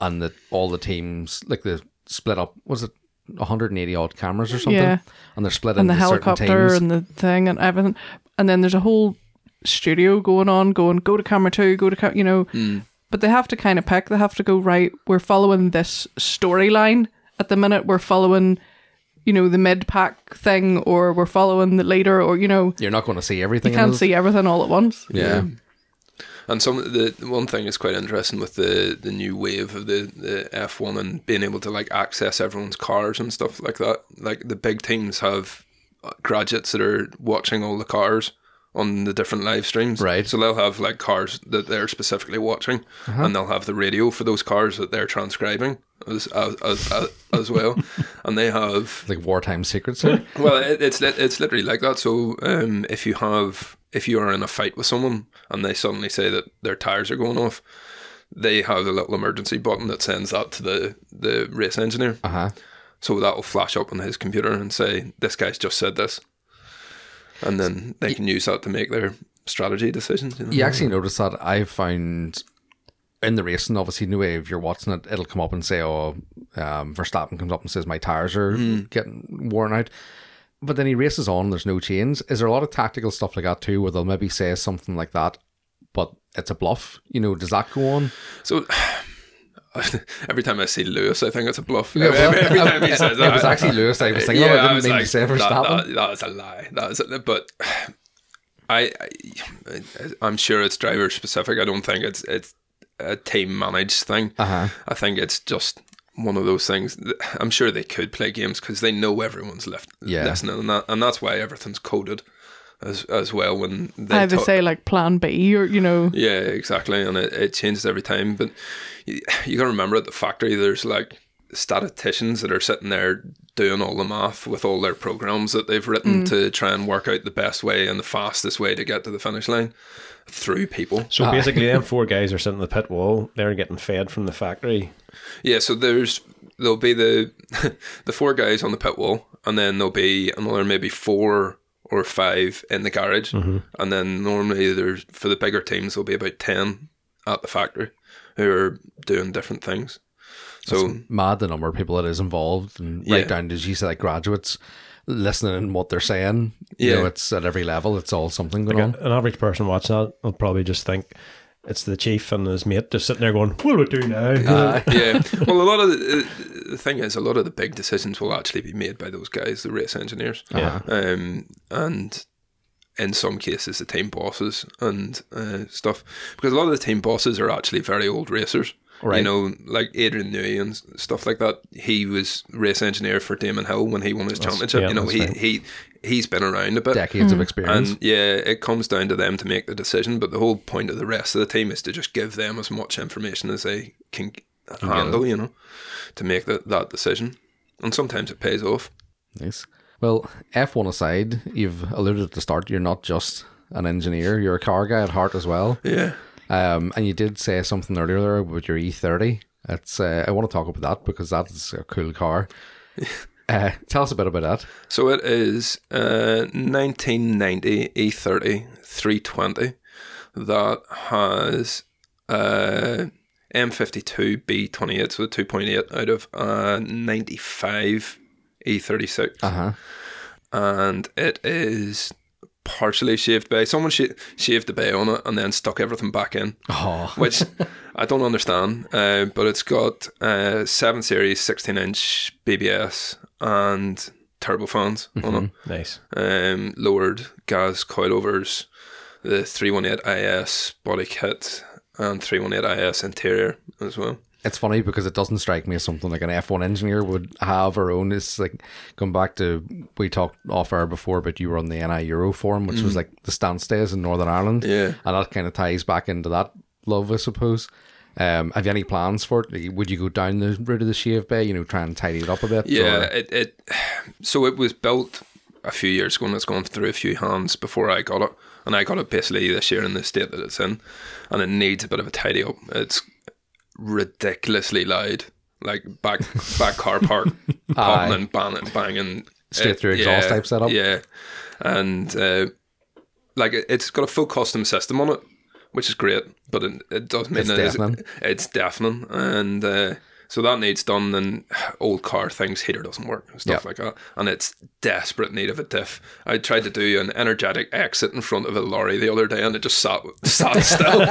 Speaker 3: and that all the teams like they split up. Was it 180 odd cameras or something?
Speaker 2: Yeah.
Speaker 3: And they're split
Speaker 2: And the
Speaker 3: into certain
Speaker 2: helicopter
Speaker 3: teams.
Speaker 2: and the thing and everything. And then there's a whole studio going on, going, go to camera two, go to camera, you know.
Speaker 4: Hmm.
Speaker 2: But they have to kind of pick. They have to go, right, we're following this storyline at the minute. We're following, you know, the mid pack thing, or we're following the leader, or, you know,
Speaker 3: You're not going to see everything.
Speaker 2: you can't
Speaker 3: in
Speaker 2: see everything all at once.
Speaker 3: it. Yeah.
Speaker 4: And some of the the one thing is quite interesting with the, the new wave of the, the F one and being able to like access everyone's cars and stuff like that. Like the big teams have graduates that are watching all the cars on the different live streams.
Speaker 3: Right. Uh-huh.
Speaker 4: So they'll have like cars that they're specifically watching, and they'll have the radio for those cars that they're transcribing as as, as, as, as well, and they have
Speaker 3: Like wartime secrets. here.
Speaker 4: well, it, it's lit- it's literally like that. So um, if you have if you are in a fight with someone and they suddenly say that their tires are going off, they have a little emergency button that sends that to the the race engineer.
Speaker 3: Uh huh.
Speaker 4: So that will flash up on his computer and say this guy's just said this, and then they can use that to make their strategy decisions. You know?
Speaker 3: You actually notice that I found in the race, and obviously, no way if you're watching it, it'll come up and say, "Oh, um, Verstappen comes up and says my tires are
Speaker 4: Hmm.
Speaker 3: getting worn out." But then he races on. There's no change. Is there a lot of tactical stuff like that too, where they'll maybe say something like that, but it's a bluff? You know, does that go on?
Speaker 4: So. Every time I see Lewis, I think it's a bluff.
Speaker 3: Yeah, well,
Speaker 4: every time he says that,
Speaker 3: It was
Speaker 4: I-
Speaker 3: actually Lewis. I was thinking, "Oh, I didn't mean to say Verstappen."
Speaker 4: That, that, that is a lie. That is a, but I, I, I'm sure it's driver specific. I don't think it's it's a team managed thing.
Speaker 3: Uh-huh.
Speaker 4: I think it's just one of those things. I'm sure they could play games because they know everyone's left
Speaker 3: Yeah.
Speaker 4: listening, and, that, and that's why everything's coded as as well. When they
Speaker 2: Either
Speaker 4: talk-
Speaker 2: say like Plan B or you know,
Speaker 4: yeah, exactly, and it, it changes every time. But you, you got to remember at the factory, there's like statisticians that are sitting there doing all the math with all their programs that they've written to try and work out the best way and the fastest way to get to the finish line through people.
Speaker 1: So basically, them four guys are sitting in the pit wall. They're getting fed from the factory.
Speaker 4: Yeah, so there's there'll be the the four guys on the pit wall, and then there'll be another maybe four or five in the garage, and then normally there's for the bigger teams there'll be about ten at the factory who are doing different things. So
Speaker 3: Mad the number of people that is involved, and
Speaker 4: Yeah.
Speaker 3: right down to as you said, like graduates listening and what they're saying. You
Speaker 4: Yeah.
Speaker 3: know, it's at every level. It's all something going on.
Speaker 1: An average person watching that will probably just think it's the chief and his mate just sitting there going, "What do we do now?"
Speaker 4: yeah. Well, a lot of the, uh, the thing is, a lot of the big decisions will actually be made by those guys, the race engineers,
Speaker 1: Yeah.
Speaker 4: um, and in some cases, the team bosses and uh, stuff. Because a lot of the team bosses are actually very old racers. You
Speaker 3: Right.
Speaker 4: know, like Adrian Newey and s- stuff like that. He was race engineer for Damon Hill when he won his championship.
Speaker 1: yeah,
Speaker 4: you know,
Speaker 1: that's
Speaker 4: he,
Speaker 1: right.
Speaker 4: he he's been around a bit.
Speaker 3: Decades of experience.
Speaker 4: And yeah, it comes down to them to make the decision. But the whole point of the rest of the team is to just give them as much information as they can handle, you know, to make that, that decision. And sometimes it pays off.
Speaker 3: Nice. Well, F1 aside, you've alluded at the start, you're not just an engineer, you're a car guy at heart as well.
Speaker 4: Yeah.
Speaker 3: Um, and you did say something earlier there about your E30. It's, uh, I want to talk about that because that's a cool car. Uh, tell us a bit about that.
Speaker 4: So it is uh, E 1990 E30 320 that has uh, M52 B28, so 2.8 out of uh, 95 E36.
Speaker 3: Uh huh.
Speaker 4: and it is partially shaved bay. Someone sh- shaved the bay on it and then stuck everything back in,
Speaker 3: Oh,
Speaker 4: which I don't understand. Uh, but it's got uh, 7 Series 16 inch BBS and turbofans on it,
Speaker 1: Nice.
Speaker 4: um, lowered gas coilovers, the 318IS body kit, and 318IS interior as well.
Speaker 3: it's funny because it doesn't strike me as something like an F1 engineer would have or own. It's like going back to we talked off air before, but you were on the NI Euro forum, which was like the stance days in Northern Ireland.
Speaker 4: Mm. Yeah.
Speaker 3: and that kind of ties back into that love, I suppose. Um, have you any plans for it? Like, Would you go down the route of the shave bay? You know, try and tidy it up a bit.
Speaker 4: Yeah,
Speaker 3: or-
Speaker 4: it, it so it was built a few years ago and it's gone through a few hands before I got it. And I got it basically this year in the state that it's in. And it needs a bit of a tidy up. It's ridiculously loud. Like back back car park popping and banging banging.
Speaker 3: Straight
Speaker 4: It-
Speaker 3: through exhaust
Speaker 4: yeah,
Speaker 3: type setup.
Speaker 4: Yeah. And uh, like it, it's got a full custom system on it, which is great, but it, it does mean
Speaker 3: It's
Speaker 4: it is-
Speaker 3: deafening.
Speaker 4: it's deafening, and uh, so that needs done. And old car things, heater doesn't work, and stuff
Speaker 3: Yeah.
Speaker 4: like that, and it's desperate need of a diff. I tried to do an energetic exit in front of a lorry the other day, and it just sat sat still,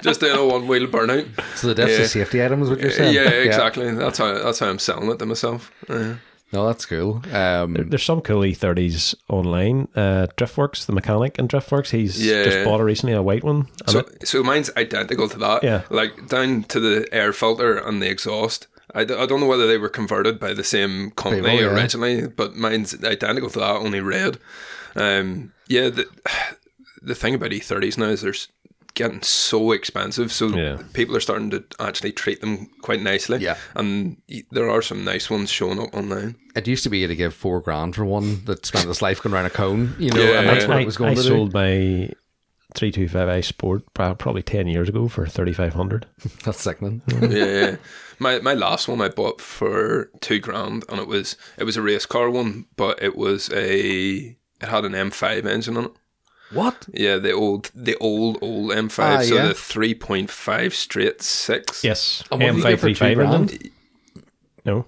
Speaker 4: just doing a one wheel burnout.
Speaker 3: so the depths
Speaker 4: yeah.
Speaker 3: of safety item is what you're
Speaker 4: Yeah,
Speaker 3: saying.
Speaker 4: exactly. That's how that's how I'm selling it to myself. Yeah.
Speaker 3: No, that's cool. Um,
Speaker 1: There's some cool E30s online. Uh, Driftworks, the mechanic in Driftworks, he's
Speaker 4: Yeah.
Speaker 1: just bought a recently a white one. And
Speaker 4: So,
Speaker 1: it-
Speaker 4: so mine's identical to that.
Speaker 1: Yeah.
Speaker 4: Like down to the air filter and the exhaust. I, d- I don't know whether they were converted by the same company
Speaker 3: People, yeah.
Speaker 4: originally, but mine's identical to that, only red. Um, yeah, the, the thing about E30s now is they're s- getting so expensive. So
Speaker 1: Yeah.
Speaker 4: people are starting to actually treat them quite nicely.
Speaker 3: Yeah.
Speaker 4: And y- there are some nice ones showing up online.
Speaker 3: It used to be to give four grand for one that spent its life going around a cone, you know,
Speaker 4: Yeah,
Speaker 3: and
Speaker 4: yeah,
Speaker 3: that's
Speaker 4: yeah.
Speaker 3: what
Speaker 1: I,
Speaker 3: it was going
Speaker 1: I
Speaker 3: to
Speaker 1: sold my 325i Sport pro- probably 10 years ago for 3500
Speaker 3: do. That's sickening.
Speaker 4: yeah, yeah. My my last one I bought for two grand, and it was it was a race car one, but it was a it had an M5 engine on it.
Speaker 3: What?
Speaker 4: Yeah, the old the old old M5,
Speaker 3: Ah,
Speaker 4: so
Speaker 3: yeah.
Speaker 4: the three point five straight six.
Speaker 1: Yes.
Speaker 3: And what did you get for two
Speaker 1: M535
Speaker 3: grand?
Speaker 1: England? No.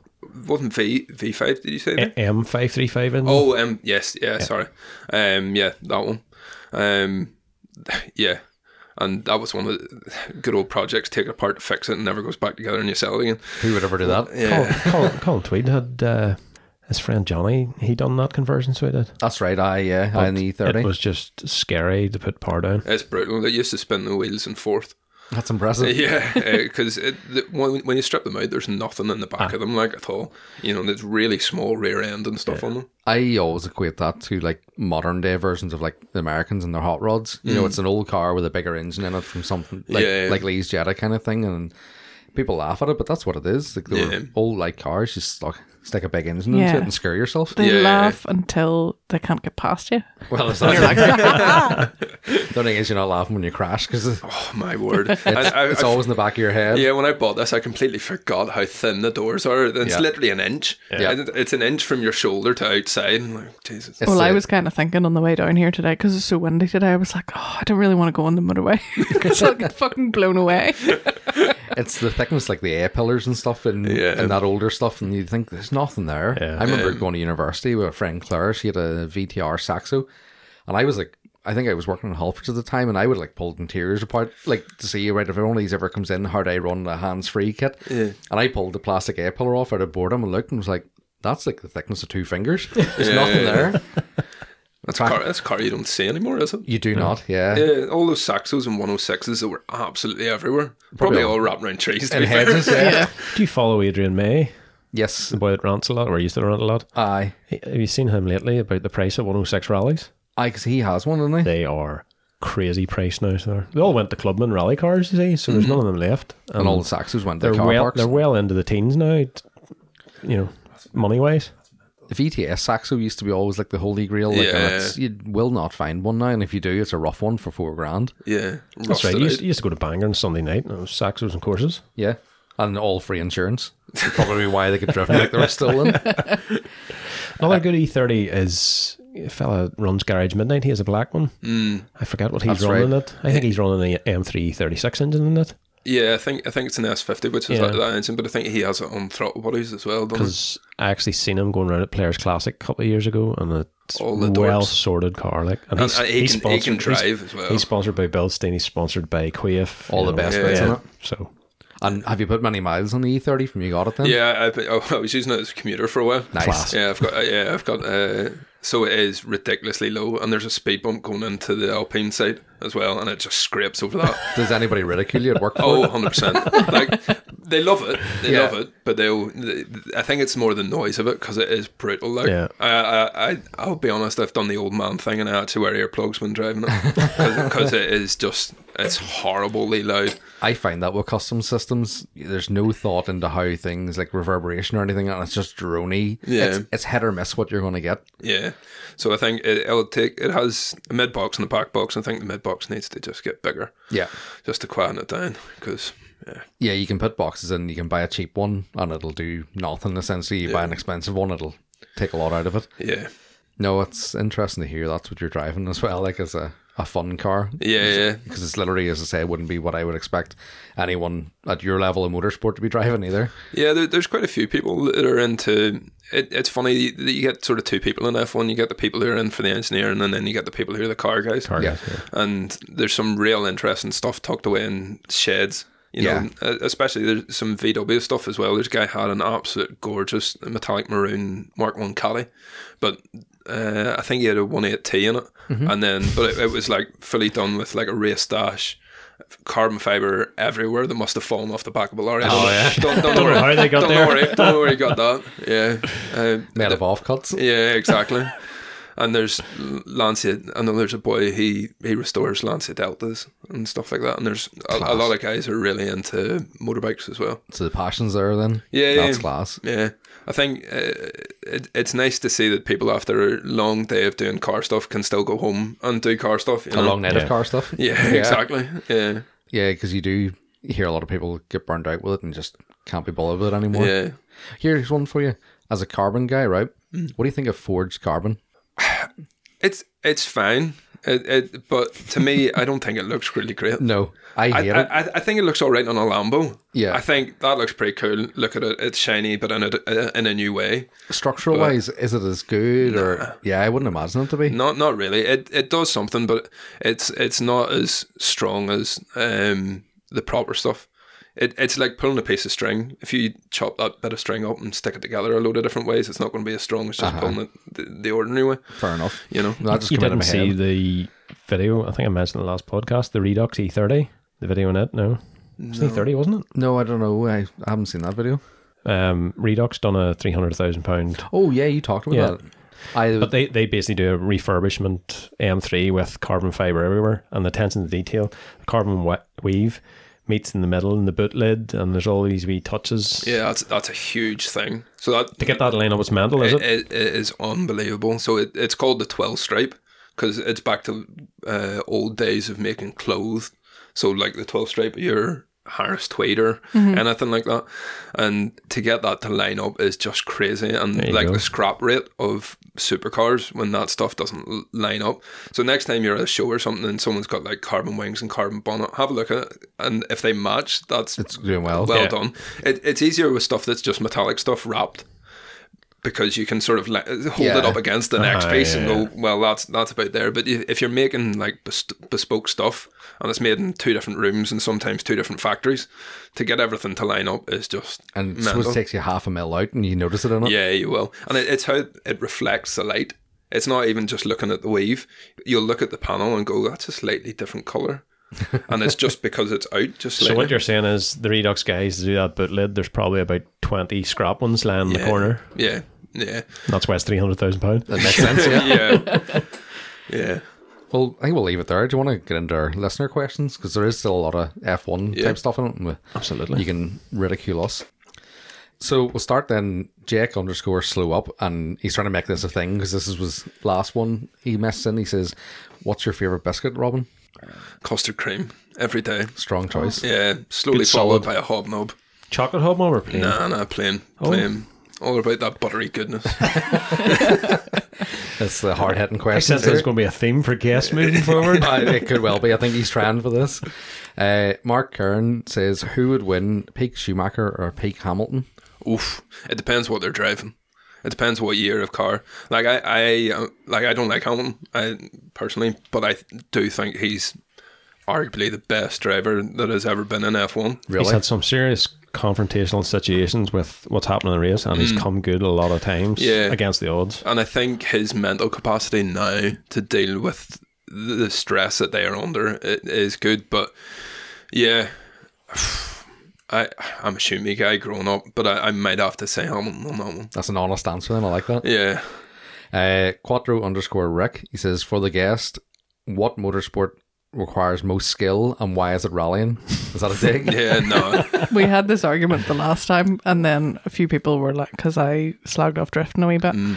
Speaker 4: wasn't V V five? Did you say?
Speaker 1: A-
Speaker 4: That?
Speaker 1: M535 England?
Speaker 4: Oh, um, yes, yeah, sorry, um, yeah, that one, um, yeah, and that was one of the good old projects. Take it apart, fix it, and never goes back together, and you sell it again.
Speaker 3: Who would ever do that?
Speaker 1: Colin,
Speaker 4: Yeah,
Speaker 1: Colin, Colin Tweed had uh, his friend Johnny, he done that conversion, so he did.
Speaker 3: That's right. I yeah, I in the E
Speaker 1: It
Speaker 3: E30.
Speaker 1: was just scary to put power down.
Speaker 4: it's brutal. They used to spin the wheels and forth.
Speaker 3: That's impressive.
Speaker 4: Yeah, uh, because when, when you strip them out, there's nothing in the back of them like at all. You know, there's really small rear end and stuff on them.
Speaker 3: I always equate that to like modern day versions of like the Americans and their hot rods. You know, it's an old car with a bigger engine in it from something like
Speaker 4: Mm. Yeah.
Speaker 3: like Lee's Jetta kind of thing, and people laugh at it, but that's what it is. Like they
Speaker 4: Yeah.
Speaker 3: were old like cars, you stuck stick a big engine
Speaker 2: Yeah.
Speaker 3: into it and scare yourself.
Speaker 2: They
Speaker 4: Yeah.
Speaker 2: laugh until they can't get past you.
Speaker 3: Well, it's not. the only is you're not laughing when you crash because it's,
Speaker 4: Oh my word! And I-
Speaker 3: it's
Speaker 4: I-
Speaker 3: always in the back of your head.
Speaker 4: Yeah, when I bought this, I completely forgot how thin the doors are. It's
Speaker 3: Yeah.
Speaker 4: literally an inch.
Speaker 3: Yeah.
Speaker 4: And it- It's an inch from your shoulder to outside. I'm like, Jesus.
Speaker 3: It's
Speaker 2: Well, I
Speaker 3: the-
Speaker 2: was kind of thinking on the way down here today because it's so windy today. I was like, oh, I don't really want to go on the motorway because I'll get fucking blown away.
Speaker 3: It's the thickness, like the A pillars and stuff, and
Speaker 4: Yeah.
Speaker 3: and that older stuff, and you think there's nothing there.
Speaker 1: Yeah.
Speaker 3: I remember going to university with a friend Claire. She had a VTR Saxo, and I was like, I think I was working in Halfords at the time, and I would like pulled in tears apart, like to see right if anybody's ever comes in, how they run a hands free kit.
Speaker 4: Yeah.
Speaker 3: And I pulled the plastic A pillar off out of boredom and looked and was like, that's like the thickness of two fingers. There's nothing there.
Speaker 4: That's a, car, that's a car you don't see anymore, is it?
Speaker 3: You do not, yeah.
Speaker 4: Yeah, all those Saxos and 106s that were absolutely everywhere.
Speaker 3: Probably
Speaker 4: Probably, all wrapped around trees, to
Speaker 3: And
Speaker 4: be fair.
Speaker 3: hedges, yeah.
Speaker 1: Do you follow Adrian May,
Speaker 3: Yes,
Speaker 1: the boy that rants a lot, or used to rant a lot?
Speaker 3: aye.
Speaker 1: Hey, Have you seen him lately about the price of 106 rallies?
Speaker 3: Aye, because he has one, doesn't he?
Speaker 1: They are crazy price now. So they're- they all went to Clubman rally cars, you see, so there's none of them left.
Speaker 3: And all the Saxos went to
Speaker 1: um, they're
Speaker 3: the car
Speaker 1: well,
Speaker 3: parks.
Speaker 1: they're well into the teens now, t- you know, money wise.
Speaker 3: the VTS E Saxo used to be always like the holy grail. Like, and
Speaker 4: Yeah.
Speaker 3: it's, you will not find one now, and if you do, it's a rough one for four grand.
Speaker 4: Yeah.
Speaker 1: That's right.
Speaker 4: rusted
Speaker 1: You
Speaker 4: out.
Speaker 1: used, you used to go to Bangor on Sunday night and it was Saxos and courses.
Speaker 3: Yeah, and all free insurance. Probably why they get driven like they were stolen.
Speaker 1: Another good E30 is a fella runs Garage Midnight. He has a black one. I forget what he's
Speaker 3: Mm. That's
Speaker 1: running
Speaker 3: right.
Speaker 1: it. I think he's running an M3 36 E engine in it.
Speaker 4: Yeah, I think I think it's an S50, which is
Speaker 1: Yeah.
Speaker 4: like that engine, but I think he has it on throttle bodies as well. doesn't he?
Speaker 1: Because I actually seen him going around at Players Classic a couple of years ago and it's
Speaker 4: All the
Speaker 1: well
Speaker 4: dorps.
Speaker 1: sorted car. Like, and,
Speaker 4: And,
Speaker 1: he's,
Speaker 4: uh, he
Speaker 1: he's
Speaker 4: can- he
Speaker 1: sponsored,
Speaker 4: can
Speaker 1: he's-
Speaker 4: drive as well.
Speaker 1: He's sponsored by Bilstein. He's sponsored by Quaife.
Speaker 3: All
Speaker 1: you
Speaker 3: the
Speaker 1: know,
Speaker 3: best bits in it.
Speaker 1: So
Speaker 3: And have you put many miles on the E30 from you got it then?
Speaker 4: Yeah, I, oh, I, I was using it as a commuter for a while.
Speaker 3: Nice.
Speaker 1: Class.
Speaker 4: Yeah, I've got. Uh, yeah, I've got. Uh, so it is ridiculously low, and there's a speed bump going into the Alpine side as well, and it just scrapes over that.
Speaker 3: Does anybody ridicule you at work? For
Speaker 4: oh,
Speaker 3: it?
Speaker 4: 100 percent. Like they love it, they
Speaker 3: Yeah.
Speaker 4: love it, but they'll. They, I think it's more the noise of it because it is brutal. Like,
Speaker 1: Yeah.
Speaker 4: I, I, I, I'll be honest. I've done the old man thing, and I actually wear earplugs when driving it because it is just. It's horribly loud.
Speaker 3: I find that with custom systems, there's no thought into how things like reverberation or anything, and it's just drony.
Speaker 4: Yeah.
Speaker 3: It's, it's hit or miss what you're going to get.
Speaker 4: Yeah. So I think it, it'll take. It has a mid box and a back box. and I think the mid box needs to just get bigger.
Speaker 3: Yeah.
Speaker 4: just to quieten it down because yeah,
Speaker 3: Yeah, you can put boxes in, you can buy a cheap one, and it'll do nothing essentially. You buy an expensive one, it'll take a lot out of it.
Speaker 4: yeah,
Speaker 3: No, it's interesting to hear that's what you're driving as well, like as a, a fun car.
Speaker 4: yeah, yeah.
Speaker 3: Because it's literally, as I say, wouldn't be what I would expect anyone at your level of motorsport to be driving either.
Speaker 4: yeah there, there's quite a few people that are into it. It's funny that you get sort of two people in F1. You get the people who are in for the engineering, and then you get the people who are the car guys.
Speaker 1: car
Speaker 3: Yeah.
Speaker 1: guys, yeah.
Speaker 4: And there's some real interesting stuff tucked away in sheds. You know, Uh, especially there's some VW stuff as well. This guy had an absolute gorgeous metallic maroon Mark One Cali, but uh, I think he had a 180 in it,
Speaker 1: Mm-hmm.
Speaker 4: and then but it, it was like fully done with like a race dash. carbon fiber everywhere that must have fallen off the back of a lorry. Oh, yeah. Don't, don't, know
Speaker 1: know
Speaker 4: where-
Speaker 1: how they got
Speaker 4: don't
Speaker 1: there.
Speaker 4: Know where, don't know where he got that. Yeah. Um,
Speaker 3: Made of offcuts.
Speaker 4: yeah, exactly. And there's Lancia. I know there's a boy. He he restores Lancia Deltas and stuff like that. And there's a, a
Speaker 3: Class.
Speaker 4: lot of guys who are really into motorbikes as well.
Speaker 3: So the passion's there then.
Speaker 4: Yeah,
Speaker 3: That's
Speaker 4: yeah.
Speaker 3: class.
Speaker 4: Yeah, I think uh, it, it's nice to see that people after a long day of doing car stuff can still go home and do car stuff. You
Speaker 3: A
Speaker 4: know?
Speaker 3: long night
Speaker 1: Yeah.
Speaker 3: of car stuff.
Speaker 4: Yeah, exactly. Yeah,
Speaker 3: Yeah, because you do hear a lot of people get burned out with it and just can't be bothered with it anymore.
Speaker 4: yeah.
Speaker 3: Here's one for you. As a carbon guy, right?
Speaker 4: Mm.
Speaker 3: What do you think of forged carbon?
Speaker 4: It's it's fine. It, it, but to me, I don't think it looks really great.
Speaker 3: No, I
Speaker 4: I,
Speaker 3: hate it.
Speaker 4: I, I- I think it looks all right on a Lambo.
Speaker 3: Yeah.
Speaker 4: I think that looks pretty cool. Look at it; it's shiny, but in a uh, in a new way.
Speaker 3: Structural wise, is it as good or? Yeah, I wouldn't imagine it to be.
Speaker 4: Not not really. It it does something, but it's it's not as strong as um, the proper stuff. It, it's like pulling a piece of string. If you chop that bit of string up and stick it together a load of different ways, it's not going to be as strong as
Speaker 3: Uh-huh.
Speaker 4: just pulling it the, the ordinary way.
Speaker 3: Fair enough.
Speaker 4: You know.
Speaker 3: That just
Speaker 1: you
Speaker 3: came out
Speaker 1: didn't
Speaker 3: of my
Speaker 1: see
Speaker 3: head.
Speaker 1: the video. I think I mentioned in the last podcast. The Redox E30. The video in it. No, it's an E30, wasn't
Speaker 3: No, I don't know. I I haven't seen that video.
Speaker 1: it? Um, Redox done a three hundred thousand pound.
Speaker 3: Oh yeah, you talked about
Speaker 1: Yeah.
Speaker 3: that. I
Speaker 1: But they, they basically do a refurbishment M3 with carbon fiber everywhere, and the attention to detail, the carbon we- weave meets in the middle in the boot lid, and there's all these wee touches.
Speaker 4: Yeah, that's that's a huge thing. So that
Speaker 1: To get that line up, it's mental, is it?
Speaker 4: It, it is unbelievable. So it, it's called the 12 stripe because it's back to uh, old days of making clothes. So, like the 12 stripe, your Harris tweed or
Speaker 1: Mm-hmm.
Speaker 4: anything like that. And to get that to line up is just crazy. And
Speaker 1: you
Speaker 4: like
Speaker 1: go.
Speaker 4: the scrap rate of supercars when that stuff doesn't l- line up. So, next time you're at a show or something and someone's got like carbon wings and carbon bonnet, have a look at it. And if they match, that's
Speaker 3: it's doing well.
Speaker 4: well
Speaker 1: Yeah.
Speaker 4: done. It, it's easier with stuff that's just metallic stuff wrapped because you can sort of let, hold it
Speaker 3: Yeah.
Speaker 4: up against the next
Speaker 1: Ah,
Speaker 4: piece
Speaker 1: yeah,
Speaker 4: and go, well, that's that's about there. But i- if you're making like best- bespoke stuff and it's made in two different rooms and sometimes two different factories, to get everything to line up is just
Speaker 3: and it
Speaker 4: mental.
Speaker 3: supposed takes you half a mil out, and you notice it
Speaker 1: Uh-huh.
Speaker 3: in it.
Speaker 4: Yeah, you will. And it, it's how it reflects the light. It's not even just looking at the weave. You'll look at the panel and go, that's a slightly different color. and it's just because it's out just
Speaker 1: So
Speaker 4: slightly.
Speaker 1: what you're saying is the Redox guys do that boot lid. There's probably about twenty scrap ones lying in the
Speaker 4: Yeah.
Speaker 1: corner.
Speaker 4: yeah, yeah,
Speaker 1: That's why it's three hundred thousand pound.
Speaker 3: That makes sense. Yeah.
Speaker 4: yeah, yeah.
Speaker 3: Well, I think we'll leave it there. Do you want to get into our listener questions? Because there is still a lot of F1
Speaker 4: Yeah.
Speaker 3: type stuff in it. and we-
Speaker 1: Absolutely.
Speaker 3: You can ridicule us. So we'll start then. Jake underscore slow up, and he's trying to make this a thing because this is was last one he messed in. He says, "What's your favorite biscuit, Robin?
Speaker 4: custard cream every day.
Speaker 3: Strong choice.
Speaker 4: Yeah, slowly
Speaker 1: Good
Speaker 4: followed
Speaker 1: solid.
Speaker 4: by a hobnob.
Speaker 1: Chocolate hobnob or plain?
Speaker 4: Nah, nah, plain,
Speaker 1: Oh.
Speaker 4: plain. All about that buttery goodness.
Speaker 3: That's the hard hitting
Speaker 1: Oh. I
Speaker 3: question.
Speaker 1: sense there's going to be a theme for guests moving forward.
Speaker 3: Uh, it could well be. I think he's trying for this. Uh, Mark Kern says, "Who would win, Peak Schumacher or Peak Hamilton?"
Speaker 4: Oof. It depends what they're driving. It depends what year of car. Like I, I uh, like I don't like Hamilton. I personally, but I do think he's arguably the best driver that has ever been in F one.
Speaker 1: He's
Speaker 3: Really?
Speaker 1: had some serious confrontational situations with what's happened in the race, and he's come good a lot of times
Speaker 4: Yeah.
Speaker 1: against the odds.
Speaker 4: And I think his mental capacity now to deal with the stress that they are under i- is good. But yeah, I I'm a Schumi guy growing up, but I, I might have to say Hamilton on that one.
Speaker 3: That's an honest answer. Then I like that.
Speaker 4: Yeah,
Speaker 3: Uh, Quattro underscore Rick. He says, "For the guest, what motorsport requires most skill, and why is it rallying? Is that a dig?
Speaker 4: yeah, no,
Speaker 2: we had this argument the last time, and then a few people were like, because I slagged off drifting a wee bit,
Speaker 3: Mm.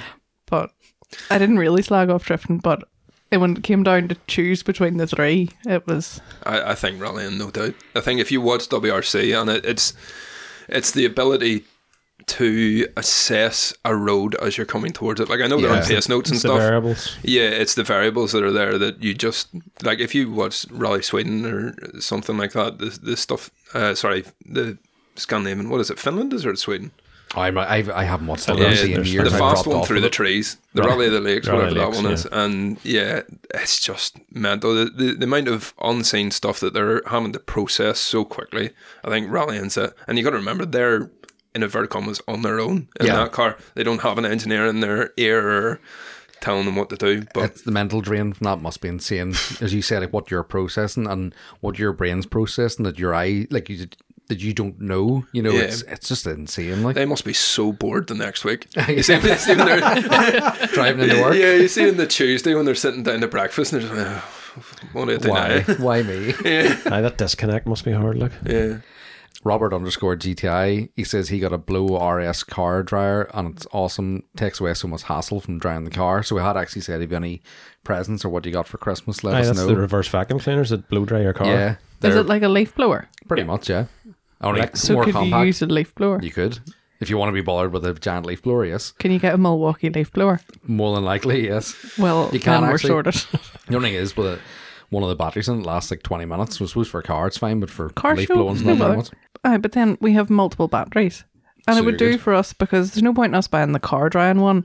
Speaker 2: but I didn't really slag off drifting, but it, when it came down to choose between the three, it was
Speaker 4: I, I think rallying, no doubt. I think if you watch WRC and it, it's it's the ability to assess a road as you're coming towards it. Like I know they're on
Speaker 3: Yeah.
Speaker 4: pace notes and
Speaker 1: It's the
Speaker 4: stuff.
Speaker 1: variables.
Speaker 4: Yeah, it's the variables that are there that you just like. If you watch Rally Sweden or something like that, the the stuff. Uh, sorry, the Scandinavian. What is it? Finland is or it's Sweden?
Speaker 3: I'm, I've, I haven't watched that
Speaker 1: Yeah,
Speaker 3: rally in
Speaker 1: there's-
Speaker 3: years.
Speaker 4: the
Speaker 3: I've
Speaker 4: fast
Speaker 3: dropped
Speaker 4: one
Speaker 3: off
Speaker 4: through
Speaker 3: of
Speaker 4: the
Speaker 3: it.
Speaker 4: trees, the Rally of the Lakes,
Speaker 1: Rally of
Speaker 4: whatever
Speaker 1: the
Speaker 4: that
Speaker 1: Lakes,
Speaker 4: one is, and yeah, it's just mental. The, the, the amount of unseen stuff that they're having to process so quickly. I think rallying's it, and you got to remember they're in inverted commas on their own in
Speaker 3: Yeah.
Speaker 4: that car. They don't have an engineer in their ear or telling them what to do. But
Speaker 3: It's the mental drain from that must be insane, as you said, like what you're processing and what your brain's processing that your eye, like you, that you don't know. You know,
Speaker 4: Yeah.
Speaker 3: it's it's just insane. Like
Speaker 4: They must be so bored the next week. You see, you see when they're,
Speaker 3: driving into work.
Speaker 4: yeah, you see on the Tuesday when they're sitting down to breakfast and they're just like, "Oh, what did
Speaker 3: Why?
Speaker 4: I do now?"
Speaker 3: Why me?
Speaker 1: Aye, that disconnect must be hard. Look,
Speaker 4: Yeah.
Speaker 3: Robert underscore GTI. He says he got a blue RS car dryer and it's awesome. Takes away so much hassle from drying the car. So we had actually said if you have any presents or what you got for Christmas, let
Speaker 1: Aye,
Speaker 3: us
Speaker 1: that's
Speaker 3: know.
Speaker 1: the reverse vacuum cleaners that blow dry your car.
Speaker 3: yeah,
Speaker 2: Is
Speaker 3: they're
Speaker 2: it like a leaf blower?
Speaker 3: pretty much yeah. Only
Speaker 2: So
Speaker 3: more
Speaker 2: could
Speaker 3: compact.
Speaker 2: you
Speaker 3: You,
Speaker 2: use a leaf blower?
Speaker 3: could if you want to be bothered with a giant leaf blower. Yes,
Speaker 2: Can you get a Milwaukee leaf blower?
Speaker 3: more than likely yes.
Speaker 2: Well,
Speaker 3: You can
Speaker 2: then
Speaker 3: actually.
Speaker 2: we're sorted.
Speaker 3: The only thing is with it, one of the batteries in it lasts like twenty minutes. So I suppose for a car it's fine, but for
Speaker 2: Car
Speaker 3: leaf
Speaker 2: show?
Speaker 3: blowing's
Speaker 2: No
Speaker 3: not very
Speaker 2: bother.
Speaker 3: much.
Speaker 2: Aye, but then we have multiple batteries, and
Speaker 3: So
Speaker 2: it would do
Speaker 3: you're good.
Speaker 2: for us because there's no point in us buying the car drying one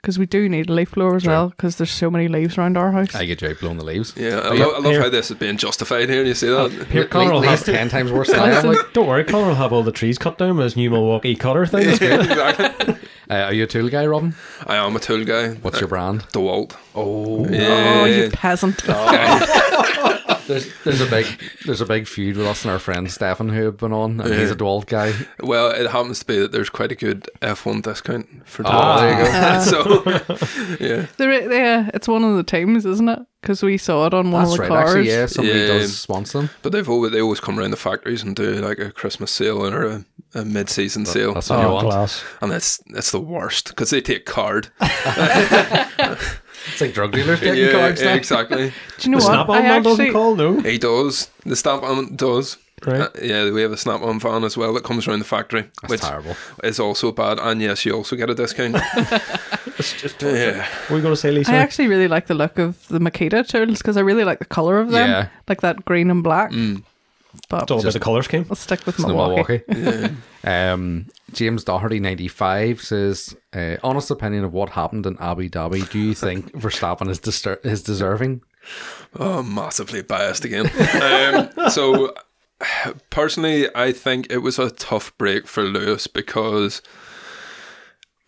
Speaker 2: because we do need a leaf blower as well because there's so many leaves around our house.
Speaker 3: I get you out blowing the leaves.
Speaker 4: Yeah, I, lo- I love
Speaker 1: here-
Speaker 4: how this is being justified here. You see that?
Speaker 1: Here, Connor
Speaker 3: Le-
Speaker 1: will
Speaker 3: leaves
Speaker 1: have.
Speaker 3: ten times worse than I am. Like,
Speaker 1: Don't worry, Connor will have all the trees cut down with his new Milwaukee cutter thing. It's great.
Speaker 4: Exactly.
Speaker 3: uh, are you a tool guy, Robin?
Speaker 4: I am a tool guy.
Speaker 3: Oh. What's your brand?
Speaker 4: DeWalt?
Speaker 2: Oh,
Speaker 3: Oh,
Speaker 2: you
Speaker 4: Yeah.
Speaker 2: peasant!
Speaker 3: there's, there's a big there's a big feud with us and our friend Stefan who have been on, and he's a Dwalt guy.
Speaker 4: Well, it happens to be that there's quite a good F1 discount for DeWalt.
Speaker 3: Ah.
Speaker 4: so, yeah.
Speaker 2: There i- yeah, it's one of the teams, isn't it? Because we saw it on one
Speaker 3: That's
Speaker 2: of the
Speaker 3: right,
Speaker 2: cars.
Speaker 3: actually. Yeah, somebody
Speaker 4: Yeah.
Speaker 3: does sponsor them.
Speaker 4: But they've always, they always come around the factories and do like a Christmas sale or a, a mid season sale.
Speaker 3: That's what you
Speaker 1: oh,
Speaker 3: want.
Speaker 1: class.
Speaker 4: and that's that's the worst because they take card.
Speaker 3: It's like drug dealers getting
Speaker 4: yeah,
Speaker 3: cards.
Speaker 4: yeah,
Speaker 3: now.
Speaker 4: exactly.
Speaker 2: Do you know
Speaker 1: The
Speaker 2: what?
Speaker 1: snap-on
Speaker 2: I
Speaker 1: man
Speaker 2: actually,
Speaker 1: doesn't call, no.
Speaker 4: He does. The stamp on does.
Speaker 1: Right.
Speaker 4: Uh, yeah, we have a snap on van as well that comes around the factory,
Speaker 3: That's
Speaker 4: which
Speaker 3: terrible.
Speaker 4: is also bad. And yes, you also get a discount. yeah.
Speaker 1: What are you going to say, Lisa?
Speaker 2: I actually really like the look of the Makita tools because I really like the color of them,
Speaker 3: Yeah. Mm.
Speaker 2: like that green and black. But
Speaker 1: it's all about the colour scheme.
Speaker 2: I'll stick with
Speaker 3: It's in
Speaker 2: Milwaukee.
Speaker 3: Milwaukee. um, James Doherty, 95, says, uh, honest opinion of what happened in Abu Dhabi. Do you think Verstappen is, deser- is deserving?
Speaker 4: Oh, massively biased again. um, so, personally, I think it was a tough break for Lewis because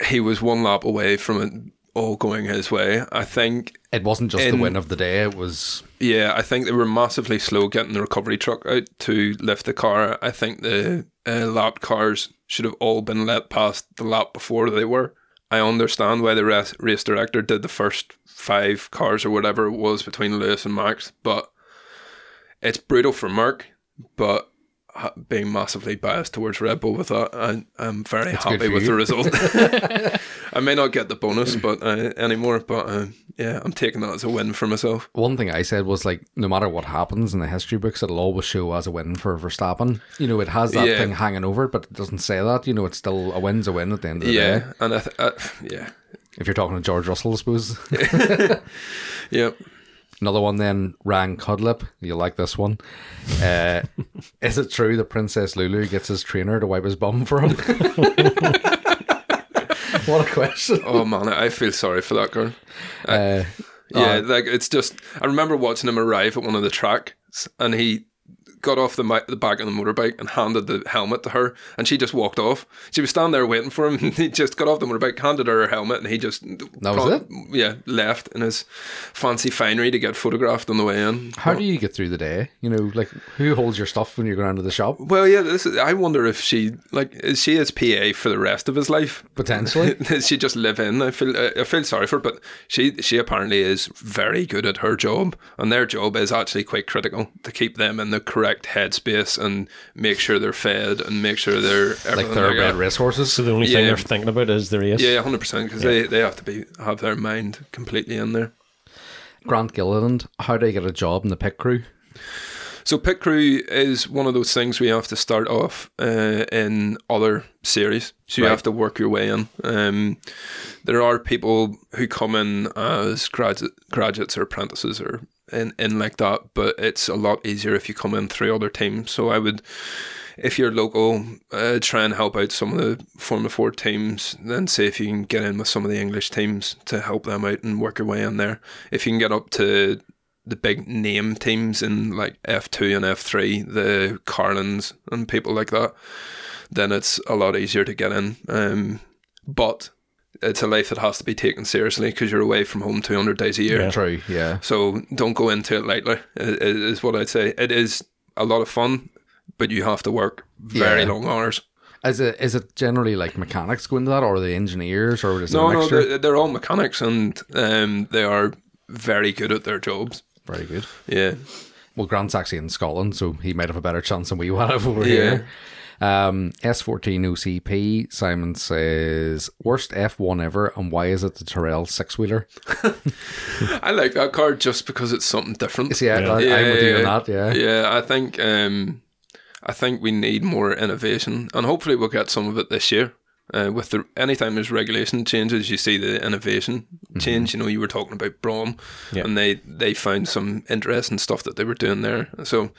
Speaker 4: he was one lap away from it all going his way. I think
Speaker 3: It wasn't just the
Speaker 4: In-
Speaker 3: win of the day. It was
Speaker 4: Yeah, I think they were massively slow getting the recovery truck out to lift the car. I think the uh, lap cars should have all been let past the lap before they were. I understand why the race, race director did the first five cars or whatever it was between Lewis and Max, but it's brutal for Merck. But ha- being massively biased towards Red Bull with that, I, I'm very
Speaker 3: good
Speaker 4: happy
Speaker 3: for
Speaker 4: with
Speaker 3: you.
Speaker 4: the result. I may not get the bonus, but uh, anymore. But uh, yeah, I'm taking that as a win for myself.
Speaker 3: one thing I said was like, no matter what happens in the history books, it'll always show as a win for Verstappen. You know, it has that
Speaker 4: Yeah.
Speaker 3: thing hanging over it, but it doesn't say that. You know, it's still a win's a win at the end of the
Speaker 4: Yeah,
Speaker 3: day.
Speaker 4: and I, th- I yeah,
Speaker 3: If you're talking to George Russell, I suppose.
Speaker 4: yeah.
Speaker 3: Another one then, Rang Cudlip. You like this one. Uh, is it true that Princess Lulu gets his trainer to wipe his bum for him? what a question.
Speaker 4: Oh man, I feel sorry for that girl.
Speaker 3: Uh,
Speaker 4: Yeah, like it's just. I remember watching him arrive at one of the tracks, and he got off the mi- the back of the motorbike and handed the helmet to her, and she just walked off. She was standing there waiting for him, and he just got off the motorbike, handed her her helmet, and he just
Speaker 3: That was it?
Speaker 4: Yeah, left in his fancy finery to get photographed on the way in.
Speaker 3: how do you get through the day? You know, like who holds your stuff when you're going out to the shop?
Speaker 4: Well, yeah, this is, I wonder if she like is she his PA for the rest of his life.
Speaker 3: Potentially.
Speaker 4: she just live in. I feel I feel sorry for, her, but she she apparently is very good at her job, and their job is actually quite critical to keep them in the correct headspace and make sure they're fed and make sure they're everything
Speaker 3: Like
Speaker 4: they
Speaker 3: thoroughbred
Speaker 4: got.
Speaker 3: race horses.
Speaker 1: So the only thing
Speaker 4: Yeah.
Speaker 1: they're thinking about is the race.
Speaker 4: Yeah, hundred percent, because they, they have to be have their mind completely in there.
Speaker 3: Grant Gilliland, how do I get a job in the pit crew?
Speaker 4: So pit crew is one of those things we have to start off uh, in other series. So you
Speaker 3: Right.
Speaker 4: have to work your way in. Um, there are people who come in as gradu- graduates or apprentices or in, in like that, but it's a lot easier if you come in through other teams. So I would, if you're local, uh, try and help out some of the Formula 4 teams, then see if you can get in with some of the English teams to help them out and work your way in there. If you can get up to the big name teams in like F2 and F3, the Carlins and people like that, then it's a lot easier to get in. Um, but it's a life that has to be taken seriously because you're away from home 200 days a year.
Speaker 1: Yeah.
Speaker 3: True, yeah.
Speaker 4: So don't go into it lightly, i- i- is what I'd say. It is a lot of fun. but you have to work very
Speaker 3: Yeah.
Speaker 4: long hours.
Speaker 3: Is it is it generally like mechanics go into that, or are they engineers, or is it
Speaker 4: No,
Speaker 3: a
Speaker 4: no,
Speaker 3: mixture?
Speaker 4: they're, they're all mechanics and um, they are very good at their jobs.
Speaker 3: Very good.
Speaker 4: Yeah.
Speaker 3: Well, Grant's actually in Scotland, so he might have a better chance than we will have over
Speaker 4: Yeah.
Speaker 3: here. Um, S14 OCP, Simon says, worst F1 ever, and why is it the Terrell six wheeler?
Speaker 4: I like that car just because it's something different.
Speaker 3: See, I, I, I'm with you on that, yeah.
Speaker 4: Yeah, I think um, I think we need more innovation, and hopefully we'll get some of it this year. Uh, with the anytime there's regulation changes, you see the innovation change. You know, you were talking about Brom,
Speaker 1: Mm-hmm. Yeah.
Speaker 4: and they they found some interesting stuff that they were doing there. So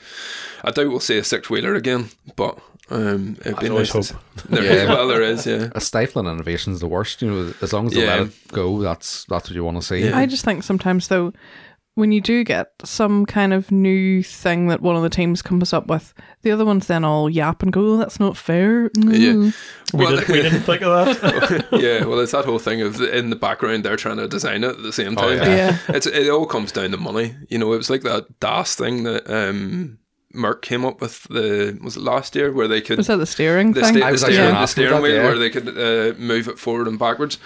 Speaker 4: I doubt we'll see a six wheeler again, but um, it'd be
Speaker 1: always
Speaker 4: nice. to
Speaker 1: hope.
Speaker 4: see- There,
Speaker 3: Yeah.
Speaker 4: Well, there is, yeah.
Speaker 3: A stifling innovation is the worst, you know, as long as they
Speaker 4: Yeah.
Speaker 3: let it go, that's that's what you want to see.
Speaker 2: I just think sometimes though, when you do get some kind of new thing that one of the teams comes up with, the other ones then all yap and go, oh, "That's not fair." Mm.
Speaker 1: We,
Speaker 4: Well,
Speaker 1: did, we didn't think of that.
Speaker 4: yeah, well, it's that whole thing of in the background they're trying to design it at the same time.
Speaker 3: yeah.
Speaker 2: Yeah.
Speaker 4: it's it all comes down to money. You know, it was like that DAS thing that um, Merck came up with the was it last year where they could
Speaker 2: Was that the steering
Speaker 4: the,
Speaker 2: thing?
Speaker 4: sta-
Speaker 3: I was
Speaker 4: the
Speaker 3: actually
Speaker 4: steering,
Speaker 3: gonna
Speaker 4: the
Speaker 3: ask about
Speaker 4: steering
Speaker 3: that,
Speaker 4: wheel
Speaker 3: yeah.
Speaker 4: where they could uh, move it forward and backwards.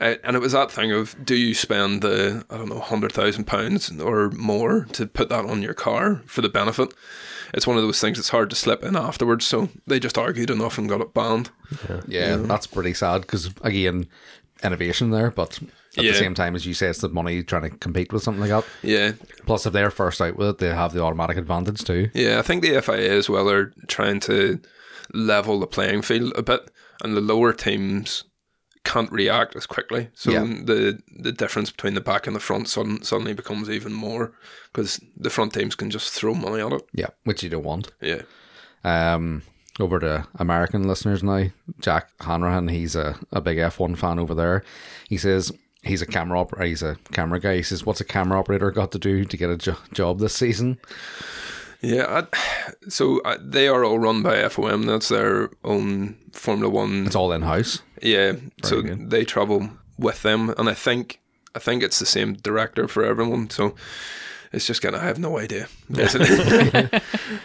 Speaker 4: Uh, and it was that thing of do you spend the I don't know hundred thousand pounds or more to put that on your car for the benefit? It's one of those things that's hard to slip in afterwards. So they just argued enough and got it banned.
Speaker 3: Yeah, that's pretty sad because again, innovation there, but at
Speaker 4: Yeah.
Speaker 3: the same time as you say, it's the money trying to compete with something like that.
Speaker 4: Yeah,
Speaker 3: Plus, if they're first out with it, they have the automatic advantage too.
Speaker 4: Yeah, I think the FIA as well are trying to level the playing field a bit, and the lower teams can't react as quickly. So
Speaker 3: Yeah.
Speaker 4: the the difference between the back and the front sudden, suddenly becomes even more because the front teams can just throw money at it.
Speaker 3: Yeah, which you don't want.
Speaker 4: Yeah,
Speaker 3: Um, over to American listeners now. Jack Hanrahan, he's a, a big F1 fan over there. He says he's a camera operator. He's a camera guy. He says, "What's a camera operator got to do to get a jo- job this season?"
Speaker 4: yeah. I, so I, they are all run by FOM. That's their own Formula One
Speaker 3: It's all in house.
Speaker 4: Yeah, so they travel with them, and I think I think it's the same director for everyone. So it's just kind of I have no idea. basically.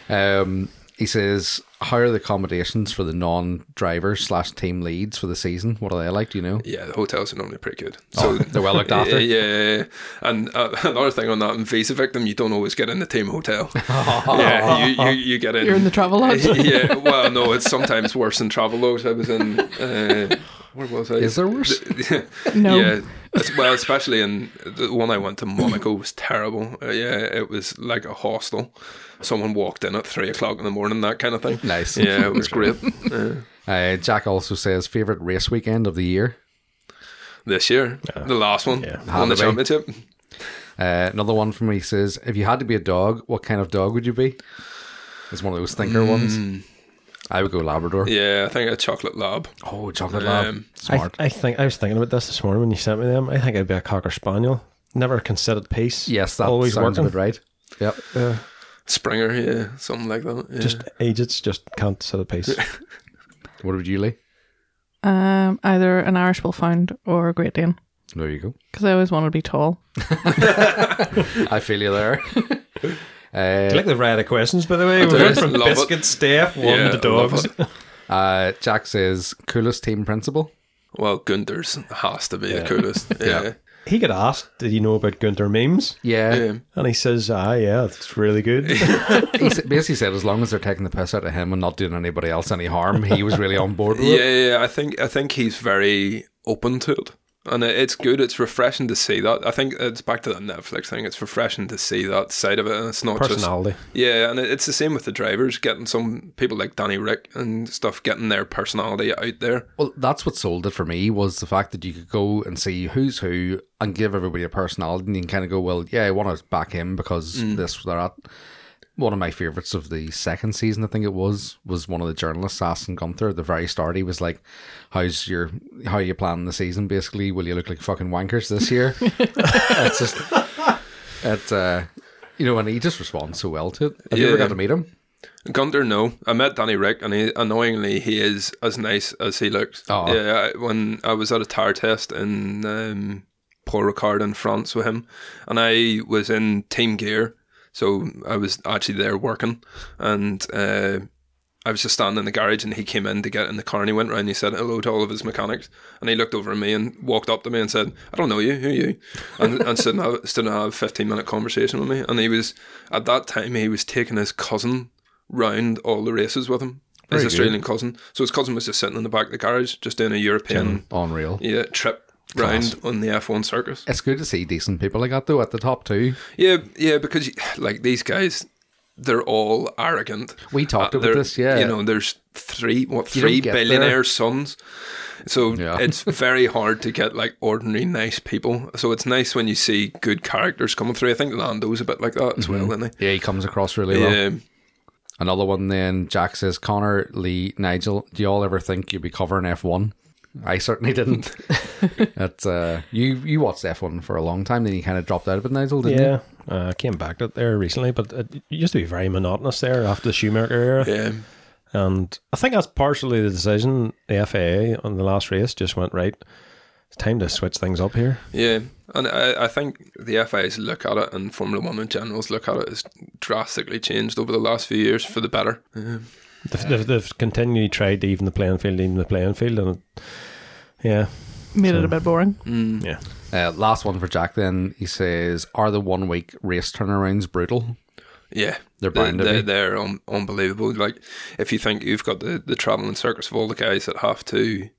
Speaker 3: Um, he says, "How are the accommodations for the non-drivers slash team leads for the season? What are they like? Do you know?"
Speaker 4: yeah, the hotels are normally pretty good. So.
Speaker 3: Oh, They're well looked after.
Speaker 4: Yeah, yeah, yeah. and uh, another thing on that, in visa victim, you don't always get in the team hotel. yeah, you, you, you get in.
Speaker 2: You're in the travel lodge.
Speaker 4: yeah, well, no, it's sometimes worse than travel lodge. I was in. Uh, where was I?
Speaker 3: Is there worse?
Speaker 2: no.
Speaker 4: Yeah, it's- well, especially in the one I went to Monaco was terrible. Uh, yeah, it was like a hostel. Someone walked in at three o'clock in the morning, that kind of thing.
Speaker 3: Nice.
Speaker 4: Yeah, it was great. Uh,
Speaker 3: Uh, Jack also says, "Favorite race weekend of the year."
Speaker 4: this year, the last one,
Speaker 1: Yeah.
Speaker 4: won the
Speaker 3: Had to be.
Speaker 4: championship.
Speaker 3: Uh, another one from me says, "If you had to be a dog, what kind of dog would you be?" It's one of those thinker ones. I would go Labrador.
Speaker 4: Hmm. Yeah, I think a chocolate lab.
Speaker 3: Oh, chocolate lab,
Speaker 4: Um,
Speaker 1: I,
Speaker 3: smart.
Speaker 1: I think I was thinking about this this morning when you sent me them. I think I'd be a cocker spaniel. Never considered peace.
Speaker 3: yes, that
Speaker 1: always
Speaker 3: sounds
Speaker 1: working.
Speaker 3: a bit right. Yep.
Speaker 4: Springer, yeah, something like that. yeah.
Speaker 1: Just agents just can't sit at peace.
Speaker 3: What about you, Lee?
Speaker 2: Um, either an Irish Wolfhound or a Great Dane,
Speaker 3: There you go.
Speaker 2: because I always wanted to be tall.
Speaker 3: I feel you there.
Speaker 1: I like
Speaker 3: uh,
Speaker 1: the variety of questions, by the way. We
Speaker 4: do.
Speaker 1: went from
Speaker 4: Love it.
Speaker 1: biscuit staff one
Speaker 4: Yeah,
Speaker 1: to
Speaker 4: I love
Speaker 1: dogs.
Speaker 4: it.
Speaker 3: uh, Jack says, "Coolest team principal."
Speaker 4: Well, Gunder's has to be the coolest. Yeah.
Speaker 1: He got asked, "Did you know about Gunter memes?"
Speaker 3: Yeah,
Speaker 4: yeah.
Speaker 1: And he says, "Ah, yeah, it's really good."
Speaker 3: he s- basically said as long as they're taking the piss out of him and not doing anybody else any harm, he was really on board with it.
Speaker 4: Yeah, yeah, I think I think he's very open to it, and it- it's good. It's refreshing to see that. I think it's back to that Netflix thing. It's refreshing to see that side of it, and it's not
Speaker 1: Personality.
Speaker 4: just yeah. And it- it's the same with the drivers getting some people like Danny Rick and stuff getting their personality out there.
Speaker 3: Well, that's what sold it for me was the fact that you could go and see who's who and give everybody a personality and you can kind of go, well, yeah, I want to back him because
Speaker 4: Mm.
Speaker 3: this or that. One of my favorites of the second season, I think it was, was one of the journalists asking Gunther at the very start. He was like, "How's your how are you planning the season? Basically, will you look like fucking wankers this year?" it's just, it's uh, you know, and he just responds so well to it. Have you ever
Speaker 4: Yeah.
Speaker 3: got to meet him?
Speaker 4: Gunter, no, I met Danny Rick, and he, annoyingly, he is as nice as he looks.
Speaker 3: Aw.
Speaker 4: Yeah, I, when I was at a tire test in um, Paul Ricard in France with him, and I was in team gear, So I was actually there working, and uh, I was just standing in the garage, and he came in to get in the car, and he went round. And he said hello to all of his mechanics, and he looked over at me and walked up to me and said, "I don't know you. Who are you?" And, and stood and have, stood and have a fifteen minute conversation with me. And he was at that time he was taking his cousin round all the races with him.
Speaker 1: Very
Speaker 4: His
Speaker 1: good.
Speaker 4: Australian cousin. So his cousin was just sitting in the back of the garage, just doing a European
Speaker 3: Unreal.
Speaker 4: yeah, trip round on the F1 circus.
Speaker 3: It's good to see decent people like that though at the top too.
Speaker 4: Yeah, yeah, because like these guys, they're all arrogant. Uh,
Speaker 3: We talked about
Speaker 4: they're-
Speaker 3: this, yeah.
Speaker 4: You know, there's three what
Speaker 3: You don't
Speaker 4: three
Speaker 3: get
Speaker 4: billionaire
Speaker 3: there.
Speaker 4: sons. So
Speaker 3: Yeah.
Speaker 4: it's very hard to get like ordinary nice people. So it's nice when you see good characters coming through. I think Lando's a bit like that as
Speaker 3: Mm-hmm.
Speaker 4: well, isn't
Speaker 3: Yeah, he comes across really
Speaker 4: he?
Speaker 3: well.
Speaker 4: Yeah.
Speaker 3: Another one then, Jack says, Connor, Lee, Nigel, do you all ever think you'd be covering F1? I certainly didn't. That's uh, you. You watched F1 for a long time, then you kind of dropped out of it, Nigel, didn't you?
Speaker 1: Yeah, uh, I came back to it there recently, but it it used to be very monotonous there after the Schumacher era.
Speaker 4: Yeah.
Speaker 1: And I think that's partially the decision. The FAA on the last race just went, right, it's time to switch things up here.
Speaker 4: Yeah, and I, I think the FA's look at it and Formula One in general's look at it has drastically changed over the last few years for the better. Yeah.
Speaker 1: They've, they've, they've continually tried to even the playing field, even the playing field. And it, yeah,
Speaker 2: Made it a bit boring.
Speaker 4: Mm.
Speaker 1: yeah.
Speaker 3: Uh, last one for Jack. Then he says, "Are the one week race turnarounds brutal?"
Speaker 4: Yeah,
Speaker 3: They're bound to
Speaker 4: They're,
Speaker 3: be.
Speaker 4: they're un- unbelievable. Like if you think you've got the the traveling circus of all the guys that have to,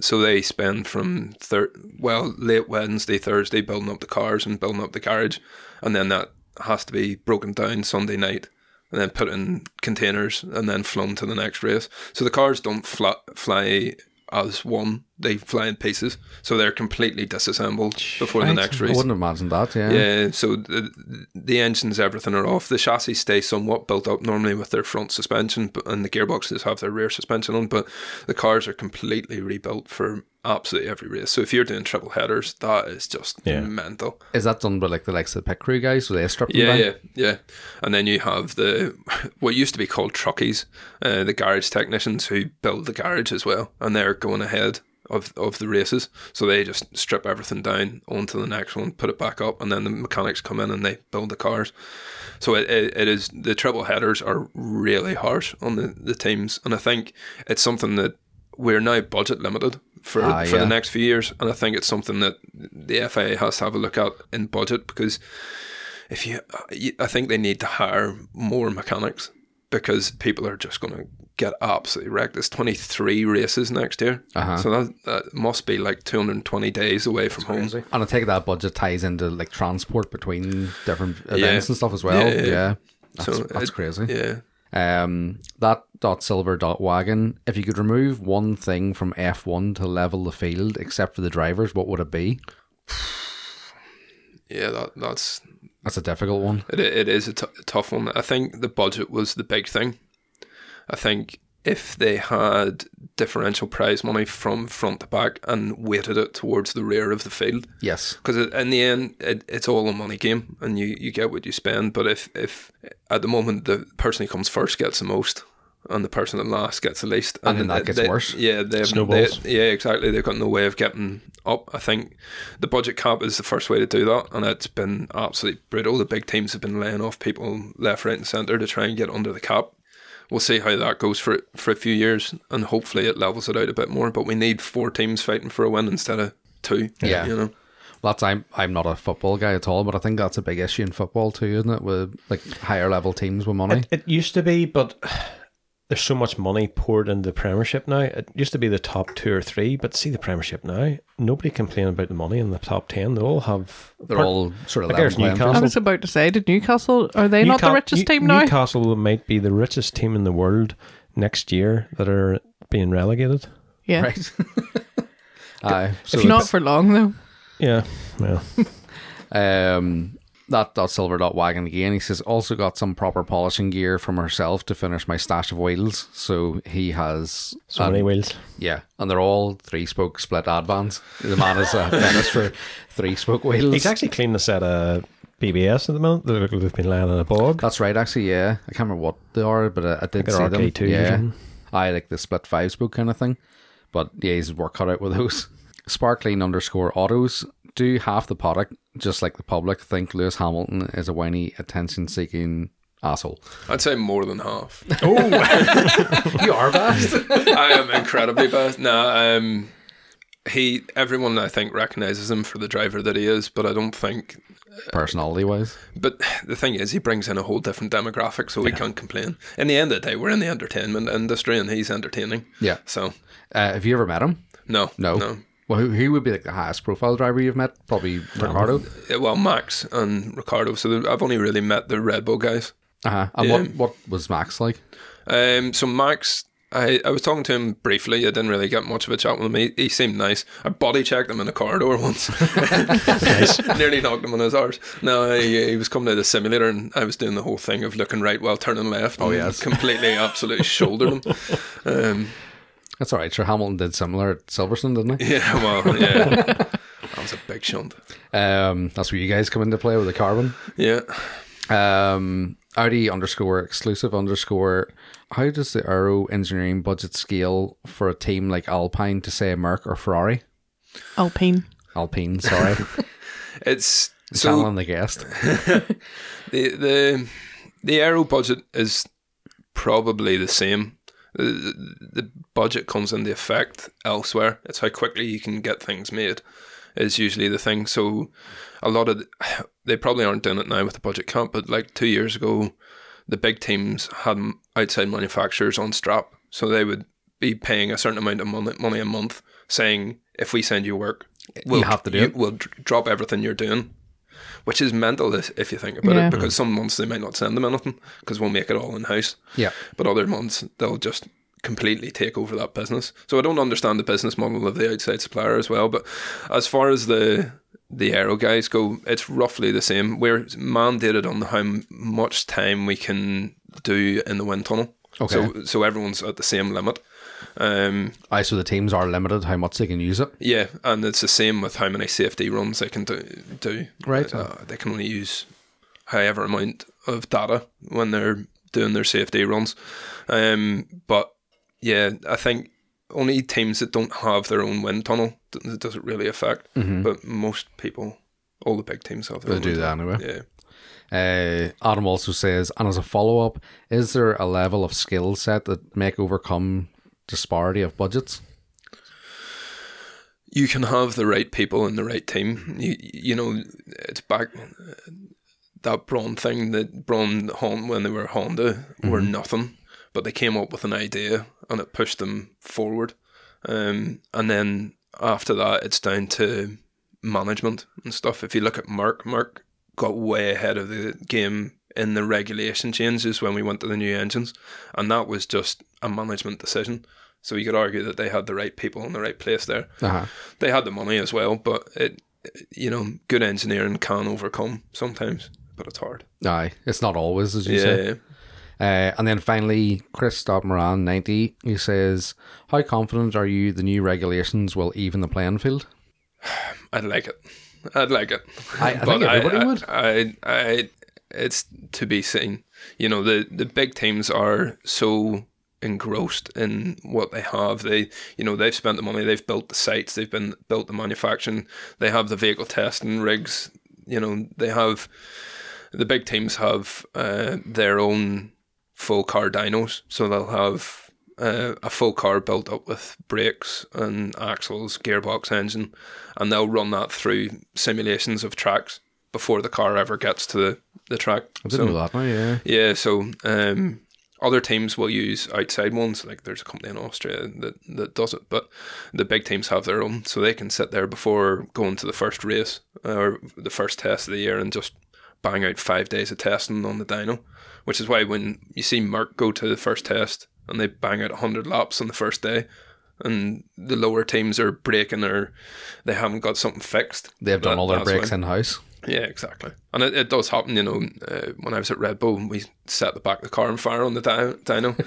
Speaker 4: so they spend from thir- well late Wednesday, Thursday building up the cars and building up the garage, and then that has to be broken down Sunday night. And then put in containers and then flown to the next race. So the cars don't fly, fly as one; they fly in pieces. So they're completely disassembled before the next
Speaker 3: I
Speaker 4: race.
Speaker 3: wouldn't imagine that. Yeah.
Speaker 4: Yeah, so the, the engines, everything are off. The chassis stay somewhat built up normally with their front suspension, but, and the gearboxes have their rear suspension on. But the cars are completely rebuilt for absolutely every race. So if you're doing triple headers, that is just
Speaker 1: Yeah.
Speaker 4: mental.
Speaker 3: Is that done by like the likes of the pit crew guys? So they strip them
Speaker 4: Yeah,
Speaker 3: down?
Speaker 4: yeah, yeah. And then you have the what used to be called truckies, uh, the garage technicians who build the garage as well, and they're going ahead of of the races. So they just strip everything down onto the next one, put it back up, and then the mechanics come in and they build the cars. So it, it, it is the triple headers are really harsh on the, the teams, and I think it's something that we're now budget limited for
Speaker 3: Ah,
Speaker 4: for
Speaker 3: yeah.
Speaker 4: the next few years, and I think it's something that the FAA has to have a look at in budget because if you, uh, you- I think they need to hire more mechanics because people are just going to get absolutely wrecked. There's 23 races next year, so that, that must be like 220 days away from home.
Speaker 3: And I take that budget ties into like transport between different events and stuff as well.
Speaker 4: Yeah,
Speaker 3: Yeah.
Speaker 4: yeah.
Speaker 3: That's, that's
Speaker 4: it-
Speaker 3: crazy.
Speaker 4: Yeah,
Speaker 3: Um, that dot silver dot wagon. If you could remove one thing from F one to level the field, except for the drivers, what would it be?
Speaker 4: yeah, that that's
Speaker 3: That's a difficult one.
Speaker 4: It, it is a t- a tough one. I think the budget was the big thing. I think if they had differential prize money from front to back and weighted it towards the rear of the field,
Speaker 3: Yes.
Speaker 4: because in the end, it, it's all a money game, and you, you get what you spend. But if, if at the moment the person who comes first gets the most, and the person that last gets the least,
Speaker 3: And then that
Speaker 4: it-
Speaker 3: gets
Speaker 4: they-
Speaker 3: worse.
Speaker 4: Yeah, they,
Speaker 1: Snowballs.
Speaker 4: they- yeah, exactly. They've got no way of getting up. I think the budget cap is the first way to do that, and it's been absolutely brutal. The big teams have been laying off people left, right, and centre to try and get under the cap. We'll see how that goes for for a few years, and hopefully it levels it out a bit more. But we need four teams fighting for a win instead of two.
Speaker 3: Yeah.
Speaker 4: you know.
Speaker 3: That's I'm I'm not a football guy at all, but I think that's a big issue in football too, isn't it? With like higher level teams with money.
Speaker 1: It used to be, but there's so much money poured into the Premiership now. It used to be the top two or three, but see the Premiership now. Nobody complain about the money in the top ten. They all have.
Speaker 3: They're
Speaker 1: part-
Speaker 3: all sort of
Speaker 1: Like
Speaker 3: level
Speaker 1: there's
Speaker 3: playing
Speaker 1: Newcastle.
Speaker 2: I was about to say, did Newcastle are they not the
Speaker 1: Newca-
Speaker 2: richest
Speaker 1: New-
Speaker 2: team now?
Speaker 1: Newcastle might be the richest team in the world next year that are being relegated.
Speaker 2: yeah,
Speaker 3: field, right? Aye. So
Speaker 2: if not for long though.
Speaker 1: Yeah, yeah.
Speaker 3: Um, that dot silver dot wagon again. He says also got some proper polishing gear from herself to finish my stash of wheels. So he has,
Speaker 1: So many wheels.
Speaker 3: yeah, and they're all three spoke split advans. The man is a finished for three spoke wheels.
Speaker 1: He's actually cleaned a set of BBS at the moment. They look like they've been lying in a bog.
Speaker 3: That's right, actually, yeah. I can't remember what they are, but I, I did
Speaker 1: Like
Speaker 3: see
Speaker 1: an
Speaker 3: them.
Speaker 1: RK2 or
Speaker 3: yeah,
Speaker 1: something.
Speaker 3: I like the split five spoke kind of thing. But yeah, he's work cut out with those. Sparkling underscore autos do half the product, just like the public, think Lewis Hamilton is a whiny, attention seeking asshole.
Speaker 4: I'd say more than half.
Speaker 3: You are best.
Speaker 4: I am incredibly bad. No, um, he. Everyone I think recognizes him for the driver that he is, but I don't think.
Speaker 3: Personality wise.
Speaker 4: But the thing is, he brings in a whole different demographic, so we can't complain. In the end of the day, we're in the entertainment industry, and he's entertaining.
Speaker 3: Yeah.
Speaker 4: So
Speaker 3: Uh, have you ever met him?
Speaker 4: no,
Speaker 3: No.
Speaker 4: no.
Speaker 3: Well, who, who would be like the highest profile driver you've met? Probably Ricardo.
Speaker 4: Yeah, Well, Max and Ricardo. So the- I've only really met the Red Bull guys.
Speaker 3: Uh-huh. And
Speaker 4: Yeah.
Speaker 3: what, what was Max like?
Speaker 4: Um, so Max, I, I was talking to him briefly. I didn't really get much of a chat with him. He, he seemed nice. I body checked him in the corridor once. Nearly knocked him on his arse. No, he, he was coming to the simulator, and I was doing the whole thing of looking right while turning left. Oh
Speaker 3: yes.
Speaker 4: completely, absolutely shouldered him. Um,
Speaker 3: That's all right. Sure, Hamilton did similar at Silverstone, didn't he?
Speaker 4: yeah, well, yeah. That was a big shunt.
Speaker 3: Um, that's where you guys come into play with the carbon.
Speaker 4: Yeah.
Speaker 3: Um, Audi underscore exclusive underscore. How does the aero engineering budget scale for a team like Alpine to say Merck or Ferrari?
Speaker 2: Alpine.
Speaker 3: Alpine, sorry.
Speaker 4: It's so
Speaker 3: Channel on the guest.
Speaker 4: the the the aero budget is probably the same. The, the- the budget comes into effect elsewhere. It's how quickly you can get things made is usually the thing. So a lot of the- they probably aren't doing it now with the budget cap, but like two years ago, the big teams had m- outside manufacturers on strap, so they would be paying a certain amount of money, money a month, saying if we send you work, we'll,
Speaker 3: have to do it."
Speaker 4: We'll dr- drop everything you're doing which is mental if if you think about
Speaker 2: Yeah.
Speaker 4: it, because some months they might not send them anything because we'll make it all in house.
Speaker 3: Yeah.
Speaker 4: But other months they'll just completely take over that business. So I don't understand the business model of the outside supplier as well. But as far as the the aero guys go, it's roughly the same. We're mandated on how m- much time we can do in the wind tunnel.
Speaker 3: Okay.
Speaker 4: So so everyone's at the same limit. Um,
Speaker 3: I so the teams are limited how much they can use it.
Speaker 4: yeah, and it's the same with how many safety runs they can do. do.
Speaker 3: Right.
Speaker 4: Uh, they can only use however amount of data when they're doing their safety runs. Um, but yeah, I think only teams that don't have their own wind tunnel d- it doesn't really affect. But most people, all the big teams have their
Speaker 3: Mm-hmm. They
Speaker 4: own
Speaker 3: do
Speaker 4: wind
Speaker 3: that anyway.
Speaker 4: tunnel. Yeah.
Speaker 3: Uh, Adam also says, and as a follow up, is there a level of skill set that make overcome disparity of budgets?
Speaker 4: you can have the right people in the right team. You, you know, it's back that Braun thing that Braun Hon when they were Honda were nothing, but they came up with an idea and it pushed them forward. Um, and then after that, it's down to management and stuff. If you look at Merck, Merck got way ahead of the game in the regulation changes when we went to the new engines, and that was just a management decision. So you could argue that they had the right people in the right place there
Speaker 3: Uh-huh.
Speaker 4: they had the money as well, but it, you know, good engineering can overcome sometimes, but it's hard.
Speaker 3: Aye, it's not always, as you
Speaker 4: Yeah,
Speaker 3: say. Uh, and then finally, Chris Moran, 90, he says, How confident are you the new regulations will even the playing field?
Speaker 4: I'd like it. I'd like it.
Speaker 3: I- I think everybody
Speaker 4: I,
Speaker 3: would.
Speaker 4: I, I, it's to be seen. You know, the the big teams are so engrossed in what they have. They, you know, they've spent the money. They've built the sites. They've been built the manufacturing. They have the vehicle testing rigs. You know, they have the big teams have uh, their own full car dynos, so they'll have uh, a full car built up with brakes and axles, gearbox, engine, and they'll run that through simulations of tracks before the car ever gets to the, the track.
Speaker 3: I
Speaker 4: So-
Speaker 3: didn't know that. now, yeah.
Speaker 4: yeah, so um, other teams will use outside ones. Like there's a company in Austria that, that does it, but the big teams have their own, so they can sit there before going to the first race uh, or the first test of the year and just bang out five days of testing on the dyno. Which is why when you see Merck go to the first test and they bang out 100 laps on the first day, and the lower teams are breaking or they haven't got something fixed.
Speaker 3: They've done
Speaker 4: that-
Speaker 3: all their
Speaker 4: that's
Speaker 3: breaks
Speaker 4: why.
Speaker 3: in house.
Speaker 4: Yeah, exactly. And it, it does happen, you know. Uh, when I was at Red Bull, we set the back of the car on fire on the dy- dyno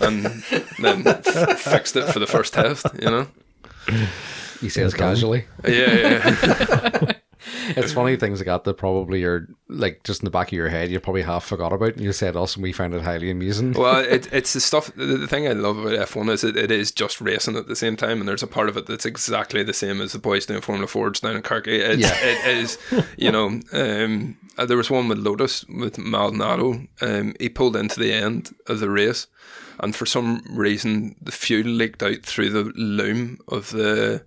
Speaker 4: and then f- fixed it for the first test, you know.
Speaker 3: He says casually.
Speaker 4: Yeah, yeah, yeah.
Speaker 3: It's funny things like that that probably are like just in the back of your head. You probably half forgot about, and you said us, and we found it highly amusing.
Speaker 4: well, it, it's the stuff. The, the thing I love about F one is it, it is just racing at the same time, and there's a part of it that's exactly the same as the boys doing Formula Fords down in Kirky. It's,
Speaker 3: Yeah.
Speaker 4: it is, you know. Um, uh, there was one with Lotus with Maldonado. Um, he pulled into the end of the race, and for some reason, the fuel leaked out through the loom of the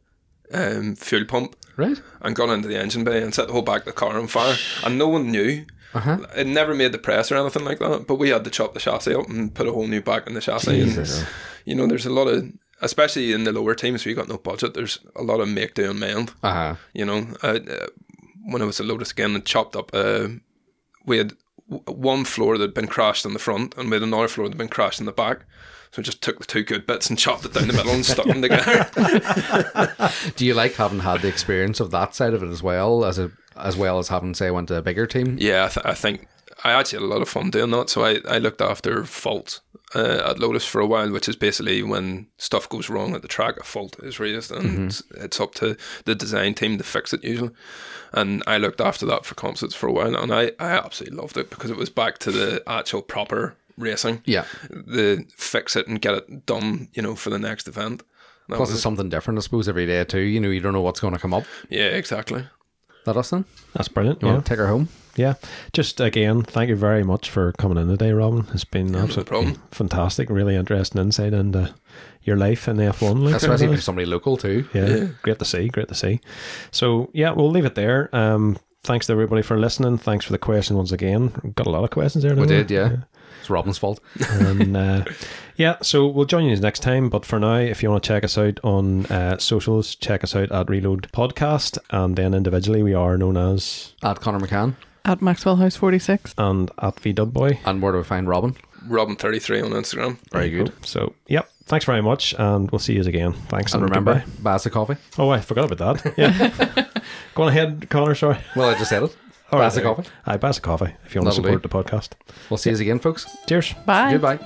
Speaker 4: um, fuel pump
Speaker 3: Right?
Speaker 4: and got into the engine bay and set the whole back of the car on fire. And no one knew. It never made the press or anything like that. But we had to chop the chassis up and put a whole new back in the chassis.
Speaker 3: Jesus.
Speaker 4: And, you know, there's a lot of, especially in the lower teams where you got no budget, there's a lot of make do and mend.
Speaker 3: Uh huh.
Speaker 4: You know, uh, uh, when I was at Lotus again, and chopped up. Uh, we had w- one floor that had been crashed in the front, and we had another floor that had been crashed in the back. So we just took the two good bits and chopped it down the middle and stuck them together.
Speaker 3: Do you like having had the experience of that side of it as well as a as well as having say went to a bigger team?
Speaker 4: Yeah, I, th- I think I actually had a lot of fun doing that. So I, I looked after fault uh, at Lotus for a while, which is basically when stuff goes wrong at the track, a fault is raised, and it's-
Speaker 3: Mm-hmm.
Speaker 4: it's up to the design team to fix it usually. And I looked after that for concerts for a while, and I, I absolutely loved it because it was back to the actual proper racing.
Speaker 3: Yeah.
Speaker 4: The fix it and get it done, you know, for the next event. That
Speaker 3: Plus,
Speaker 4: was
Speaker 3: it's something different, I suppose, every day too. You know, you don't know what's going to come up.
Speaker 4: it. yeah, exactly.
Speaker 3: That us then?
Speaker 1: That's brilliant.
Speaker 3: You
Speaker 1: Yeah.
Speaker 3: want to take her home?
Speaker 1: Yeah. Just again, thank you very much for coming in today, Robin. It's been absolutely
Speaker 4: problem.
Speaker 1: fantastic, really interesting insight into your life in F1. Luke.
Speaker 3: Especially if you're somebody local too.
Speaker 1: uh, yeah, great to see. Great to see. So, yeah, we'll leave it there. Um, thanks to everybody for listening. Thanks for the question once again. We've Got a lot of questions there.
Speaker 3: We
Speaker 1: didn't
Speaker 3: did, yeah. It's Robin's fault.
Speaker 1: and uh, yeah, so we'll join you next time. But for now, if you want to check us out on uh, socials, check us out at Reload Podcast, and then individually we are known as
Speaker 3: At Connor McCann.
Speaker 2: At Maxwell House 46.
Speaker 1: and at VDubboy.
Speaker 3: And where do we find Robin?
Speaker 4: Robin33 on Instagram.
Speaker 3: Very good.
Speaker 1: So, yep, thanks very much, and we'll see you again. Thanks,
Speaker 3: And remember,
Speaker 1: goodbye.
Speaker 3: Bass of Coffee.
Speaker 1: Oh, I forgot about that. Yeah, go on ahead, Connor. Sorry.
Speaker 3: Well, I just said it.
Speaker 1: All
Speaker 3: Bass of
Speaker 1: there.
Speaker 3: Coffee.
Speaker 1: Aye, Bass of Coffee. If you want
Speaker 3: That'll
Speaker 1: to support the podcast,
Speaker 3: We'll see you again, folks.
Speaker 1: cheers.
Speaker 2: Bye.
Speaker 3: Goodbye.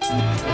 Speaker 4: Bye.